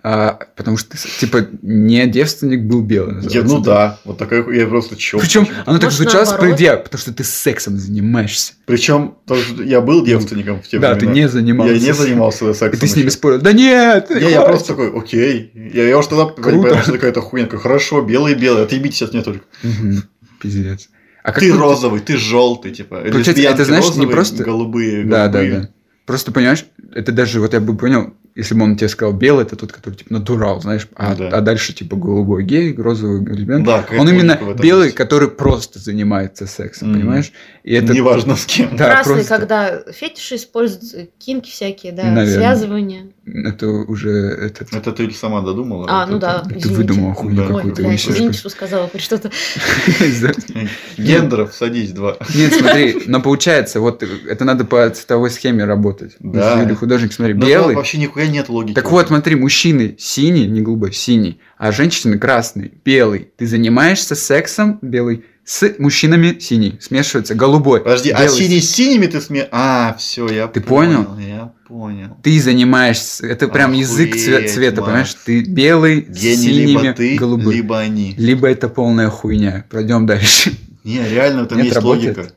[SPEAKER 2] А, потому что ты, типа, не девственник был белый.
[SPEAKER 3] Я,
[SPEAKER 2] называется,
[SPEAKER 3] ну да, вот такая хуйня, я просто чё.
[SPEAKER 2] Причем оно так
[SPEAKER 4] Может,
[SPEAKER 2] звучало
[SPEAKER 4] наоборот?
[SPEAKER 2] справедливо, потому что ты сексом занимаешься.
[SPEAKER 3] Причем тоже я был девственником в те
[SPEAKER 2] да, ты
[SPEAKER 3] времена.
[SPEAKER 2] не занимался.
[SPEAKER 3] Я не занимался
[SPEAKER 2] И
[SPEAKER 3] сексом.
[SPEAKER 2] ты с ними
[SPEAKER 3] еще.
[SPEAKER 2] спорил. Да нет!
[SPEAKER 3] Не, я просто такой, окей. Я, я уже тогда
[SPEAKER 2] Круто.
[SPEAKER 3] понимал, что такая-то хуйня. Такой, хорошо, А белый-белый, отъебитесь от меня только.
[SPEAKER 2] Мгм. Пиздец. А
[SPEAKER 3] ты
[SPEAKER 2] тут-
[SPEAKER 3] розовый, ты желтый, типа.
[SPEAKER 2] Получается,
[SPEAKER 3] лесбиянки
[SPEAKER 2] это, знаешь, не
[SPEAKER 3] розовые,
[SPEAKER 2] просто-
[SPEAKER 3] Голубые,
[SPEAKER 2] Да, да,
[SPEAKER 3] голубые.
[SPEAKER 2] да. Просто понимаешь, это даже вот я бы понял, если бы он тебе сказал белый, это тот, который типа натурал, знаешь, а,
[SPEAKER 3] Ну Да.
[SPEAKER 2] а дальше типа голубой гей, розовый лесбиян.
[SPEAKER 3] Да, какая-то
[SPEAKER 2] он именно
[SPEAKER 3] логика в этом
[SPEAKER 2] белый,
[SPEAKER 3] есть.
[SPEAKER 2] который просто занимается сексом,
[SPEAKER 3] Мгм.
[SPEAKER 2] понимаешь? И это
[SPEAKER 3] Неважно с кем.
[SPEAKER 2] Да,
[SPEAKER 4] Красные,
[SPEAKER 2] просто.
[SPEAKER 4] когда фетиши используют, кинки всякие, да,
[SPEAKER 2] Наверное.
[SPEAKER 4] связывания.
[SPEAKER 2] это уже этот.
[SPEAKER 3] Это ты сама додумала.
[SPEAKER 4] А,
[SPEAKER 3] вот
[SPEAKER 4] ну
[SPEAKER 3] это.
[SPEAKER 4] да,
[SPEAKER 2] Ты
[SPEAKER 4] извините.
[SPEAKER 2] выдумал хуйню
[SPEAKER 3] Ну Да.
[SPEAKER 4] Ой,
[SPEAKER 2] какую-то.
[SPEAKER 4] блядь,
[SPEAKER 2] несешь.
[SPEAKER 4] извините, что сказала хоть что-то.
[SPEAKER 3] Гендеров, садись, два.
[SPEAKER 2] Нет, смотри, но получается, вот это надо по цветовой схеме работать.
[SPEAKER 3] Да. Ну,
[SPEAKER 2] Или художник, смотри,
[SPEAKER 3] Но
[SPEAKER 2] белый.
[SPEAKER 3] там вообще нихуя нет логики.
[SPEAKER 2] Так вот, смотри, мужчины синий, не голубой, синий, а женщины красный, белый. Ты занимаешься сексом, белый, С мужчинами синий смешивается голубой.
[SPEAKER 3] Подожди, а
[SPEAKER 2] белый.
[SPEAKER 3] синий с синими ты сме... А, все, я
[SPEAKER 2] Ты
[SPEAKER 3] Я понял.
[SPEAKER 2] Ты занимаешься, это прям язык цве-
[SPEAKER 3] Охуеть,
[SPEAKER 2] цвета,
[SPEAKER 3] Макс.
[SPEAKER 2] понимаешь? Ты белый, с
[SPEAKER 3] Гений либо
[SPEAKER 2] синими,
[SPEAKER 3] ты,
[SPEAKER 2] голубым.
[SPEAKER 3] либо они.
[SPEAKER 2] Либо это полная хуйня. Пройдем дальше.
[SPEAKER 3] Не, реально, там
[SPEAKER 2] Нет,
[SPEAKER 3] есть
[SPEAKER 2] работает.
[SPEAKER 3] логика.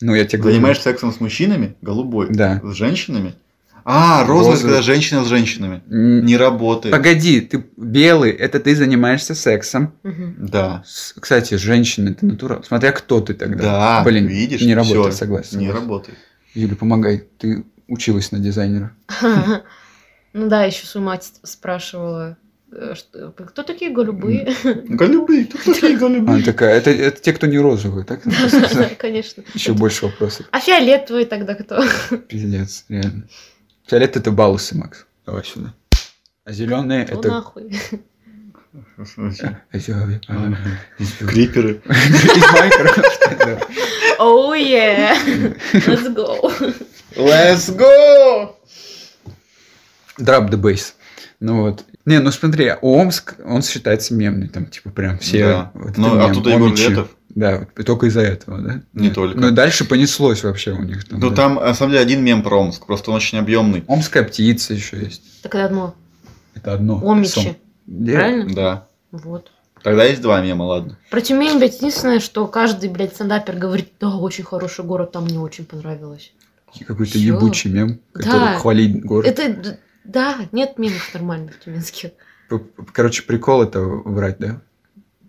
[SPEAKER 2] Ну, я тебе говорю.
[SPEAKER 3] Занимаешься сексом с мужчинами, голубой.
[SPEAKER 2] Да.
[SPEAKER 3] С женщинами. А, розовый,
[SPEAKER 2] Розовый.
[SPEAKER 3] когда женщина с женщинами.
[SPEAKER 2] М,
[SPEAKER 3] Не работает.
[SPEAKER 2] Погоди, ты белый, это ты занимаешься сексом.
[SPEAKER 4] Мгм.
[SPEAKER 3] Да.
[SPEAKER 2] С- Кстати, женщина это натура. Смотря кто ты тогда.
[SPEAKER 3] Да,
[SPEAKER 2] Блин,
[SPEAKER 3] видишь,
[SPEAKER 2] не работает,
[SPEAKER 3] всё,
[SPEAKER 2] согласен.
[SPEAKER 3] Не работает.
[SPEAKER 2] Юля, помогай. Ты училась на дизайнера.
[SPEAKER 4] Ну да, еще свою мать с- спрашивала, э, что- кто такие голубые?
[SPEAKER 3] Голубые, тут такие голубые.
[SPEAKER 2] Она такая, это, это те, кто не розовые, так?
[SPEAKER 4] Да, Конечно.
[SPEAKER 2] Еще больше вопросов.
[SPEAKER 4] А фиолетовые тогда кто?
[SPEAKER 2] Пиздец, реально. Фиолет это балусы, Макс. Давай сюда. А зеленые
[SPEAKER 4] Ну
[SPEAKER 2] это...
[SPEAKER 4] нахуй.
[SPEAKER 2] А зелёные,
[SPEAKER 3] Ну,
[SPEAKER 2] а, из-
[SPEAKER 3] Криперы.
[SPEAKER 2] из Майнкрафта, да.
[SPEAKER 4] Оу, е! Oh, Let's go.
[SPEAKER 3] Let's go!
[SPEAKER 2] Drop the bass. Ну вот. Не, ну смотри, Омск, он считается мемный, там, типа, прям все...
[SPEAKER 3] Да.
[SPEAKER 2] вот это
[SPEAKER 3] Ну,
[SPEAKER 2] мем,
[SPEAKER 3] оттуда Егор
[SPEAKER 2] омичи.
[SPEAKER 3] Летов.
[SPEAKER 2] Да, вот, и только из-за этого, да?
[SPEAKER 3] Не только.
[SPEAKER 2] Ну, и дальше понеслось вообще у них. Там,
[SPEAKER 3] Ну
[SPEAKER 2] да.
[SPEAKER 3] там, на самом деле, один мем про Омск, просто он очень объемный.
[SPEAKER 2] Омская птица еще есть.
[SPEAKER 4] Так и одно.
[SPEAKER 2] Это одно. Сом.
[SPEAKER 4] Омичи.
[SPEAKER 2] Где?
[SPEAKER 4] Правильно?
[SPEAKER 3] Да.
[SPEAKER 4] Вот.
[SPEAKER 3] Тогда есть два мема, ладно.
[SPEAKER 4] Про Тюмень, блядь, единственное, что каждый, блядь, стендапер говорит, да, очень хороший город, там мне очень понравилось.
[SPEAKER 2] Какой-то
[SPEAKER 4] Всё.
[SPEAKER 2] ебучий мем, который
[SPEAKER 4] Да.
[SPEAKER 2] хвалит город.
[SPEAKER 4] Это, д- да, нет мемов нормальных тюменских.
[SPEAKER 2] П- п- Короче, прикол это врать, да?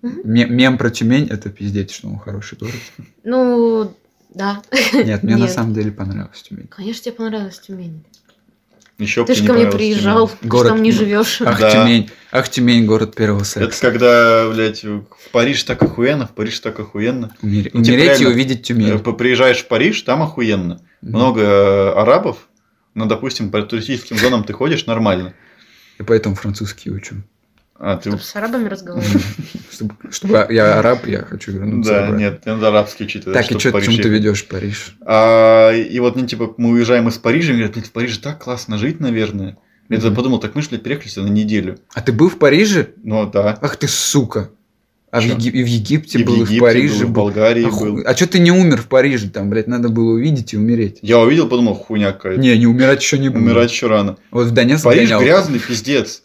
[SPEAKER 4] Мгм.
[SPEAKER 2] Ме- Мем про Тюмень это пиздец, что он хороший город.
[SPEAKER 4] Ну, да.
[SPEAKER 2] Нет, мне на
[SPEAKER 4] Нет.
[SPEAKER 2] самом деле понравилось Тюмень.
[SPEAKER 4] Конечно, тебе понравилось Тюмень.
[SPEAKER 3] Еще
[SPEAKER 4] Ты же ко мне приезжал, ты ж
[SPEAKER 2] Город-
[SPEAKER 4] там не живешь.
[SPEAKER 2] Ах,
[SPEAKER 3] Да.
[SPEAKER 2] Тюмень, ах, Тюмень, город первого
[SPEAKER 3] Это
[SPEAKER 2] секса.
[SPEAKER 3] когда, блядь, в Париж так охуенно, в Париж так охуенно.
[SPEAKER 2] Умер-
[SPEAKER 3] Ну, типа
[SPEAKER 2] Умереть и
[SPEAKER 3] реально.
[SPEAKER 2] увидеть
[SPEAKER 3] Э,
[SPEAKER 2] Тюмень.
[SPEAKER 3] по- Приезжаешь в Париж, там охуенно. Много э, арабов, но, допустим, по туристическим зонам ты ходишь нормально.
[SPEAKER 2] И поэтому французский учу.
[SPEAKER 3] А, ты...
[SPEAKER 4] Чтоб с арабами разговаривал.
[SPEAKER 2] Чтобы, чтобы я араб, я хочу вернуться
[SPEAKER 3] Да,
[SPEAKER 2] обратно.
[SPEAKER 3] нет, надо арабский учитывать.
[SPEAKER 2] Так, и
[SPEAKER 3] чтоб
[SPEAKER 2] что,
[SPEAKER 3] в Париж
[SPEAKER 2] чем ты
[SPEAKER 3] ехать.
[SPEAKER 2] ведешь Париж?
[SPEAKER 3] А, и вот, ну, типа, мы уезжаем из Парижа, и говорят, блядь, в Париже так классно жить, наверное. Я тогда
[SPEAKER 2] Мгм.
[SPEAKER 3] подумал, так мы же, блядь, переехались на неделю.
[SPEAKER 2] А ты был в Париже?
[SPEAKER 3] Ну, да.
[SPEAKER 2] Ах ты сука. А в
[SPEAKER 3] Чё?
[SPEAKER 2] Еги- и в Египте
[SPEAKER 3] И
[SPEAKER 2] был, и
[SPEAKER 3] Египте
[SPEAKER 2] в Париже
[SPEAKER 3] был, и в
[SPEAKER 2] был.
[SPEAKER 3] Болгарии
[SPEAKER 2] Оху-
[SPEAKER 3] был.
[SPEAKER 2] А что ты не умер в Париже? Там, блядь, надо было увидеть и умереть.
[SPEAKER 3] Я увидел, подумал, хуйня какая-то.
[SPEAKER 2] Не, не умирать еще не буду.
[SPEAKER 3] Умирать еще рано.
[SPEAKER 2] Вот в Донецк
[SPEAKER 3] Париж
[SPEAKER 2] гонял.
[SPEAKER 3] грязный, пиздец.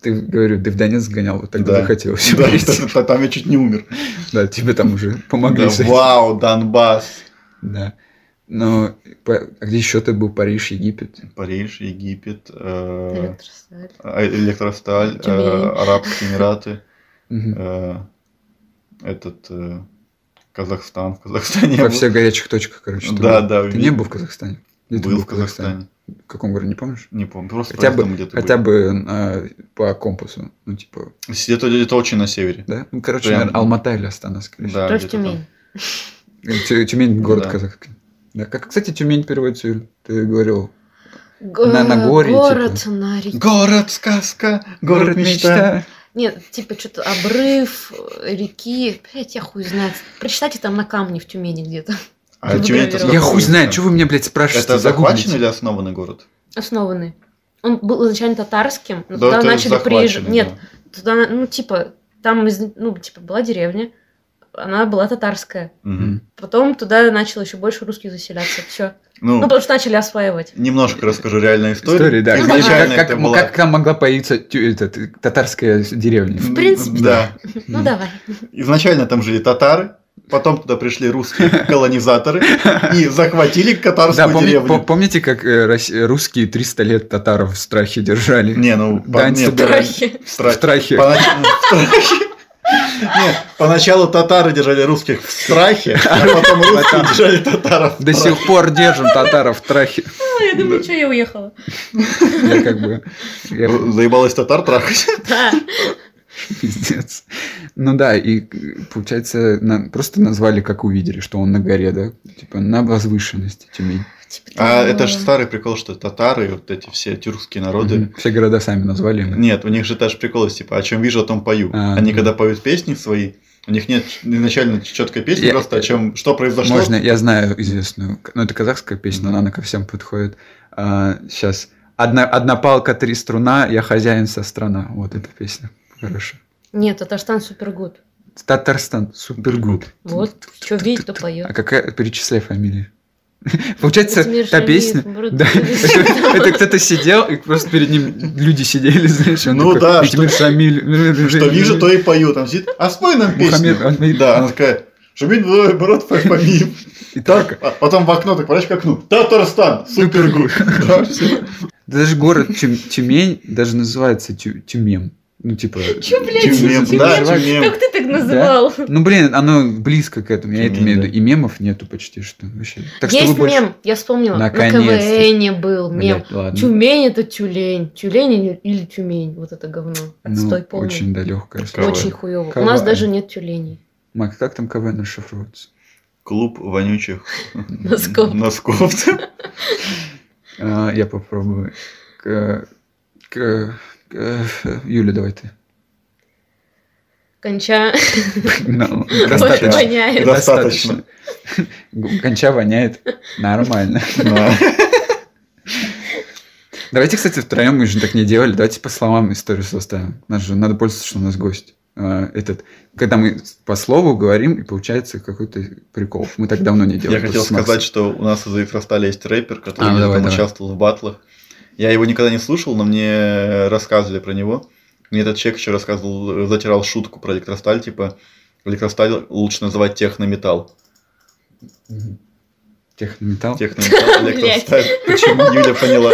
[SPEAKER 2] Ты, говорю, ты в Донецк гонял, вот тогда
[SPEAKER 3] Да.
[SPEAKER 2] захотелось
[SPEAKER 3] Да,
[SPEAKER 2] умереть.
[SPEAKER 3] т- т- Там я чуть не умер.
[SPEAKER 2] Да, тебе там уже помогли.
[SPEAKER 3] Да,
[SPEAKER 2] с этим.
[SPEAKER 3] Вау, Донбасс.
[SPEAKER 2] Да. Но по- а где еще ты был? Париж, Египет.
[SPEAKER 3] Париж, Египет, э,
[SPEAKER 4] Электросталь.
[SPEAKER 3] э, электросталь, э,
[SPEAKER 4] Тюмень.
[SPEAKER 3] Арабские Эмираты,
[SPEAKER 2] Мгм.
[SPEAKER 3] э, этот э, Казахстан. В Казахстане я
[SPEAKER 2] Во
[SPEAKER 3] был.
[SPEAKER 2] всех горячих точках, короче. ты
[SPEAKER 3] Да,
[SPEAKER 2] был.
[SPEAKER 3] да,
[SPEAKER 2] Ты
[SPEAKER 3] ви-
[SPEAKER 2] не был в Казахстане? Где ты
[SPEAKER 3] был в Казахстане.
[SPEAKER 2] В каком городе, не помнишь?
[SPEAKER 3] Не помню, просто
[SPEAKER 2] Хотя бы-
[SPEAKER 3] поездом где-то
[SPEAKER 2] Хотя
[SPEAKER 3] были.
[SPEAKER 2] бы э, по компасу. Ну, типа,
[SPEAKER 3] Это, это очень на севере.
[SPEAKER 2] да? Ну, короче,
[SPEAKER 3] Прям.
[SPEAKER 2] наверное, Алмата или Астана, скорее всего.
[SPEAKER 3] Да,
[SPEAKER 4] Тоже
[SPEAKER 3] где-то там.
[SPEAKER 4] Тюмень.
[SPEAKER 2] Э, Тю- Тюмень –
[SPEAKER 3] Ну
[SPEAKER 2] город
[SPEAKER 3] Да.
[SPEAKER 2] казахский. Да, как, кстати, Тюмень переводится, Юль, ты говорил.
[SPEAKER 4] Г-
[SPEAKER 2] На- на горе, типа.
[SPEAKER 4] Город на реке.
[SPEAKER 3] Город сказка, город мечта.
[SPEAKER 4] Нет, типа что-то обрыв, э, реки. Блять, я хуй знает. Прочитайте там на камне в Тюмени где-то.
[SPEAKER 3] А Тюмень это
[SPEAKER 4] Я
[SPEAKER 2] Ну,
[SPEAKER 3] знакомый
[SPEAKER 2] Я хуй знаю,
[SPEAKER 3] город.
[SPEAKER 2] что вы меня, блядь, спрашиваете?
[SPEAKER 3] Это захваченный
[SPEAKER 2] Загуглите.
[SPEAKER 3] или основанный город?
[SPEAKER 4] Основанный. Он был изначально татарским,
[SPEAKER 2] Ну,
[SPEAKER 4] но
[SPEAKER 3] Да,
[SPEAKER 4] туда
[SPEAKER 3] это
[SPEAKER 4] начали
[SPEAKER 3] захваченный,
[SPEAKER 4] приезжать. Нет,
[SPEAKER 3] да.
[SPEAKER 4] туда, на- ну, типа, там, из- ну, типа, была деревня, она была татарская.
[SPEAKER 3] Мгм.
[SPEAKER 4] Потом туда начало еще больше русских заселяться. Все. Ну,
[SPEAKER 3] Ну,
[SPEAKER 4] потому что начали осваивать.
[SPEAKER 3] немножко расскажу реальную историю.
[SPEAKER 2] История, да. Как-
[SPEAKER 3] Изначально
[SPEAKER 2] как,
[SPEAKER 3] это
[SPEAKER 2] как-
[SPEAKER 3] была...
[SPEAKER 2] как там могла появиться тю- этот, татарская деревня?
[SPEAKER 4] В принципе,
[SPEAKER 3] Да.
[SPEAKER 4] Ну, давай.
[SPEAKER 3] Изначально там жили татары, потом туда пришли русские колонизаторы и захватили
[SPEAKER 2] Да,
[SPEAKER 3] катарскую
[SPEAKER 2] помни- по-
[SPEAKER 3] деревню.
[SPEAKER 2] помните, как э, рос- э, русские 300 лет татаров в страхе держали?
[SPEAKER 3] Не, ну, по-
[SPEAKER 2] Дань
[SPEAKER 3] нет,
[SPEAKER 2] собирали.
[SPEAKER 4] Трахи.
[SPEAKER 3] в
[SPEAKER 2] В
[SPEAKER 3] страхе.
[SPEAKER 2] страхе.
[SPEAKER 3] Понач- в страхе. Нет, поначалу татары держали русских в страхе, а потом русские держали татаров в
[SPEAKER 2] До
[SPEAKER 3] страхе.
[SPEAKER 2] сих пор держим татаров в страхе.
[SPEAKER 4] Ну, я думаю, что я уехала.
[SPEAKER 2] Я как бы... я-
[SPEAKER 3] Заебалась Ну, татар трахать.
[SPEAKER 4] Да.
[SPEAKER 2] Пиздец. Ну да, и э, получается, на- просто назвали, как увидели, что он на горе, да? Типа на возвышенности Тюмень.
[SPEAKER 4] Типа,
[SPEAKER 3] А
[SPEAKER 4] там,
[SPEAKER 3] это же
[SPEAKER 4] э,
[SPEAKER 3] старый прикол, что татары, вот эти все тюркские народы,
[SPEAKER 2] Мгм. Все города сами назвали. мы.
[SPEAKER 3] Нет, у них же даже прикол, есть, типа, о чем вижу, о том пою.
[SPEAKER 2] А,
[SPEAKER 3] Они
[SPEAKER 2] ну.
[SPEAKER 3] когда поют песни свои, у них нет изначально четкой песни,
[SPEAKER 2] Я-
[SPEAKER 3] просто о чем, что произошло.
[SPEAKER 2] Можно, я знаю известную, к- ну это казахская песня, но она ко всем подходит. сейчас. Одна, одна палка, три струна, я хозяин со страна. Вот эта песня. Хорошо.
[SPEAKER 4] Нет, Татарстан супергуд.
[SPEAKER 2] Татарстан, супергуд.
[SPEAKER 4] Вот, что видит, то поет.
[SPEAKER 2] А какая, перечисляй фамилии. Получается,
[SPEAKER 4] Казимир
[SPEAKER 2] та
[SPEAKER 4] Шамилев,
[SPEAKER 2] песня,
[SPEAKER 4] Мурат
[SPEAKER 2] да,
[SPEAKER 4] Тимурович.
[SPEAKER 2] это, это кто-то сидел, и просто перед ним люди сидели, знаешь, и он
[SPEAKER 3] Ну
[SPEAKER 2] такой,
[SPEAKER 3] да,
[SPEAKER 2] «Ведь мы ну, Шамиль,
[SPEAKER 3] Что вижу, то и пою. Там сидит, а спой нам песню.
[SPEAKER 2] Мухаммед, он и-
[SPEAKER 3] Да, она такая, шумит в брод фамилии.
[SPEAKER 2] И так,
[SPEAKER 3] А потом в окно так поворачиваешь к окну. ну, Татарстан, супергуд. Да, всё.
[SPEAKER 2] даже город Тю- Тюмень даже называется Тю- Тюмем. Ну, типа...
[SPEAKER 4] Чё, блядь,
[SPEAKER 3] Тюмем,
[SPEAKER 4] Тюмень?
[SPEAKER 3] да,
[SPEAKER 2] Называется-
[SPEAKER 3] тюмем.
[SPEAKER 4] Как ты так называл?
[SPEAKER 2] Ну, блин, оно близко к этому. Я это
[SPEAKER 3] Тюмень,
[SPEAKER 2] имею в
[SPEAKER 3] да.
[SPEAKER 2] виду. И мемов нету почти что. Вообще. Так что
[SPEAKER 4] Есть
[SPEAKER 2] вы больше-
[SPEAKER 4] мем, я вспомнила. На
[SPEAKER 2] Наконец-то.
[SPEAKER 4] КВН был мем.
[SPEAKER 2] Блядь, ладно.
[SPEAKER 4] Тюмень это тюлень. Тюлень или- или тюмень. Вот это говно.
[SPEAKER 2] Ну,
[SPEAKER 4] Отстой полный.
[SPEAKER 2] очень, да, легкая.
[SPEAKER 3] Такая.
[SPEAKER 4] Очень хуево. У
[SPEAKER 2] Кавай.
[SPEAKER 4] нас даже нет тюленей.
[SPEAKER 2] Мак, как там КВН расшифровывается?
[SPEAKER 3] Клуб вонючих
[SPEAKER 4] Носков.
[SPEAKER 3] носков.
[SPEAKER 2] А, я попробую. К, к- к- Юля, давай ты.
[SPEAKER 4] Конча
[SPEAKER 2] Ну,
[SPEAKER 4] Ой,
[SPEAKER 2] Достаточно.
[SPEAKER 4] воняет.
[SPEAKER 3] Достаточно.
[SPEAKER 2] Г- Конча Э, воняет. Нормально.
[SPEAKER 3] Да.
[SPEAKER 2] Давайте, кстати, втроем мы же так не делали. Давайте по словам историю составим. Нас же надо пользоваться, что у нас гость. А, этот, когда мы по слову говорим, и получается какой-то прикол. Мы так давно не делали.
[SPEAKER 3] Я хотел сказать, что у нас из Электростали есть рэпер, который
[SPEAKER 2] А, ну
[SPEAKER 3] где-то
[SPEAKER 2] давай,
[SPEAKER 3] там
[SPEAKER 2] давай.
[SPEAKER 3] участвовал в батлах. Я его никогда не слушал, но мне рассказывали про него. Мне этот человек еще рассказывал, э, затирал шутку про электросталь, типа электросталь лучше называть технометалл.
[SPEAKER 2] что... Технометалл.
[SPEAKER 3] Технометалл, электросталь. Почему Юля поняла?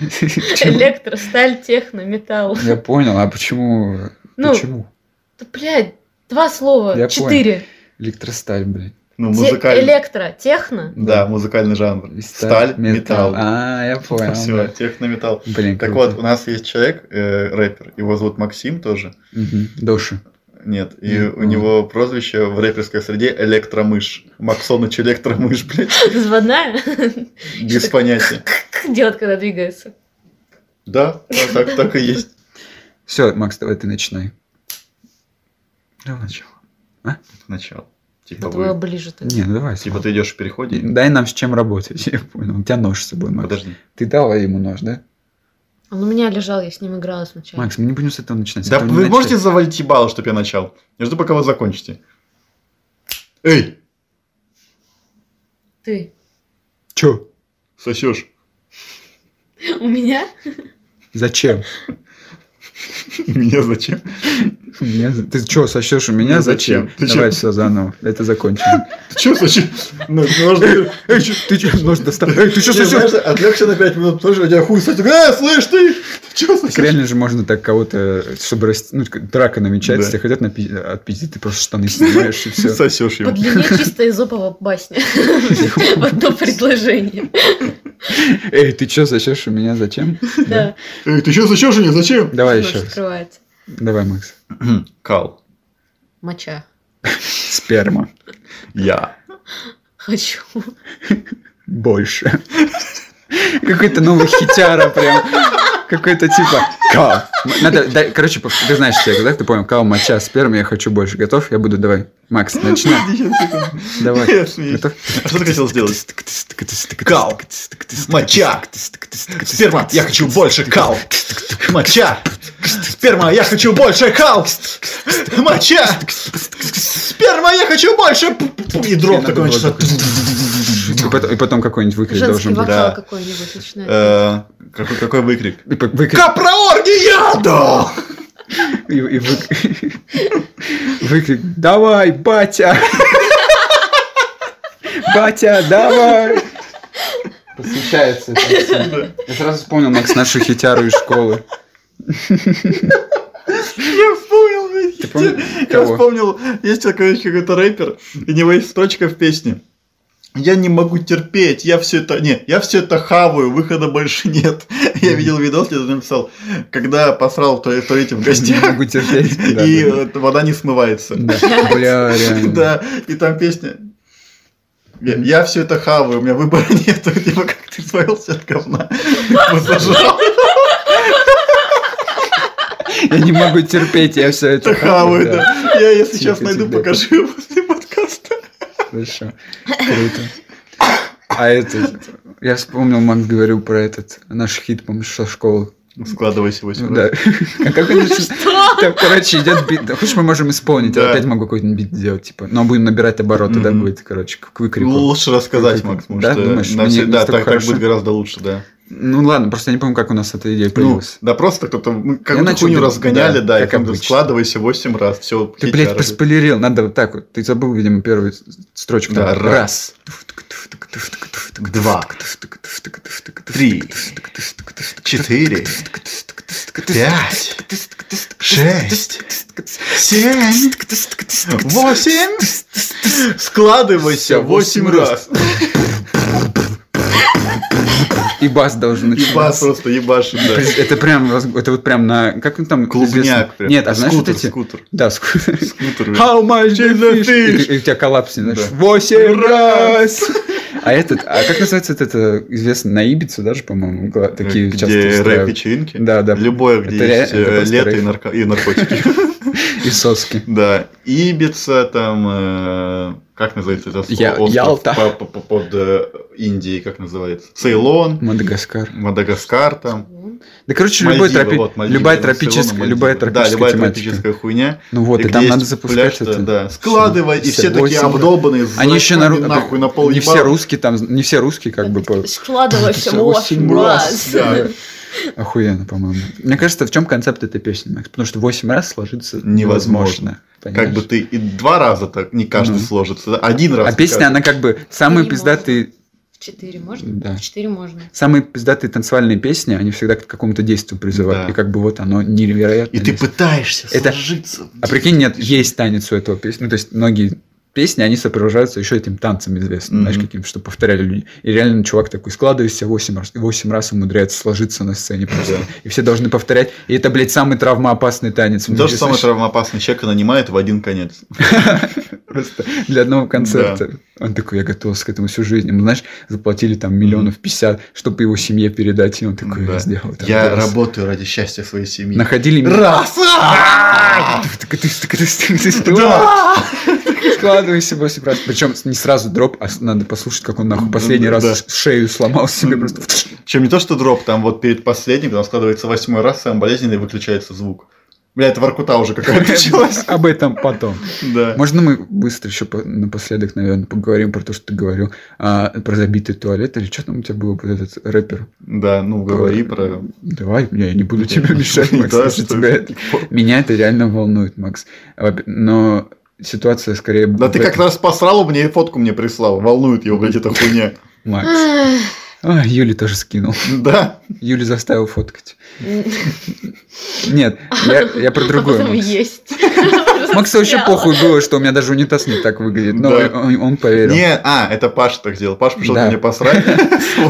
[SPEAKER 2] Чего?
[SPEAKER 4] Электро, сталь, техно, металл.
[SPEAKER 2] Я понял, а почему?
[SPEAKER 4] Ну,
[SPEAKER 2] Почему?
[SPEAKER 4] да, блядь, два слова,
[SPEAKER 2] Я
[SPEAKER 4] четыре.
[SPEAKER 2] Электросталь, блядь.
[SPEAKER 3] Ну,
[SPEAKER 4] Те-
[SPEAKER 3] музыкальный.
[SPEAKER 4] Электро, техно.
[SPEAKER 3] Да, музыкальный жанр. Сталь, металл.
[SPEAKER 2] А, я понял.
[SPEAKER 3] Все, технометалл.
[SPEAKER 2] Блин,
[SPEAKER 3] Так
[SPEAKER 2] круто.
[SPEAKER 3] вот, у нас есть человек, э, рэпер, его зовут Максим тоже.
[SPEAKER 2] Мгм, Доша.
[SPEAKER 3] Нет, и
[SPEAKER 2] Нет,
[SPEAKER 3] у
[SPEAKER 2] ну.
[SPEAKER 3] него прозвище в рэперской среде Электромыш. Максоныч Электромыш, блядь,
[SPEAKER 4] Взводная.
[SPEAKER 3] без понятия.
[SPEAKER 4] Делать, когда двигается.
[SPEAKER 3] Да, да, так, так и есть.
[SPEAKER 2] Все, Макс, давай ты начинай. Давай начало.
[SPEAKER 3] Начало. Типа
[SPEAKER 4] Да твоя
[SPEAKER 3] вы...
[SPEAKER 4] ближе так.
[SPEAKER 2] Не, ну давай.
[SPEAKER 3] Типа
[SPEAKER 2] Слава.
[SPEAKER 3] ты идешь в переходе.
[SPEAKER 2] Дай нам с чем работать. Я понял. У тебя нож с собой, Макс.
[SPEAKER 3] Подожди.
[SPEAKER 2] Ты дала ему нож, да?
[SPEAKER 4] Он у меня лежал, я с ним играла сначала.
[SPEAKER 2] Макс, мы не будем с этого начинать. с
[SPEAKER 3] Да
[SPEAKER 2] этого не
[SPEAKER 3] вы
[SPEAKER 2] начать.
[SPEAKER 3] можете завалить ебало, чтобы я начал? Я жду, пока вы закончите. Эй,
[SPEAKER 4] Ты.
[SPEAKER 2] Чё?
[SPEAKER 3] сосешь.
[SPEAKER 4] У меня?
[SPEAKER 2] Зачем?
[SPEAKER 3] Меня зачем?
[SPEAKER 2] Меня за- Ты чё, сочтешь у меня?
[SPEAKER 3] Ну,
[SPEAKER 2] Зачем?
[SPEAKER 3] зачем? Ты чё?
[SPEAKER 2] Давай все заново. Это закончено.
[SPEAKER 3] Ты чё сосешь? Ну, можно-
[SPEAKER 2] Эй, чё- ты чё, нож достал? Эй, ты чё
[SPEAKER 3] Ты знаешь,
[SPEAKER 2] сосёшь?
[SPEAKER 3] отвлекся на 5 минут, тоже у тебя хуй сосет. Э, слышь ты! Ты чё
[SPEAKER 2] Так
[SPEAKER 3] сосешь?
[SPEAKER 2] реально же можно так кого-то, чтобы рас- ну, как драка намечается,
[SPEAKER 3] Да.
[SPEAKER 2] если хотят напи- отпиздить, ты просто штаны снимаешь и все.
[SPEAKER 3] Сосешь
[SPEAKER 4] По
[SPEAKER 3] его.
[SPEAKER 4] длине чисто изопова басня. В одно предложение.
[SPEAKER 2] Эй, ты чё, сосешь у меня? Зачем?
[SPEAKER 4] Да.
[SPEAKER 3] Эй, Э, ты чё сосешь у меня? Зачем?
[SPEAKER 2] Давай
[SPEAKER 4] Нож
[SPEAKER 2] еще раз.
[SPEAKER 4] Открывается.
[SPEAKER 2] Давай, Макс.
[SPEAKER 3] Кал.
[SPEAKER 4] Моча.
[SPEAKER 2] Сперма.
[SPEAKER 3] Я.
[SPEAKER 4] Хочу.
[SPEAKER 2] Больше. Какой-то новый хитяра прям. Какой-то типа кал. Надо, да, короче, пов- ты знаешь текст, да? Ты понял? Кал, моча, сперма, я хочу больше. Готов? Я буду, давай. Макс, начинай. Давай.
[SPEAKER 3] Я смеюсь.
[SPEAKER 2] Готов?
[SPEAKER 3] А что ты хотел сделать? Кал. Моча. Сперма, я хочу больше кал. Моча. Сперма, я хочу больше кал. Моча. Сперма, я хочу больше. И дроп такой начался.
[SPEAKER 2] И потом- И потом какой-нибудь выкрик
[SPEAKER 4] Женский
[SPEAKER 2] должен быть.
[SPEAKER 4] вокал
[SPEAKER 3] да.
[SPEAKER 4] какой-нибудь начинает.
[SPEAKER 3] Э, Какой, какой выкрик?
[SPEAKER 2] И по- выкрик.
[SPEAKER 3] Капрооргиада!
[SPEAKER 2] И, и вы- выкрик «Давай, батя!» «Батя, давай!» Посвящается это всем. Я сразу вспомнил, Макс, нашу хитяру из школы.
[SPEAKER 3] Я вспомнил, блядь,
[SPEAKER 2] Ты помни-
[SPEAKER 3] хитя- я
[SPEAKER 2] кого?
[SPEAKER 3] вспомнил, есть такой еще какой-то рэпер, и у него есть строчка в песне. Я не могу терпеть, я все это... Не, я все это хаваю, выхода больше нет. Я видел видос, где он написал, когда посрал в туале- в туалете в
[SPEAKER 2] Не
[SPEAKER 3] гостях,
[SPEAKER 2] могу терпеть. Да,
[SPEAKER 3] и
[SPEAKER 2] да,
[SPEAKER 3] э, вода не смывается.
[SPEAKER 2] да. Бля, реально.
[SPEAKER 3] Да, и там песня. Я, я все это хаваю, у меня выбора нет. Типа, как ты избавился от говна? Вот зажал,
[SPEAKER 2] Я не могу терпеть, я все это
[SPEAKER 3] это хаваю, да. Я, если
[SPEAKER 2] Тихо,
[SPEAKER 3] сейчас найду,
[SPEAKER 2] тихо, да.
[SPEAKER 3] покажу после подкаста.
[SPEAKER 2] Хорошо. Круто. А этот... Я вспомнил, Макс говорил про этот наш хит, помнишь, со школы.
[SPEAKER 3] Складывайся 8
[SPEAKER 2] Да.
[SPEAKER 3] раз.
[SPEAKER 2] А как они же-
[SPEAKER 4] Что?
[SPEAKER 2] Так, короче, идет бит. Да Хочешь, мы можем исполнить? Я
[SPEAKER 3] Да.
[SPEAKER 2] опять могу какой-нибудь бит сделать, типа. Но будем набирать обороты, да,
[SPEAKER 3] Мгм.
[SPEAKER 2] будет, короче, к выкрику.
[SPEAKER 3] Ну, лучше рассказать,
[SPEAKER 2] Как-то-
[SPEAKER 3] Макс, потому
[SPEAKER 2] да,
[SPEAKER 3] что
[SPEAKER 2] думаешь,
[SPEAKER 3] на
[SPEAKER 2] мне
[SPEAKER 3] все- да,
[SPEAKER 2] настолько
[SPEAKER 3] так, так
[SPEAKER 2] хорошо?
[SPEAKER 3] будет гораздо лучше, да.
[SPEAKER 2] Ну ладно, просто я не помню, как у нас эта идея
[SPEAKER 3] Ну,
[SPEAKER 2] появилась.
[SPEAKER 3] да просто кто-то, мы
[SPEAKER 2] Я
[SPEAKER 3] как будто
[SPEAKER 2] начал
[SPEAKER 3] хуйню
[SPEAKER 2] дум-
[SPEAKER 3] разгоняли,
[SPEAKER 2] да,
[SPEAKER 3] да, и
[SPEAKER 2] как
[SPEAKER 3] там
[SPEAKER 2] обычно.
[SPEAKER 3] складывайся 8 раз, все,
[SPEAKER 2] Ты, блядь, проспойлерил, надо вот так вот. Ты забыл, видимо, первую с- строчку.
[SPEAKER 3] Да,
[SPEAKER 2] Там.
[SPEAKER 3] раз. Два. Три. Четыре. Пять. Шесть. Семь. Восемь. Складывайся
[SPEAKER 2] Всё, восемь
[SPEAKER 3] 8 раз.
[SPEAKER 2] И бас должен
[SPEAKER 3] И бас
[SPEAKER 2] начинаться.
[SPEAKER 3] просто ебашит, да.
[SPEAKER 2] Прис- Это прям, раз- это вот прям на, как он там известно?
[SPEAKER 3] Клубняк прям.
[SPEAKER 2] Нет, а знаешь вот
[SPEAKER 3] скутер,
[SPEAKER 2] эти?
[SPEAKER 3] скутер.
[SPEAKER 2] Да, скутер.
[SPEAKER 3] Скутер.
[SPEAKER 2] How much is the
[SPEAKER 3] the
[SPEAKER 2] fish? И
[SPEAKER 3] fish?
[SPEAKER 2] ты- И у тебя коллапс, не знаешь,
[SPEAKER 3] Да.
[SPEAKER 2] восемь раз. А этот, а как называется вот это, известно, на Ибицу даже, по-моему, гла- такие
[SPEAKER 3] Где
[SPEAKER 2] часто устраивают.
[SPEAKER 3] рэп-вечеринки.
[SPEAKER 2] Да, да.
[SPEAKER 3] Любое, где
[SPEAKER 2] Это ре-
[SPEAKER 3] есть
[SPEAKER 2] это
[SPEAKER 3] э,
[SPEAKER 2] просто
[SPEAKER 3] лето и
[SPEAKER 2] рэп.
[SPEAKER 3] нарко- и наркотики.
[SPEAKER 2] И соски.
[SPEAKER 3] Да, Ибица, там, э, как называется этот
[SPEAKER 2] Я-
[SPEAKER 3] остров
[SPEAKER 2] Ялта.
[SPEAKER 3] по- по- по- под э, Индией, как называется? Цейлон,
[SPEAKER 2] Мадагаскар.
[SPEAKER 3] Мадагаскар, там.
[SPEAKER 2] Да, короче,
[SPEAKER 3] Мальдивы,
[SPEAKER 2] любой тропи-
[SPEAKER 3] вот, Мальдивы,
[SPEAKER 2] любая
[SPEAKER 3] там Цейлон и
[SPEAKER 2] тропическая,
[SPEAKER 3] Мальдивы.
[SPEAKER 2] любая
[SPEAKER 3] Да, любая
[SPEAKER 2] тропическая тематика.
[SPEAKER 3] тропическая хуйня.
[SPEAKER 2] Ну вот,
[SPEAKER 3] И
[SPEAKER 2] и
[SPEAKER 3] где
[SPEAKER 2] там
[SPEAKER 3] есть
[SPEAKER 2] надо запускать
[SPEAKER 3] пляж, да,
[SPEAKER 2] это.
[SPEAKER 3] Да, складывай, и
[SPEAKER 2] Всё,
[SPEAKER 3] все такие
[SPEAKER 2] восемь.
[SPEAKER 3] обдолбанные. с
[SPEAKER 2] Они еще на, ру-
[SPEAKER 3] зрачками нахуй на пол
[SPEAKER 2] не
[SPEAKER 3] ебала.
[SPEAKER 2] все русские там, не все русские как бы
[SPEAKER 4] типа
[SPEAKER 2] по-
[SPEAKER 4] Складывайся
[SPEAKER 2] Всё, восемь
[SPEAKER 4] восемь
[SPEAKER 2] раз,
[SPEAKER 4] раз.
[SPEAKER 3] Да.
[SPEAKER 2] охуенно, по-моему. Мне кажется, в чем концепт этой песни, Макс? Потому что восемь раз сложиться невозможно.
[SPEAKER 3] Невозможно. Как бы ты и два раза так, не каждый
[SPEAKER 2] Ну.
[SPEAKER 3] сложится, да, один раз.
[SPEAKER 2] А песня, она как бы самые
[SPEAKER 4] Не
[SPEAKER 2] пиздатые,
[SPEAKER 4] В четыре можно?
[SPEAKER 2] да.
[SPEAKER 4] В четыре можно.
[SPEAKER 2] самые пиздатые танцевальные песни, они всегда к какому-то действию призывают.
[SPEAKER 3] Да.
[SPEAKER 2] И как бы вот оно невероятно.
[SPEAKER 3] И ты
[SPEAKER 2] есть.
[SPEAKER 3] пытаешься
[SPEAKER 2] Это-
[SPEAKER 3] сложиться.
[SPEAKER 2] А прикинь, нет, есть танец у этого песни. Ну, то есть многие песни, они сопровождаются еще этим танцем известным, знаешь,
[SPEAKER 3] Мгм.
[SPEAKER 2] каким, что повторяли люди. И реально чувак такой складывайся 8 раз, и 8 раз умудряется сложиться на сцене просто.
[SPEAKER 3] Да.
[SPEAKER 2] И все должны повторять. И это, блядь, самый травмоопасный танец. в
[SPEAKER 3] То
[SPEAKER 2] мире,
[SPEAKER 3] же самое
[SPEAKER 2] знаешь,
[SPEAKER 3] травмоопасный человека нанимает в один конец.
[SPEAKER 2] Просто для одного концерта. Он такой, я готовился к этому всю жизнь. Ему, знаешь, заплатили там миллионов пятьдесят, чтобы его семье передать. И он такой,
[SPEAKER 3] Да.
[SPEAKER 2] я сделал. это
[SPEAKER 3] Я
[SPEAKER 2] раз».
[SPEAKER 3] работаю ради счастья своей семьи.
[SPEAKER 2] Находили... ми-
[SPEAKER 3] Раз! А! Да!
[SPEAKER 2] Складывайся 8 раз. Причем не сразу дроп, а с- надо послушать, как он нахуй последний раз
[SPEAKER 3] Да.
[SPEAKER 2] ш- шею сломал себе
[SPEAKER 3] М.
[SPEAKER 2] просто.
[SPEAKER 3] Чем не то, что дроп, там вот перед последним, там складывается восьмой раз, самый болезненный, выключается звук. Бля, это воркута уже какая-то началась.
[SPEAKER 2] Об этом потом.
[SPEAKER 3] Да.
[SPEAKER 2] Можно мы быстро еще по- напоследок, наверное, поговорим про то, что ты говорил, а, про забитый туалет или что там у тебя было вот этот рэпер?
[SPEAKER 3] Да, ну говори про...
[SPEAKER 2] Давай, я не буду Ну, тебе мешать, Макс,
[SPEAKER 3] Да,
[SPEAKER 2] если
[SPEAKER 3] что-
[SPEAKER 2] тебя это- Меня это реально волнует, Макс. А, Но ситуация скорее...
[SPEAKER 3] Да
[SPEAKER 2] в
[SPEAKER 3] ты как
[SPEAKER 2] этом.
[SPEAKER 3] раз посрал мне и фотку мне прислал. Волнует его, блядь, эта хуйня.
[SPEAKER 2] Макс.
[SPEAKER 4] Ах,
[SPEAKER 2] А, Юли тоже скинул.
[SPEAKER 3] Да.
[SPEAKER 2] Юли заставил фоткать.
[SPEAKER 4] м,
[SPEAKER 2] Нет, я, я про другое.
[SPEAKER 4] а потом
[SPEAKER 2] Макс.
[SPEAKER 4] есть.
[SPEAKER 2] Максу вообще
[SPEAKER 4] Застряла.
[SPEAKER 2] похуй было, что у меня даже унитаз не так выглядит. Но
[SPEAKER 3] Да.
[SPEAKER 2] он, он поверил.
[SPEAKER 3] Не, а, это Паша так сделал. Паша пришел
[SPEAKER 2] Да.
[SPEAKER 3] мне посрать.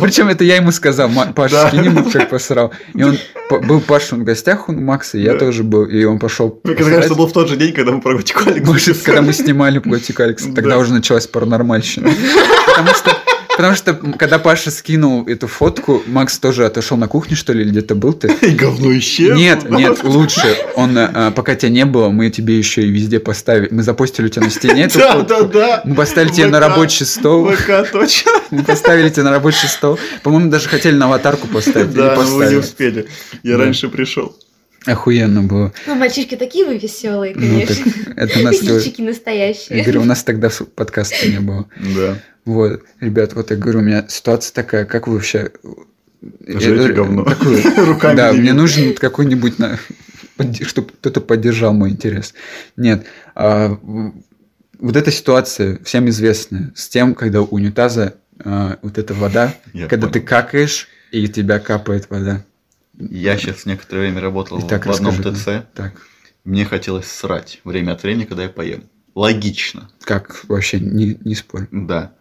[SPEAKER 2] Причем это я ему сказал, «Ма- Паш,
[SPEAKER 3] Да.
[SPEAKER 2] скини ему, как посрал. И он п- был Паша в гостях у Макса, и я
[SPEAKER 3] Да.
[SPEAKER 2] тоже был, и он пошел.
[SPEAKER 3] Мне кажется, был в тот же день, когда мы про Ватикан
[SPEAKER 2] Может, когда мы снимали «Плотик Алекса», тогда
[SPEAKER 3] Да.
[SPEAKER 2] уже началась паранормальщина. Потому что, потому что, м, когда Паша скинул эту фотку, Макс тоже отошел на кухню, что ли, или где-то был ты?
[SPEAKER 3] И говно исчезло.
[SPEAKER 2] Нет,
[SPEAKER 3] да.
[SPEAKER 2] нет, лучше. Он, а, пока тебя не было, мы тебе еще и везде поставили. Мы запостили у тебя на стене эту
[SPEAKER 3] Да, да,
[SPEAKER 2] фотку.
[SPEAKER 3] да.
[SPEAKER 2] Мы поставили тебя на
[SPEAKER 3] ВК.
[SPEAKER 2] рабочий стол.
[SPEAKER 3] ВК, точно.
[SPEAKER 2] Мы поставили тебя на рабочий стол. По-моему, даже хотели на аватарку поставить. или
[SPEAKER 3] Да, но вы не
[SPEAKER 2] поставили.
[SPEAKER 3] успели. Я
[SPEAKER 2] Да.
[SPEAKER 3] раньше пришел.
[SPEAKER 2] Охуенно было.
[SPEAKER 4] Ну, мальчишки такие вы веселые,
[SPEAKER 2] Ну, так,
[SPEAKER 4] конечно.
[SPEAKER 2] это у нас... тоже-
[SPEAKER 4] Лисички
[SPEAKER 2] Я
[SPEAKER 4] настоящие.
[SPEAKER 2] говорю, у нас тогда с- подкаста не было.
[SPEAKER 3] Да.
[SPEAKER 2] Вот, ребят, вот я говорю, у меня ситуация такая, как вы вообще... Я-
[SPEAKER 3] Жрете
[SPEAKER 2] э,
[SPEAKER 3] говно.
[SPEAKER 2] такую-
[SPEAKER 3] Руками
[SPEAKER 2] Да,
[SPEAKER 3] не
[SPEAKER 2] мне
[SPEAKER 3] видно.
[SPEAKER 2] нужен какой-нибудь, чтобы кто-то поддержал мой интерес. Нет, а, в- вот эта ситуация всем известная, с тем, когда у унитаза а, вот эта вода,
[SPEAKER 3] Я
[SPEAKER 2] когда
[SPEAKER 3] понял.
[SPEAKER 2] ты какаешь, и у тебя капает вода.
[SPEAKER 3] Я сейчас некоторое время работал
[SPEAKER 2] Итак,
[SPEAKER 3] в одном
[SPEAKER 2] расскажи,
[SPEAKER 3] ТЦ.
[SPEAKER 2] Так,
[SPEAKER 3] Мне хотелось срать время от времени, когда я поем. Логично.
[SPEAKER 2] как вообще, не, не спорь.
[SPEAKER 3] Да.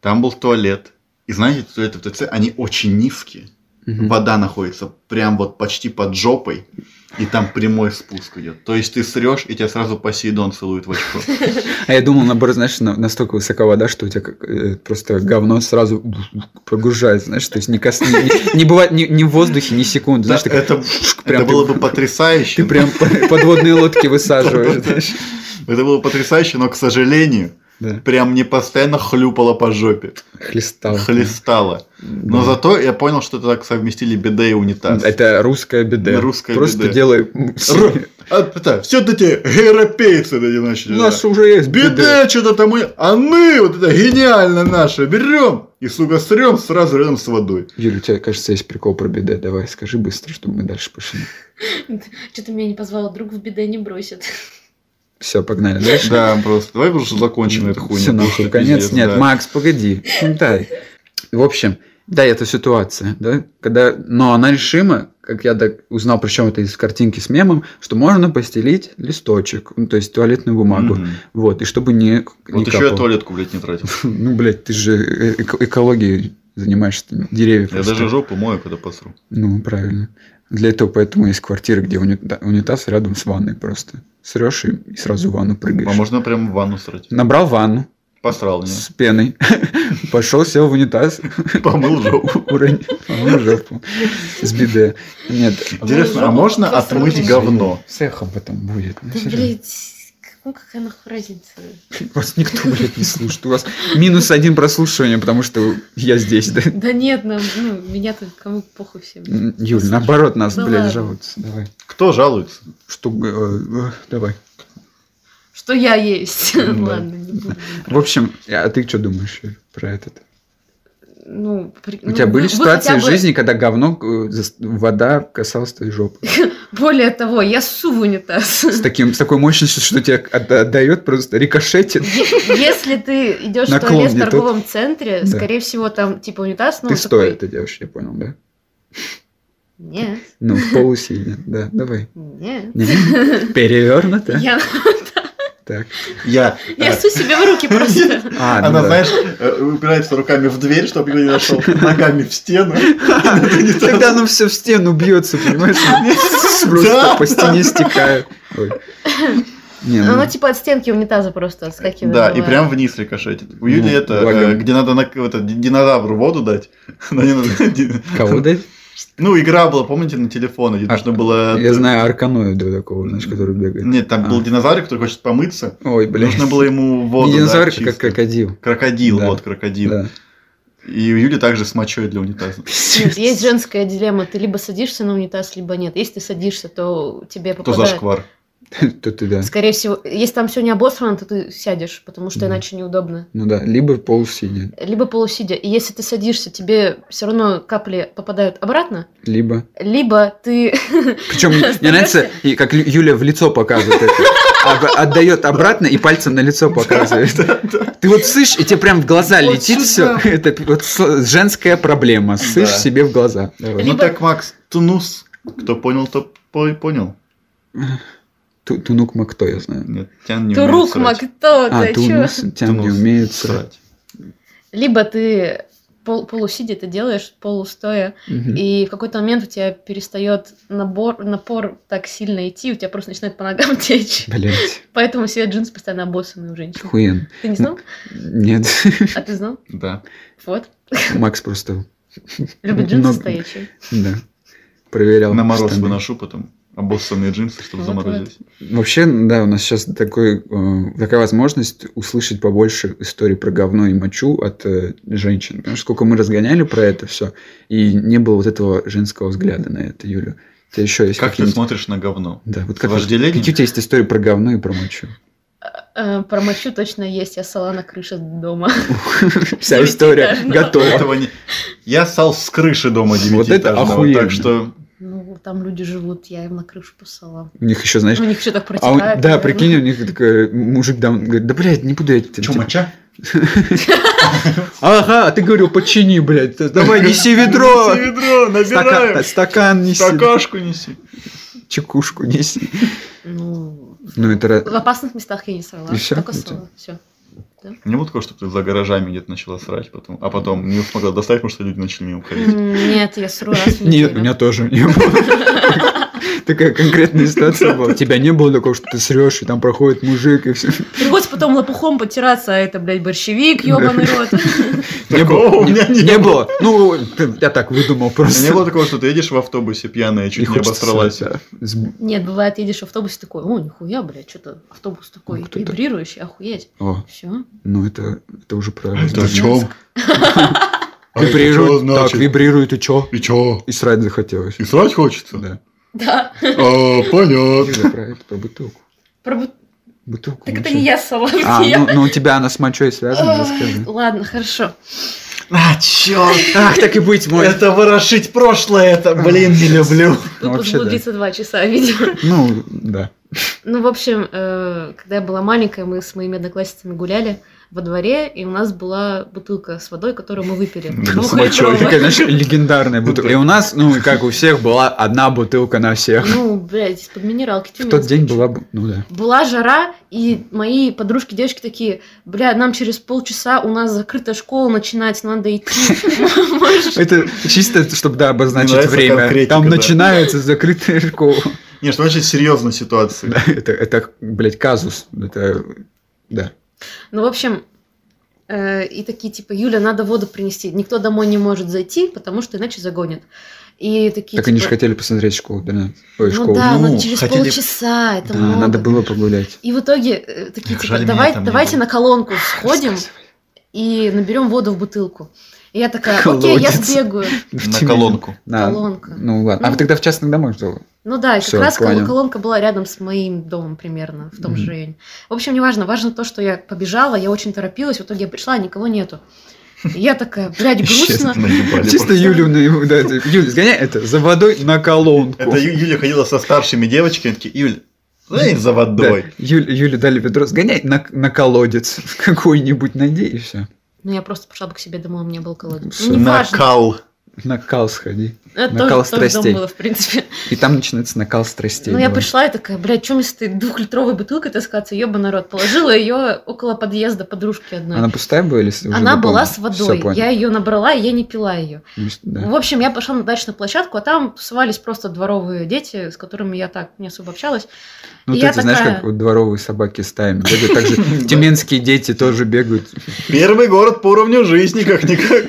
[SPEAKER 3] Там был туалет. И знаете, туалеты в ТЦ, они очень низкие.
[SPEAKER 2] Мгм.
[SPEAKER 3] Вода находится прям вот почти под жопой. И там прямой спуск идет. То есть ты срешь, и тебя сразу Посейдон целует в очко.
[SPEAKER 2] А я думал, наоборот, знаешь, на- настолько высока вода, что у тебя как, э, просто говно сразу погружает, знаешь, то есть не, кос... не, не бывает ни, ни в воздухе, ни секунды, знаешь,
[SPEAKER 3] Да,
[SPEAKER 2] так
[SPEAKER 3] это,
[SPEAKER 2] прям
[SPEAKER 3] это
[SPEAKER 2] ты-
[SPEAKER 3] было бы потрясающе.
[SPEAKER 2] ты прям подводные лодки высаживаешь,
[SPEAKER 3] Да-да-да.
[SPEAKER 2] знаешь.
[SPEAKER 3] Это было потрясающе, но, к сожалению,
[SPEAKER 2] Да.
[SPEAKER 3] Прям мне постоянно хлюпало по жопе.
[SPEAKER 2] Хлестал.
[SPEAKER 3] Хлестало. Но зато я понял, что это так совместили биде и унитаз.
[SPEAKER 2] Это русская беда.
[SPEAKER 3] Русская
[SPEAKER 2] Просто
[SPEAKER 3] биде.
[SPEAKER 2] делай...
[SPEAKER 3] Ру- А, это, все эти европейцы эти
[SPEAKER 2] У
[SPEAKER 3] начали.
[SPEAKER 2] нас уже есть беда.
[SPEAKER 3] Беда что-то там, и- а мы вот это гениально наше берем и, сука, срем сразу рядом с водой.
[SPEAKER 2] Юля, у тебя, кажется, есть прикол про беда. Давай, скажи быстро, чтобы мы дальше пошли.
[SPEAKER 4] Что-то меня не позвал, друг в беде не бросит.
[SPEAKER 2] Все, погнали дальше.
[SPEAKER 3] Да, просто давай уже закончим эту хуйню.
[SPEAKER 2] Все,
[SPEAKER 3] потому
[SPEAKER 2] нахуй,
[SPEAKER 3] что
[SPEAKER 2] конец.
[SPEAKER 3] пиздец,
[SPEAKER 2] Нет,
[SPEAKER 3] да.
[SPEAKER 2] Макс, погоди. Ну, Дай. В общем, да, это ситуация, да, когда, но она решима, как я так узнал, причем это из картинки с мемом, что можно постелить листочек, ну, то есть туалетную бумагу,
[SPEAKER 3] Мгм.
[SPEAKER 2] вот, и чтобы не, не
[SPEAKER 3] Вот еще я
[SPEAKER 2] капало.
[SPEAKER 3] туалетку, блядь, не тратил.
[SPEAKER 2] Ну, блядь, ты же э- эко- экологией занимаешься, ты деревья
[SPEAKER 3] Я
[SPEAKER 2] просто.
[SPEAKER 3] даже жопу мою, когда посру.
[SPEAKER 2] Ну, правильно. Для этого поэтому есть квартиры, где унита- унитаз рядом с ванной просто. Срешь и, и сразу в ванну прыгаешь.
[SPEAKER 3] А можно прям в ванну срать.
[SPEAKER 2] Набрал ванну
[SPEAKER 3] Посрал не.
[SPEAKER 2] с пеной, пошел, сел в унитаз,
[SPEAKER 3] Помыл жопу.
[SPEAKER 2] уронил помыл жопу с биде. Нет,
[SPEAKER 3] Интересно, а можно
[SPEAKER 4] Посрал.
[SPEAKER 3] отмыть говно?
[SPEAKER 2] цехом потом будет. ну,
[SPEAKER 4] Да,
[SPEAKER 2] серьёзно.
[SPEAKER 4] блядь, ну какая нахуй разница?
[SPEAKER 2] Вас никто, блядь, не слушает. У вас минус один прослушивание, потому что я здесь, да?
[SPEAKER 4] Да нет, нам, ну, меня-то кому похуй всем.
[SPEAKER 2] Юль, наоборот, нас,
[SPEAKER 4] Да
[SPEAKER 2] блядь,
[SPEAKER 4] ладно.
[SPEAKER 2] жалуются. Давай.
[SPEAKER 3] Кто жалуется?
[SPEAKER 2] Что, э, э, давай.
[SPEAKER 4] Что я есть.
[SPEAKER 2] Ну, да.
[SPEAKER 4] Ладно, не буду.
[SPEAKER 2] В общем, а ты что думаешь Юль, про этот?
[SPEAKER 4] Ну, при-
[SPEAKER 2] У тебя
[SPEAKER 4] ну,
[SPEAKER 2] были
[SPEAKER 4] вы- вы
[SPEAKER 2] ситуации
[SPEAKER 4] хотя
[SPEAKER 2] в
[SPEAKER 4] бы-
[SPEAKER 2] жизни, когда говно, э, зас- вода касалась твоей жопы?
[SPEAKER 4] Более того, я ссу в унитаз.
[SPEAKER 2] С, таким, с такой мощностью, что тебя от- отдает просто рикошетит.
[SPEAKER 4] Е- Если ты идешь в
[SPEAKER 2] Наклон
[SPEAKER 4] туалет в
[SPEAKER 2] не тот.
[SPEAKER 4] торговом центре,
[SPEAKER 2] Да.
[SPEAKER 4] скорее всего, там типа унитаз, ну.
[SPEAKER 2] Ты
[SPEAKER 4] он такой-
[SPEAKER 2] стоя это делаешь, я понял, да?
[SPEAKER 4] Нет,
[SPEAKER 2] Ну, в полусиле, да, давай.
[SPEAKER 4] нет.
[SPEAKER 2] Не, Перевернуто.
[SPEAKER 4] Я,
[SPEAKER 2] Так.
[SPEAKER 3] Я.
[SPEAKER 4] я ссу себе в руки просто.
[SPEAKER 2] э, А, ну
[SPEAKER 3] Она,
[SPEAKER 2] да.
[SPEAKER 3] знаешь, э, упирается руками в дверь, чтобы никто не нашел, ногами в стену.
[SPEAKER 2] Ну, Тогда оно все в стену бьется, понимаешь? Просто
[SPEAKER 3] Да,
[SPEAKER 2] по стене стекает. Ой. Не, ну,
[SPEAKER 4] Оно типа от стенки унитаза просто отскакивает.
[SPEAKER 3] Да, и
[SPEAKER 4] бывает.
[SPEAKER 3] прям вниз рикошетит. У Юли
[SPEAKER 2] Ну,
[SPEAKER 3] это,
[SPEAKER 2] благо.
[SPEAKER 3] э, где надо на, вот это, динозавру воду дать. Но не надо- ди-
[SPEAKER 2] кого дать?
[SPEAKER 3] Ну, игра была, помните, на телефоне, где
[SPEAKER 2] А,
[SPEAKER 3] нужно было...
[SPEAKER 2] Я знаю арканоида такого, знаешь, который бегает.
[SPEAKER 3] Нет, там
[SPEAKER 2] А.
[SPEAKER 3] был динозаврик, который хочет помыться.
[SPEAKER 2] Ой, блядь.
[SPEAKER 3] Нужно было ему воду
[SPEAKER 2] Не
[SPEAKER 3] дать
[SPEAKER 2] динозавр,
[SPEAKER 3] чистую.
[SPEAKER 2] как крокодил.
[SPEAKER 3] Крокодил,
[SPEAKER 2] Да.
[SPEAKER 3] вот, крокодил.
[SPEAKER 2] Да.
[SPEAKER 3] И у Юли также с мочой для унитаза.
[SPEAKER 4] Нет, Ну, есть женская дилемма. Ты либо садишься на унитаз, либо нет. Если ты садишься, то тебе
[SPEAKER 3] То
[SPEAKER 4] попадает.
[SPEAKER 3] зашквар.
[SPEAKER 2] То ты да.
[SPEAKER 4] Скорее всего, если там все не обосрано, то ты сядешь, потому что
[SPEAKER 2] Да.
[SPEAKER 4] иначе неудобно.
[SPEAKER 2] Ну да, либо полусидя,
[SPEAKER 4] Либо полусидя. И если ты садишься, тебе все равно капли попадают обратно,
[SPEAKER 2] либо...
[SPEAKER 4] либо ты
[SPEAKER 2] Причем мне мне нравится, и как Лю- Юля в лицо показывает это. Об- отдает обратно и пальцем на лицо показывает. Ты вот сышь, и тебе прям в глаза
[SPEAKER 3] Вот
[SPEAKER 2] летит все.
[SPEAKER 3] сюда.
[SPEAKER 2] Это п- вот с- женская проблема. Сышь
[SPEAKER 3] Да.
[SPEAKER 2] себе в глаза. Давай.
[SPEAKER 3] Ну
[SPEAKER 4] Либо-
[SPEAKER 3] так, Макс, тунус. Кто понял, то по- понял.
[SPEAKER 2] Ту- Тунук Макто, я знаю.
[SPEAKER 3] Нет, тян не умеет
[SPEAKER 4] рук
[SPEAKER 3] срать.
[SPEAKER 4] кто
[SPEAKER 2] А,
[SPEAKER 4] ты чё?
[SPEAKER 2] Тунус, тян не
[SPEAKER 3] Тунус.
[SPEAKER 2] умеет срать.
[SPEAKER 3] Срать.
[SPEAKER 4] Либо ты пол- полусидя ты делаешь, полустоя,
[SPEAKER 2] Мгм.
[SPEAKER 4] и в какой-то момент у тебя перестает набор, напор так сильно идти, у тебя просто начинает по ногам течь.
[SPEAKER 2] Блять,
[SPEAKER 4] Поэтому все джинсы постоянно обоссаны у женщин.
[SPEAKER 2] хуен.
[SPEAKER 4] Ты не знал?
[SPEAKER 2] Нет,
[SPEAKER 4] А ты знал?
[SPEAKER 3] Да.
[SPEAKER 4] Вот.
[SPEAKER 2] Макс просто,
[SPEAKER 4] Любит джинсы
[SPEAKER 2] Много.
[SPEAKER 4] стоячие.
[SPEAKER 2] да, проверял.
[SPEAKER 3] На мороз
[SPEAKER 2] штаны.
[SPEAKER 3] выношу потом обоссанные джинсы, чтобы
[SPEAKER 4] Вот,
[SPEAKER 3] заморозились.
[SPEAKER 2] Вообще, да, у нас сейчас такой, э, такая возможность услышать побольше историй про говно и мочу от э, женщин. Потому что сколько мы разгоняли про это все, и не было вот этого женского взгляда на это, Юля. У тебя еще есть
[SPEAKER 3] Как ты
[SPEAKER 2] какие-нибудь-
[SPEAKER 3] смотришь на говно?
[SPEAKER 2] Да, вот как
[SPEAKER 3] Вожделение?
[SPEAKER 2] Какие у тебя есть истории про говно и про мочу?
[SPEAKER 4] Э, Про мочу точно есть, я сала на крыше дома.
[SPEAKER 2] Вся история
[SPEAKER 4] Девятиэтажного.
[SPEAKER 2] готова.
[SPEAKER 3] Этого не- Я сал с крыши дома
[SPEAKER 2] Вот это
[SPEAKER 3] девятиэтажного,
[SPEAKER 2] охуенно.
[SPEAKER 3] так что
[SPEAKER 4] Ну, там люди живут, я им на крышу посала.
[SPEAKER 2] У них еще, знаешь,
[SPEAKER 4] У них все так
[SPEAKER 2] а он-
[SPEAKER 4] протекает.
[SPEAKER 2] да,
[SPEAKER 4] наверное.
[SPEAKER 2] прикинь, у них такой мужик дам, говорит, да, блядь, не буду я этим.
[SPEAKER 3] Чё, моча?
[SPEAKER 2] Ага, а ты говорил, почини, блядь, давай неси ведро.
[SPEAKER 3] Неси ведро,
[SPEAKER 2] Стакан,
[SPEAKER 3] набираем.
[SPEAKER 2] стакан неси,
[SPEAKER 3] Стакашку неси.
[SPEAKER 2] чекушку неси.
[SPEAKER 4] Ну,
[SPEAKER 2] Ну, это... ра-
[SPEAKER 4] в опасных местах я не срала.
[SPEAKER 2] И всё? Ну, типа.
[SPEAKER 4] Только
[SPEAKER 2] И всё?
[SPEAKER 4] срала. Все.
[SPEAKER 3] Не вот такого, чтобы ты за гаражами где-то начала срать, потом, а потом не смогла достать, потому что люди начали мимо ходить.
[SPEAKER 4] Нет, я сру раз
[SPEAKER 2] Нет,
[SPEAKER 4] в неделю.
[SPEAKER 2] у меня тоже не было. Такая конкретная ситуация была. У тебя не было такого, что ты срешь, и там проходит мужик, и все.
[SPEAKER 4] Приходится потом лопухом потираться, а это, блядь, борщевик, ебаный рот.
[SPEAKER 2] Не
[SPEAKER 3] Такого
[SPEAKER 2] было.
[SPEAKER 3] у меня не
[SPEAKER 2] Не было. Ну, ты- я так выдумал
[SPEAKER 3] У меня
[SPEAKER 2] просто.
[SPEAKER 3] не было такого, что ты едешь в автобусе пьяная, чуть не
[SPEAKER 2] хочется
[SPEAKER 3] обосралась.
[SPEAKER 2] срать, да. С-
[SPEAKER 4] Нет, бывает, едешь в автобусе такой, о, нихуя, блядь, что-то автобус такой
[SPEAKER 2] Ну, кто это?
[SPEAKER 4] вибрирующий, охуеть.
[SPEAKER 2] О,
[SPEAKER 4] Все.
[SPEAKER 2] ну это, это уже правильно.
[SPEAKER 3] А Это А о чем?
[SPEAKER 2] Вибрирует, так, вибрирует, и чё?
[SPEAKER 3] И чё?
[SPEAKER 2] И срать захотелось.
[SPEAKER 3] И срать хочется?
[SPEAKER 2] Да.
[SPEAKER 4] Да.
[SPEAKER 3] А, понятно.
[SPEAKER 2] Я про это, про бутылку.
[SPEAKER 4] Про-
[SPEAKER 2] Бутылку.
[SPEAKER 4] Так
[SPEAKER 2] мы
[SPEAKER 4] это
[SPEAKER 2] всё-
[SPEAKER 4] не я ссала,
[SPEAKER 2] А,
[SPEAKER 4] это я.
[SPEAKER 2] ну, ну у тебя она с мочой связана, расскажи.
[SPEAKER 4] Ой, Ладно, хорошо.
[SPEAKER 3] А, черт!
[SPEAKER 2] Ах, так и быть, мой.
[SPEAKER 3] ворошить прошлое, это, блин, не люблю.
[SPEAKER 2] Ну,
[SPEAKER 4] Выпуск
[SPEAKER 2] вообще,
[SPEAKER 4] был
[SPEAKER 2] да.
[SPEAKER 4] 32 часа, видимо.
[SPEAKER 2] Ну, да.
[SPEAKER 4] Ну, в общем, э, когда я была маленькая, мы с моими одноклассницами гуляли во дворе, и у нас была бутылка с водой, которую мы выпили. Ну,
[SPEAKER 2] С мочой.
[SPEAKER 4] Двухлитровая.
[SPEAKER 2] Такая, знаешь, легендарная бутылка. И у нас, ну, и как у всех, была одна бутылка на всех.
[SPEAKER 4] Ну, блядь, из-под минералки. чё
[SPEAKER 2] В
[SPEAKER 4] меня
[SPEAKER 2] тот день
[SPEAKER 4] спрашиваешь?
[SPEAKER 2] была... бу- Ну, да.
[SPEAKER 4] Была жара, и мои подружки, девочки такие, бля, нам через полчаса у нас закрыта школа, начинать надо идти. Можешь-
[SPEAKER 2] Это чисто, чтобы, да, обозначить
[SPEAKER 3] Нравится
[SPEAKER 2] время.
[SPEAKER 3] конкретика,
[SPEAKER 2] Там
[SPEAKER 3] да.
[SPEAKER 2] начинается закрытая школа.
[SPEAKER 3] Не, что значит серьезная ситуация?
[SPEAKER 2] Да, это, это, блядь, казус. Это, да.
[SPEAKER 4] Ну, в общем, э, и такие, типа, Юля, надо воду принести. Никто домой не может зайти, потому что иначе загонят. И такие,
[SPEAKER 2] Так они же
[SPEAKER 4] типа,
[SPEAKER 2] хотели посмотреть школу, да? Ой,
[SPEAKER 4] ну
[SPEAKER 2] школу.
[SPEAKER 4] да,
[SPEAKER 3] Ну,
[SPEAKER 4] но через
[SPEAKER 3] хотели-
[SPEAKER 4] полчаса, это
[SPEAKER 2] Да,
[SPEAKER 4] много.
[SPEAKER 2] надо было погулять.
[SPEAKER 4] И в итоге э, такие,
[SPEAKER 3] Эх,
[SPEAKER 4] типа,
[SPEAKER 3] жаль, меня
[SPEAKER 4] давай,
[SPEAKER 3] там не
[SPEAKER 4] давайте
[SPEAKER 3] было».
[SPEAKER 4] на колонку сходим и наберем воду в бутылку. И я такая, окей, я
[SPEAKER 2] Колодец.
[SPEAKER 4] сбегаю.
[SPEAKER 3] На колонку.
[SPEAKER 2] На-
[SPEAKER 4] Колонка.
[SPEAKER 2] Ну ладно. А вы тогда в частных домах жила?
[SPEAKER 4] Ну да, и как
[SPEAKER 2] Всё,
[SPEAKER 4] раз кол-
[SPEAKER 2] понял.
[SPEAKER 4] колонка была рядом с моим домом примерно, в том же
[SPEAKER 2] Мгм.
[SPEAKER 4] районе. В общем, неважно, важно то, что я побежала, я очень торопилась, в итоге я пришла, а никого нету. И я такая, блядь, грустно.
[SPEAKER 3] Наебали.
[SPEAKER 2] Чисто Юлю, на его- да, это- Юль, сгоняй это за водой на колонку.
[SPEAKER 3] Это Ю- Юля ходила со старшими девочками, такие, Юль, дай за
[SPEAKER 2] Да,
[SPEAKER 3] водой.
[SPEAKER 2] Юль, Юле дали ведро, сгоняй на, на колодец какой-нибудь, найди и все.
[SPEAKER 4] Ну я просто пошла бы к себе домой, у меня был колодец.
[SPEAKER 2] Всё,
[SPEAKER 4] Ну, не важно.
[SPEAKER 3] Накал.
[SPEAKER 2] На кал сходи.
[SPEAKER 4] Это
[SPEAKER 2] накал
[SPEAKER 4] тоже, тоже дом
[SPEAKER 2] страстей.
[SPEAKER 4] было, в принципе.
[SPEAKER 2] И там начинается накал страстей.
[SPEAKER 4] Ну, я
[SPEAKER 2] давай.
[SPEAKER 4] пришла и такая, блядь, чем если ты двухлитровой бутылкой таскаться, ёба народ. Положила ее около подъезда подружки одной.
[SPEAKER 2] Она
[SPEAKER 4] Она,
[SPEAKER 2] пустая была или с- уже
[SPEAKER 4] была с
[SPEAKER 2] наполнена?
[SPEAKER 4] водой.
[SPEAKER 2] Всё, понял.
[SPEAKER 4] я ее набрала, и я не пила ее.
[SPEAKER 2] Ну, что- да.
[SPEAKER 4] В общем, я пошла на дачную площадку, а там тусовались просто дворовые дети, с которыми я так не особо общалась.
[SPEAKER 2] Ну,
[SPEAKER 4] и
[SPEAKER 2] ты,
[SPEAKER 4] я
[SPEAKER 2] ты знаешь,
[SPEAKER 4] такая-
[SPEAKER 2] как вот дворовые собаки стаями бегают. Так же тюменские дети тоже бегают.
[SPEAKER 3] Первый город по уровню жизни, как-никак.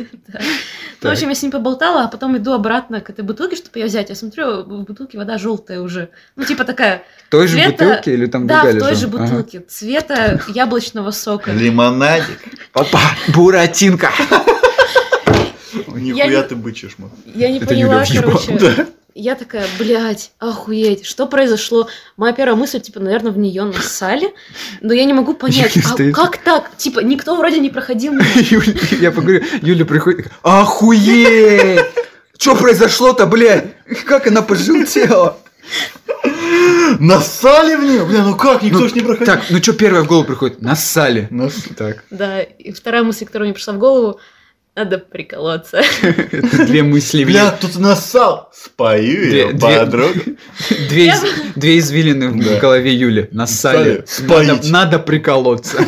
[SPEAKER 4] Ну, в
[SPEAKER 2] Так.
[SPEAKER 4] общем, я с ним поболтала, а потом иду обратно к этой бутылке, чтобы ее взять. Я смотрю, в бутылке вода желтая уже. Ну, типа такая,
[SPEAKER 2] В той же
[SPEAKER 4] Цвета-
[SPEAKER 2] бутылке или там
[SPEAKER 4] да,
[SPEAKER 2] другая
[SPEAKER 4] в той же
[SPEAKER 2] лежала? Ага.
[SPEAKER 4] бутылке, цвета яблочного сока.
[SPEAKER 3] Лимонадик.
[SPEAKER 2] Опа, буратинка.
[SPEAKER 3] Нихуя ты бычишь, мам.
[SPEAKER 4] Я не
[SPEAKER 2] Это
[SPEAKER 4] поняла,
[SPEAKER 2] Юля въебала.
[SPEAKER 4] короче. Я такая, блядь, охуеть, что произошло? Моя первая мысль, типа, наверное, в нее нассали, но я не могу понять,
[SPEAKER 2] Юля
[SPEAKER 4] а
[SPEAKER 2] стоит.
[SPEAKER 4] как так? Типа, никто вроде не проходил мимо.
[SPEAKER 2] Юля, я поговорю, Юля приходит, такая, охуеть! Что произошло-то, блядь? Как она пожелтела?
[SPEAKER 3] Насали в нее? Бля, ну как,
[SPEAKER 2] Ну,
[SPEAKER 3] никто ж не проходил.
[SPEAKER 2] Так, ну что первое в голову приходит? Нассали.
[SPEAKER 3] Нас-
[SPEAKER 2] Так,
[SPEAKER 4] Да, и вторая мысль, которая мне пришла в голову, надо приколоться.
[SPEAKER 2] это две мысли. в
[SPEAKER 3] Бля, тут насал. Спою
[SPEAKER 2] Две-
[SPEAKER 3] ее,
[SPEAKER 2] две-
[SPEAKER 3] подруга.
[SPEAKER 2] ней. Две, из- две извилины в
[SPEAKER 3] Да.
[SPEAKER 2] голове Юли. Нассали.
[SPEAKER 3] Споить.
[SPEAKER 2] Надо, надо приколоться.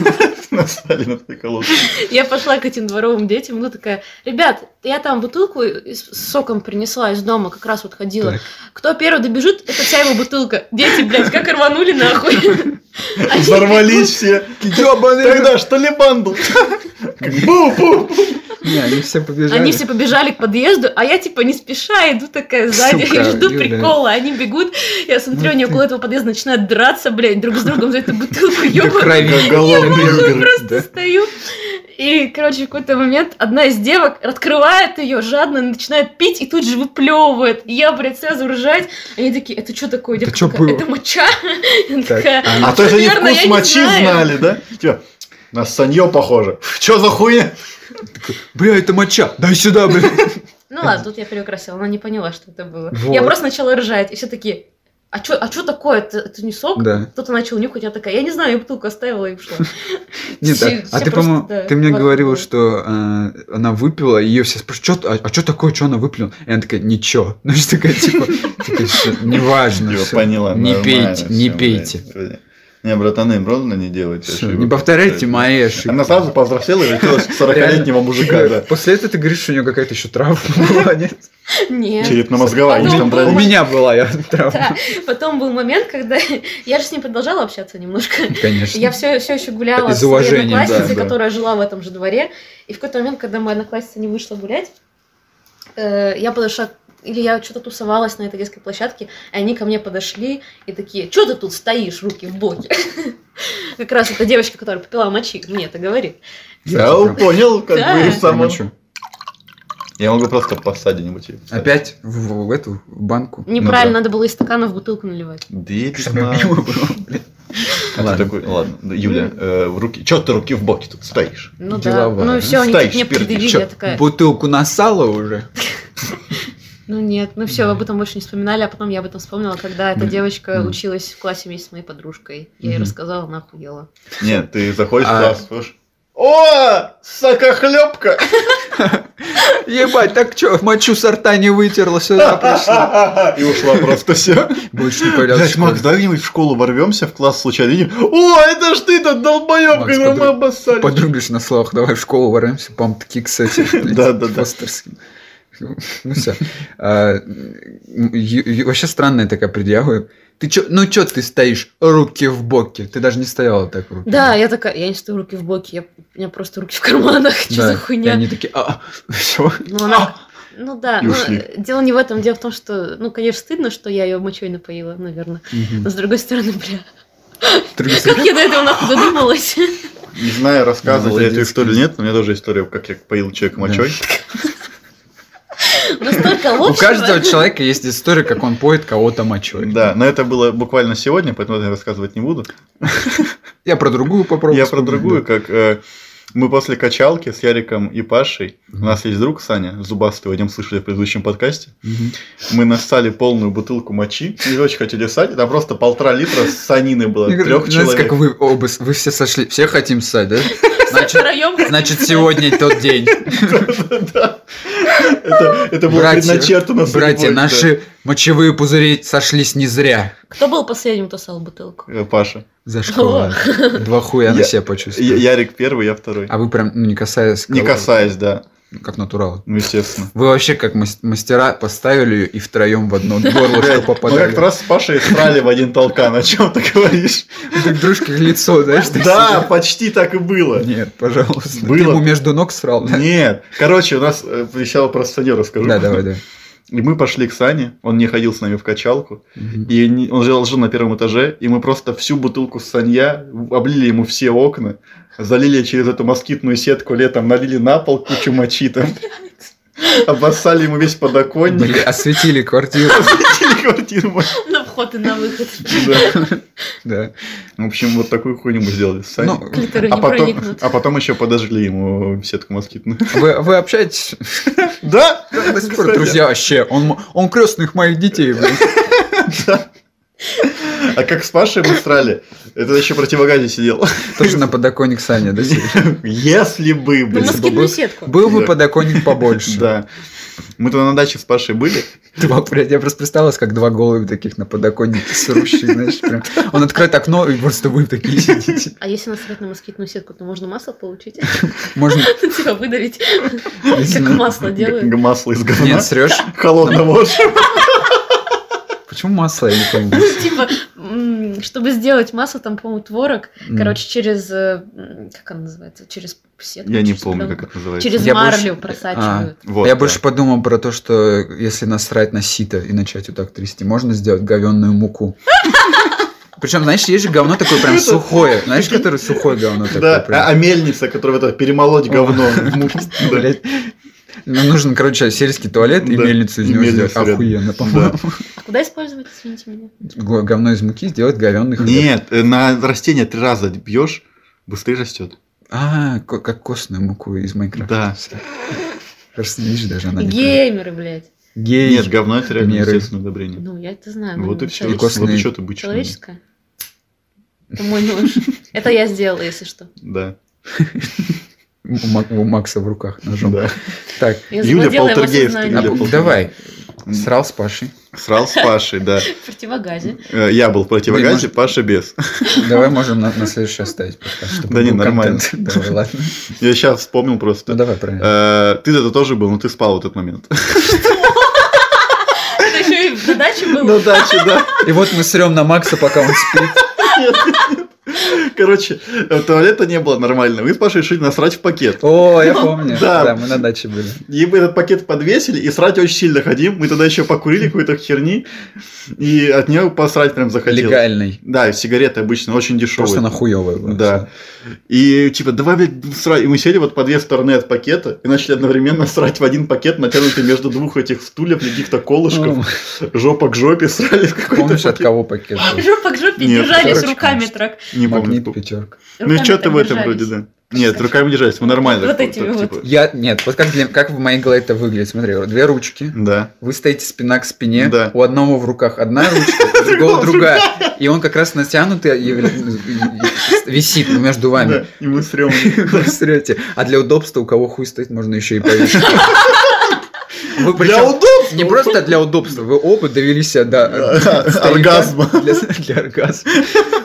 [SPEAKER 3] Насали на твоей колодке.
[SPEAKER 4] Я пошла к этим дворовым детям, ну такая, ребят, я там бутылку из- с соком принесла из дома, как раз вот ходила.
[SPEAKER 2] Так.
[SPEAKER 4] Кто первый добежит, это вся его бутылка. Дети, блядь, как рванули нахуй. Они типа,
[SPEAKER 3] Взорвались все.
[SPEAKER 2] Ёбаный рот.
[SPEAKER 3] Тогда ж Талибан был. Бу-бу.
[SPEAKER 2] Не, они все побежали.
[SPEAKER 4] Они все побежали к подъезду, а я типа не спеша иду такая сзади
[SPEAKER 2] Сука,
[SPEAKER 4] и жду
[SPEAKER 2] Юля.
[SPEAKER 4] прикола. Они бегут, я смотрю,
[SPEAKER 2] Ну
[SPEAKER 4] они
[SPEAKER 2] ты-
[SPEAKER 4] около этого подъезда начинают драться, блядь, друг с другом за эту бутылку,
[SPEAKER 2] до
[SPEAKER 4] ёбаную.
[SPEAKER 2] крови.
[SPEAKER 3] Головный игр.
[SPEAKER 2] Да.
[SPEAKER 4] Стою, и, короче, в какой-то момент одна из девок открывает ее жадно, начинает пить и тут же выплевывает. И я, блядь, сразу ржать. Они такие, это что такое?
[SPEAKER 2] Это
[SPEAKER 4] Девка
[SPEAKER 2] чё
[SPEAKER 4] такая,
[SPEAKER 2] было?
[SPEAKER 4] это моча? Я
[SPEAKER 2] Так,
[SPEAKER 4] такая,
[SPEAKER 2] а
[SPEAKER 3] А то это не
[SPEAKER 4] Наверное, я
[SPEAKER 3] вкус
[SPEAKER 4] не
[SPEAKER 3] мочи
[SPEAKER 4] знаю.
[SPEAKER 3] знали, да? Типа, на санье похоже. Чё за хуйня?
[SPEAKER 2] Бля, это моча. Дай сюда, бля.
[SPEAKER 4] Ну ладно, тут я перекрасила, она не поняла, что это было.
[SPEAKER 2] Вот.
[SPEAKER 4] Я просто начала ржать, и все такие, а что а чё такое? Это, это не сок?
[SPEAKER 2] Да.
[SPEAKER 4] Кто-то начал нюхать, я такая, я не знаю, я бутылку оставила и ушла.
[SPEAKER 2] Нет, а-
[SPEAKER 4] Все-
[SPEAKER 2] а
[SPEAKER 4] все
[SPEAKER 2] ты, по-моему,
[SPEAKER 4] просто, да,
[SPEAKER 2] ты мне
[SPEAKER 4] в-
[SPEAKER 2] говорила, что э, она выпила, и ее все спрашивают, что, а, что такое, что она выпила? И она такая, ничего. Ну, что такая, типа, такая, «Всё, неважно.
[SPEAKER 3] Её
[SPEAKER 2] всё».
[SPEAKER 3] поняла.
[SPEAKER 2] Не
[SPEAKER 3] нормально
[SPEAKER 2] пейте, не
[SPEAKER 3] всё,
[SPEAKER 2] пейте.
[SPEAKER 3] блядь. Не, братаны, им ровно не делайте.
[SPEAKER 2] Всё,
[SPEAKER 3] ошибок.
[SPEAKER 2] Не повторяйте мои ошибки.
[SPEAKER 3] Она сразу повзрослела и летела к 40-летнего мужика, да.
[SPEAKER 2] После этого ты говоришь, что у него какая-то еще травма была, нет?
[SPEAKER 4] Нет.
[SPEAKER 3] Черепно-мозговая, а
[SPEAKER 4] Потом
[SPEAKER 3] есть там
[SPEAKER 4] был
[SPEAKER 3] травма.
[SPEAKER 2] У меня была я
[SPEAKER 4] Ну, Да,
[SPEAKER 2] травма.
[SPEAKER 4] потом был момент, когда я же с ним продолжала общаться немножко.
[SPEAKER 2] Конечно.
[SPEAKER 4] Я все, все еще гуляла
[SPEAKER 2] Из
[SPEAKER 4] с своей
[SPEAKER 2] уважения, да,
[SPEAKER 4] одноклассницей,
[SPEAKER 2] да.
[SPEAKER 4] которая жила в этом же дворе. И в какой-то момент, когда моя одноклассница не вышла гулять, э, я подошла к- или я что-то тусовалась на этой детской площадке, и они ко мне подошли и такие, что ты тут стоишь, руки в боки? Как раз эта девочка, которая попила мочи, мне это говорит.
[SPEAKER 3] Я понял, как
[SPEAKER 4] Да.
[SPEAKER 3] бы и
[SPEAKER 2] Сама.
[SPEAKER 3] сама. Я могу просто посадить где-нибудь. и-
[SPEAKER 2] Опять в в эту в банку.
[SPEAKER 4] Неправильно, надо было из стакана в бутылку наливать.
[SPEAKER 3] Да я
[SPEAKER 2] Чтобы
[SPEAKER 3] пизда.
[SPEAKER 2] мимо было, блин.
[SPEAKER 3] А ты
[SPEAKER 2] Ладно. Ну.
[SPEAKER 3] такой, ладно, да, Юля, э, в руки. Че ты руки в боки тут стоишь?
[SPEAKER 4] Ну
[SPEAKER 2] Деловая.
[SPEAKER 4] да, ну и все, они так
[SPEAKER 3] Стоишь,
[SPEAKER 4] мне
[SPEAKER 3] пердишь,
[SPEAKER 4] предъявили,
[SPEAKER 2] Чё,
[SPEAKER 4] я такая,
[SPEAKER 2] бутылку насала уже?
[SPEAKER 4] ну нет, ну все, об этом больше не вспоминали, а потом я об этом вспомнила, когда эта
[SPEAKER 2] Блин.
[SPEAKER 4] девочка
[SPEAKER 2] Мгм.
[SPEAKER 4] училась в классе вместе с моей подружкой. Я ей
[SPEAKER 2] Мгм.
[SPEAKER 4] рассказала, она охуела.
[SPEAKER 3] Нет, ты заходишь в
[SPEAKER 2] А.
[SPEAKER 3] класс, слышишь, О, сокохлебка!
[SPEAKER 2] Ебать, так что, мочу со рта не вытерла, сюда пришла.
[SPEAKER 3] И ушла просто все.
[SPEAKER 2] Больше не
[SPEAKER 3] Блять,
[SPEAKER 2] появлялась.
[SPEAKER 3] Макс, давай где-нибудь в школу ворвемся, в класс случайно видим. О, это ж ты тот долбоеб,
[SPEAKER 2] Макс,
[SPEAKER 3] когда мы
[SPEAKER 2] подруг-
[SPEAKER 3] обоссались.
[SPEAKER 2] Подрубишь на словах, давай в школу воремся, пам такие, кстати, блядь,
[SPEAKER 3] Да-да-да.
[SPEAKER 2] фостерские. Ну все. Вообще странная такая предъява. Ты чё, ну чё ты стоишь? Руки в боки. Ты даже не стояла так руки.
[SPEAKER 4] Да, я такая, я не стою руки в боки, я, у меня просто руки в карманах, что
[SPEAKER 2] Да,
[SPEAKER 4] за
[SPEAKER 2] И
[SPEAKER 4] хуйня?
[SPEAKER 2] они такие, а, все.
[SPEAKER 4] Ну, она- ну да,
[SPEAKER 3] И
[SPEAKER 4] ну,
[SPEAKER 3] ушли.
[SPEAKER 4] э, дело не в этом, дело в том, что, ну, конечно, стыдно, что я ее мочой напоила, наверное. Но с другой стороны, бля, как я до этого нахуй додумалась?
[SPEAKER 3] Не знаю, рассказывать я эту
[SPEAKER 2] Молодец.
[SPEAKER 3] историю или нет, но у меня тоже история, как я поил человека мочой.
[SPEAKER 4] Настолько
[SPEAKER 2] У
[SPEAKER 4] лучше.
[SPEAKER 2] каждого человека есть история, как он поет кого-то мочой.
[SPEAKER 3] Да, но это было буквально сегодня, поэтому я рассказывать не буду.
[SPEAKER 2] Я про другую попробую.
[SPEAKER 3] Я про
[SPEAKER 2] вспомнить,
[SPEAKER 3] другую,
[SPEAKER 2] да.
[SPEAKER 3] как э, мы после качалки с Яриком и Пашей, у нас есть друг Саня, зубастый, вы о нем слышали в предыдущем подкасте,
[SPEAKER 2] Мгм.
[SPEAKER 3] мы нассали полную бутылку мочи, не очень хотели ссать, там просто полтора литра санины было,
[SPEAKER 2] Мне
[SPEAKER 3] трех
[SPEAKER 2] говорят, Знаете,
[SPEAKER 3] человек.
[SPEAKER 2] как вы оба, с- вы все сошли, все хотим ссать, да? Значит,
[SPEAKER 4] Втроём.
[SPEAKER 2] значит, сегодня тот день.
[SPEAKER 3] Да. Это это было
[SPEAKER 2] Братья,
[SPEAKER 3] предначертано. судьбой,
[SPEAKER 2] Братья,
[SPEAKER 3] Ну, да.
[SPEAKER 2] наши мочевые пузыри сошлись не зря.
[SPEAKER 4] Кто был последним, кто сал бутылку?
[SPEAKER 3] Э, Паша.
[SPEAKER 2] За что? Два хуя на
[SPEAKER 3] Я-
[SPEAKER 2] себя
[SPEAKER 3] Я-
[SPEAKER 2] почувствовали.
[SPEAKER 3] Ярик первый, я второй.
[SPEAKER 2] А вы прям ну, не касаясь...
[SPEAKER 3] Не
[SPEAKER 2] кого-то,
[SPEAKER 3] касаясь, да.
[SPEAKER 2] Как натурал.
[SPEAKER 3] Ну, естественно.
[SPEAKER 2] Вы вообще как мас- мастера поставили ее и втроем в одно горло, что
[SPEAKER 3] Блядь, Мы
[SPEAKER 2] попадали.
[SPEAKER 3] Ну, как-то раз с Пашей срали в один толкан, о чем ты говоришь?
[SPEAKER 2] Друг дружке в лицо, знаешь, так
[SPEAKER 3] Да,
[SPEAKER 2] сидят.
[SPEAKER 3] почти так и было.
[SPEAKER 2] Нет, пожалуйста.
[SPEAKER 3] Было.
[SPEAKER 2] Ты ему между ног срал, да?
[SPEAKER 3] Нет. Короче, у нас э, сначала про Саню расскажу.
[SPEAKER 2] Да, давай, да.
[SPEAKER 3] И мы пошли к Сане, он не ходил с нами в качалку,
[SPEAKER 2] Мгм.
[SPEAKER 3] и не- он жил, жил на первом этаже, и мы просто всю бутылку Санья облили ему все окна, залили через эту москитную сетку летом, налили на пол кучу мочи там, обоссали ему весь подоконник,
[SPEAKER 2] Бля, Осветили квартиру,
[SPEAKER 3] осветили квартиру. мочой.
[SPEAKER 4] На вход и на выход.
[SPEAKER 3] Да.
[SPEAKER 2] да.
[SPEAKER 3] В общем, вот такую хуйню мы сделали с Саней.
[SPEAKER 2] Ну,
[SPEAKER 4] Клиторы
[SPEAKER 3] А
[SPEAKER 4] не
[SPEAKER 3] потом,
[SPEAKER 4] проникнут.
[SPEAKER 3] а потом еще подожгли ему сетку москитную.
[SPEAKER 2] вы, вы общаетесь?
[SPEAKER 3] Да?
[SPEAKER 2] До сих пор, друзья, вообще, он, м- он крестных моих детей, блин.
[SPEAKER 3] А как с Пашей мы срали, это еще в противогазе сидел.
[SPEAKER 2] Тоже на подоконник Саня, да, сидит?
[SPEAKER 3] Если бы,
[SPEAKER 4] Ну,
[SPEAKER 3] блин.
[SPEAKER 2] если бы
[SPEAKER 4] москитную
[SPEAKER 2] был-
[SPEAKER 4] сетку.
[SPEAKER 2] Был бы
[SPEAKER 3] Да.
[SPEAKER 2] подоконник побольше.
[SPEAKER 3] Да. Мы тогда на даче с Пашей были.
[SPEAKER 2] Два, блядь, я просто представилась, как два голубя таких на подоконнике срущие, знаешь, прям. Он открывает окно, и просто вы такие сидите.
[SPEAKER 4] А если насрать на москитную сетку, то можно масло получить?
[SPEAKER 2] Можно...
[SPEAKER 4] Типа выдавить,
[SPEAKER 2] если
[SPEAKER 4] как
[SPEAKER 2] на-
[SPEAKER 4] масло делают.
[SPEAKER 3] Г- Масло из говна.
[SPEAKER 2] Нет, срешь.
[SPEAKER 3] Холодного.
[SPEAKER 2] Почему масло, я не понимаю.
[SPEAKER 4] Ну, типа, м, чтобы сделать масло, там, по-моему, творог,
[SPEAKER 2] М.
[SPEAKER 4] короче, через, э, м, как она называется, через сетку.
[SPEAKER 3] Я не
[SPEAKER 4] через
[SPEAKER 3] помню, как
[SPEAKER 4] пленку.
[SPEAKER 3] это называется.
[SPEAKER 4] Через
[SPEAKER 2] Я
[SPEAKER 4] марлю
[SPEAKER 2] больше-
[SPEAKER 4] просачивают.
[SPEAKER 3] Вот,
[SPEAKER 2] я
[SPEAKER 3] да.
[SPEAKER 2] больше подумал про то, что если насрать на сито и начать вот так трясти, можно сделать говенную муку. Причем, знаешь, есть же говно такое прям сухое. Знаешь, которое сухое говно такое
[SPEAKER 3] Да,
[SPEAKER 2] прям.
[SPEAKER 3] а а мельница, которая вот это перемолоть говно. в муку. Да.
[SPEAKER 2] Блядь. Нам нужен, короче, сельский туалет и
[SPEAKER 3] Да.
[SPEAKER 2] мельницу из
[SPEAKER 3] И
[SPEAKER 2] него сделать.
[SPEAKER 3] мельницу рядом.
[SPEAKER 2] Охуенно, по-моему.
[SPEAKER 4] А куда использовать, извините меня?
[SPEAKER 2] Го- Говно из муки сделать говенный хлеб.
[SPEAKER 3] Нет, э, на растение три раза бьешь, быстрее растет.
[SPEAKER 2] А, ко- как костную муку из Майнкрафта.
[SPEAKER 3] Да.
[SPEAKER 2] Кажется, видишь, даже она не...
[SPEAKER 4] Геймеры, блядь.
[SPEAKER 2] Гей.
[SPEAKER 3] Нет, говно это реально
[SPEAKER 2] Меры.
[SPEAKER 3] естественное удобрение.
[SPEAKER 4] Ну, я это знаю.
[SPEAKER 3] Вот
[SPEAKER 4] ну,
[SPEAKER 3] и все.
[SPEAKER 4] человеческое.
[SPEAKER 2] Костные.
[SPEAKER 3] Вот и что ты бычишь.
[SPEAKER 4] Человеческое? Это мой нож. Это я сделала, если что.
[SPEAKER 3] Да.
[SPEAKER 2] У Мак- у Макса в руках ножом.
[SPEAKER 3] да.
[SPEAKER 2] Так,
[SPEAKER 4] Я
[SPEAKER 3] Юля
[SPEAKER 4] завладела его
[SPEAKER 3] Полтергейст,
[SPEAKER 4] сознанием.
[SPEAKER 3] Юля.
[SPEAKER 2] а, давай. Срал с Пашей.
[SPEAKER 3] Срал с Пашей, да.
[SPEAKER 4] В противогазе.
[SPEAKER 3] Э, Я был в противогазе,
[SPEAKER 2] Блин,
[SPEAKER 3] Паша без.
[SPEAKER 2] Давай можем на, на следующий оставить пока, чтобы
[SPEAKER 3] Да не,
[SPEAKER 2] был
[SPEAKER 3] нормально.
[SPEAKER 2] контент. Давай, ладно.
[SPEAKER 3] Я сейчас вспомнил
[SPEAKER 2] Ну
[SPEAKER 3] просто.
[SPEAKER 2] давай правильно.
[SPEAKER 3] Э, Ты это тоже был, но ты спал в этот момент.
[SPEAKER 4] Это еще и на даче было.
[SPEAKER 3] На даче, Ну да.
[SPEAKER 2] И вот мы срем на Макса, пока он спит.
[SPEAKER 3] Короче, э, туалета не было нормального. Мы с Пашей решили насрать в пакет.
[SPEAKER 2] О, я помню.
[SPEAKER 3] Ну, Да.
[SPEAKER 2] Да, мы на даче были.
[SPEAKER 3] И мы этот пакет подвесили, и срать очень сильно ходим. Мы тогда еще покурили какой-то херни, и от нее посрать прям захотелось.
[SPEAKER 2] Легальный.
[SPEAKER 3] Да, сигареты обычно очень дешевые.
[SPEAKER 2] Просто нахуевый. вообще.
[SPEAKER 3] Да. И типа, давай, блядь, срать. И мы сели вот по две стороны от пакета и начали одновременно срать в один пакет, натянутый между двух этих стульев или каких-то колышков. Жопа к жопе срали в
[SPEAKER 2] Ну,
[SPEAKER 3] какой-то
[SPEAKER 2] Помнишь, от
[SPEAKER 3] пакет.
[SPEAKER 2] кого пакет? был?
[SPEAKER 4] Жопа к жопе
[SPEAKER 3] Нет,
[SPEAKER 4] держались
[SPEAKER 2] короче,
[SPEAKER 4] руками
[SPEAKER 2] конечно.
[SPEAKER 4] трак.
[SPEAKER 3] Не помню.
[SPEAKER 2] Магнит пятерка.
[SPEAKER 3] Ну и
[SPEAKER 4] Руками
[SPEAKER 3] что-то
[SPEAKER 4] так
[SPEAKER 3] в этом
[SPEAKER 4] держались.
[SPEAKER 3] вроде, да. Нет,
[SPEAKER 4] Кстати.
[SPEAKER 3] руками не жались, мы нормально.
[SPEAKER 4] Вот
[SPEAKER 3] так,
[SPEAKER 4] эти
[SPEAKER 3] так,
[SPEAKER 4] вот.
[SPEAKER 3] типа,
[SPEAKER 2] Я, нет, вот как, для- как в моей голове это выглядит. Смотри, вот две ручки,
[SPEAKER 3] Да.
[SPEAKER 2] вы стоите спина к спине,
[SPEAKER 3] Да.
[SPEAKER 2] у одного в руках одна ручка, у другого другая. И он как раз натянутый а, и- и- и- висит между
[SPEAKER 3] Да,
[SPEAKER 2] вами.
[SPEAKER 3] и мы срём.
[SPEAKER 2] Вы срете. А для удобства, у кого хуй стоит, можно еще и повесить. Вы
[SPEAKER 3] Для
[SPEAKER 2] причем
[SPEAKER 3] удобства.
[SPEAKER 2] не просто для удобства, вы оба довели себя до э,
[SPEAKER 3] Да, оргазма.
[SPEAKER 2] Для, для оргазма.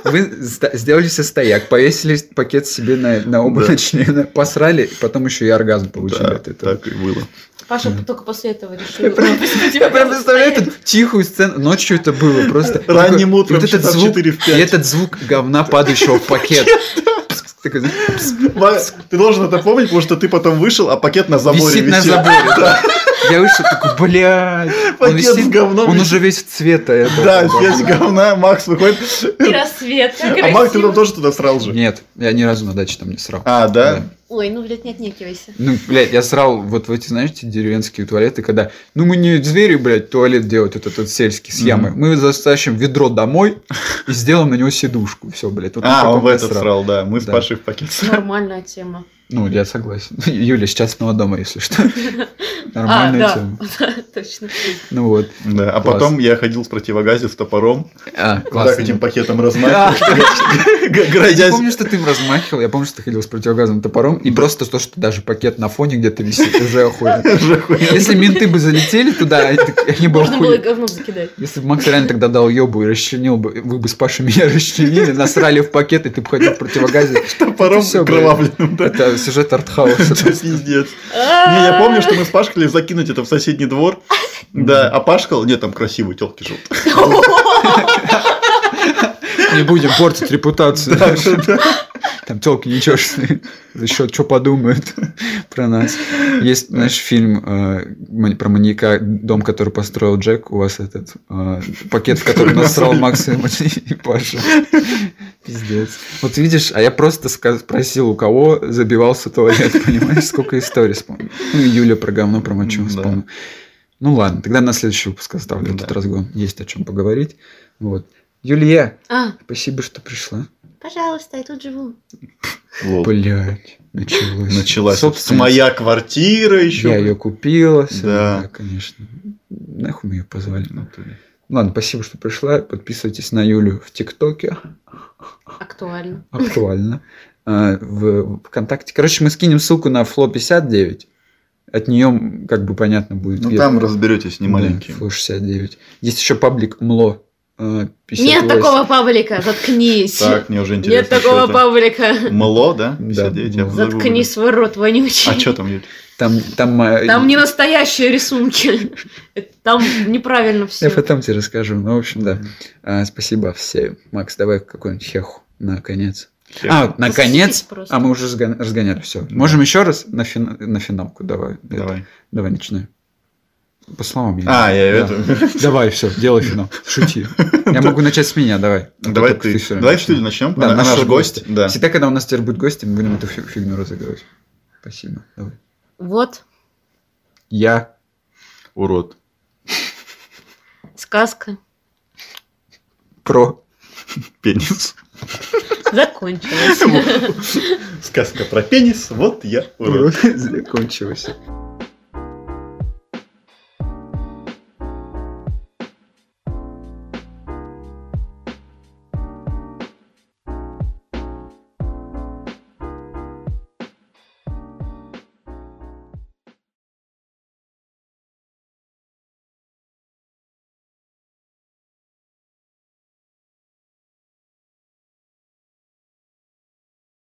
[SPEAKER 2] Вы ста- сделали себе стояк, повесили пакет себе на, на оба
[SPEAKER 3] Да.
[SPEAKER 2] члена, посрали, потом еще и оргазм получили
[SPEAKER 3] Да,
[SPEAKER 2] от этого.
[SPEAKER 3] Так и было.
[SPEAKER 4] Паша только после этого решил.
[SPEAKER 2] Я прям представляю эту тихую сцену. Ночью это было просто.
[SPEAKER 3] Ранним
[SPEAKER 2] Такой-
[SPEAKER 3] утром,
[SPEAKER 2] вот этот
[SPEAKER 3] часа в
[SPEAKER 2] звук,
[SPEAKER 3] 4 в
[SPEAKER 2] и
[SPEAKER 3] 5.
[SPEAKER 2] этот звук говна, падающего в пакет. Такой, знаешь,
[SPEAKER 3] Ва- Ты должен это помнить, потому что ты потом вышел, а пакет на заборе
[SPEAKER 2] Висит на
[SPEAKER 3] висел.
[SPEAKER 2] заборе. да. Я вышел такой, блядь. Он
[SPEAKER 3] Пакет с
[SPEAKER 2] висит,
[SPEAKER 3] говном.
[SPEAKER 2] он
[SPEAKER 3] висит.
[SPEAKER 2] уже весь цвета этого.
[SPEAKER 3] Ну, Да, здесь говна, Макс выходит.
[SPEAKER 4] И рассвет. как
[SPEAKER 3] А Макс, ты
[SPEAKER 4] красиво.
[SPEAKER 3] там тоже туда срал же.
[SPEAKER 2] Нет, я ни разу на даче там не срал.
[SPEAKER 3] А, да?
[SPEAKER 4] Ой, ну, блядь, не отнекивайся.
[SPEAKER 2] Ну, блядь, я срал вот в эти, знаете, деревенские туалеты, когда, ну, мы не звери, блядь, туалет делать, вот этот сельский, с ямой.
[SPEAKER 3] Мгм.
[SPEAKER 2] Мы затащим ведро домой и сделаем на него сидушку. Все, блядь. вот на
[SPEAKER 3] А,
[SPEAKER 2] таком
[SPEAKER 3] он в
[SPEAKER 2] я
[SPEAKER 3] этот
[SPEAKER 2] срал.
[SPEAKER 3] срал, да. Мы с
[SPEAKER 2] Да.
[SPEAKER 3] Пашей в пакет
[SPEAKER 4] Ну,
[SPEAKER 3] срали.
[SPEAKER 4] Нормальная тема.
[SPEAKER 2] Ну, я согласен. Юля с частного дома, если что.
[SPEAKER 4] а,
[SPEAKER 2] Нормальная
[SPEAKER 4] да.
[SPEAKER 2] тема.
[SPEAKER 4] Да, Точно.
[SPEAKER 2] Ну вот.
[SPEAKER 3] Да, а
[SPEAKER 2] Класс.
[SPEAKER 3] потом я ходил с противогазе с топором,
[SPEAKER 2] А,
[SPEAKER 3] вот так
[SPEAKER 2] классно.
[SPEAKER 3] этим пакетом
[SPEAKER 2] Да.
[SPEAKER 3] размахивал, г-
[SPEAKER 2] Я
[SPEAKER 3] грозясь.
[SPEAKER 2] помню, что ты им размахивал, я помню, что ты ходил с противогазным топором, и просто то, что даже пакет на фоне где-то висит, уже охуенно.
[SPEAKER 3] Уже хуя.
[SPEAKER 2] Если менты бы залетели туда, они так- они бы
[SPEAKER 4] Можно было
[SPEAKER 2] охуели.
[SPEAKER 4] говно закидать.
[SPEAKER 2] Если бы Макс реально тогда дал ёбу и расчленил бы, вы бы с Пашей меня расчленили, насрали в пакет, и ты бы ходил в противогазе.
[SPEAKER 3] Топором
[SPEAKER 2] всё, блядь.
[SPEAKER 3] кровавленным, да.
[SPEAKER 2] Это сюжет артхауса.
[SPEAKER 3] Это пиздец.
[SPEAKER 4] А.
[SPEAKER 3] Не, я помню, что мы с Пашкой хотели закинуть это в соседний двор. Да, а Пашка, сказал, нет, там красивые телки живут.
[SPEAKER 2] Не будем портить репутацию.
[SPEAKER 3] Да, да,
[SPEAKER 2] Там телки ничешные. Еще что подумают про нас. Есть, знаешь, фильм э, ман- про маньяка, дом, который построил Джек. У вас этот э, пакет, в который насрал Макс и и Паша. Пиздец. Вот видишь, а я просто ска- спросил, у кого забивался туалет, понимаешь, сколько историй вспомнил. Ну, и Юля про говно, про мочу
[SPEAKER 3] Да.
[SPEAKER 2] вспомнил. Ну ладно, тогда на следующий выпуск оставлю этот
[SPEAKER 3] Да.
[SPEAKER 2] разгон. Есть о чем поговорить. Вот. Юлия,
[SPEAKER 4] А,
[SPEAKER 2] спасибо, что пришла.
[SPEAKER 4] пожалуйста, я тут живу.
[SPEAKER 3] Лол.
[SPEAKER 2] Блять, началось.
[SPEAKER 3] Началась
[SPEAKER 2] Собственно,
[SPEAKER 3] моя квартира еще.
[SPEAKER 2] Я ее купила. всё,
[SPEAKER 3] Да.
[SPEAKER 2] да, конечно. Нахуй мы ее позвали.
[SPEAKER 3] Ну,
[SPEAKER 2] Ладно, спасибо, что пришла. Подписывайтесь на Юлю в ТикТоке.
[SPEAKER 4] Актуально.
[SPEAKER 2] Актуально. А, В ВКонтакте. Короче, мы скинем ссылку на Фло 59. От нее, как бы понятно будет.
[SPEAKER 3] Ну
[SPEAKER 2] где-
[SPEAKER 3] там разберетесь, не
[SPEAKER 2] Да,
[SPEAKER 3] маленькие.
[SPEAKER 2] Фло 69. Есть еще паблик МЛО. э, 58.
[SPEAKER 4] Нет такого паблика, заткнись.
[SPEAKER 3] Так, мне уже интересно.
[SPEAKER 4] Нет такого
[SPEAKER 3] что это.
[SPEAKER 4] паблика.
[SPEAKER 3] Мло, да?
[SPEAKER 2] Да,
[SPEAKER 3] 59, я
[SPEAKER 2] мло.
[SPEAKER 3] загуглю.
[SPEAKER 4] Заткни свой рот вонючий.
[SPEAKER 3] А что там, Юль?
[SPEAKER 2] Там, там, э,
[SPEAKER 4] Там не настоящие рисунки. Это Там неправильно
[SPEAKER 2] Я
[SPEAKER 4] все.
[SPEAKER 2] потом тебе расскажу. Ну, в общем, да. А, спасибо всем. Макс, давай какую-нибудь хеху наконец.
[SPEAKER 3] Хеху.
[SPEAKER 2] А,
[SPEAKER 4] Пососитесь
[SPEAKER 2] наконец.
[SPEAKER 4] просто.
[SPEAKER 2] А мы уже сгон- разгоняли все. Можем еще раз на, фин- на финалку. Давай. это.
[SPEAKER 3] Давай.
[SPEAKER 2] Давай начинай. По словам я.
[SPEAKER 3] А, я
[SPEAKER 2] Да.
[SPEAKER 3] это...
[SPEAKER 2] Давай, все, делай финал. Шути. Я могу начать с меня, давай. А то
[SPEAKER 3] Давай
[SPEAKER 2] только
[SPEAKER 3] ты.
[SPEAKER 2] всё
[SPEAKER 3] Давай
[SPEAKER 2] начни.
[SPEAKER 3] что ли начнем?
[SPEAKER 2] Да,
[SPEAKER 3] Она- она А, наш гость. Да.
[SPEAKER 2] Всегда, когда у нас теперь будет гость, мы будем эту фи- фигню разыгрывать. Спасибо. Давай.
[SPEAKER 4] Вот
[SPEAKER 2] Я.
[SPEAKER 3] Урод.
[SPEAKER 4] сказка
[SPEAKER 2] Про.
[SPEAKER 3] Пенис.
[SPEAKER 4] закончилась.
[SPEAKER 3] Сказка про пенис. Вот я урод.
[SPEAKER 2] Закончилось.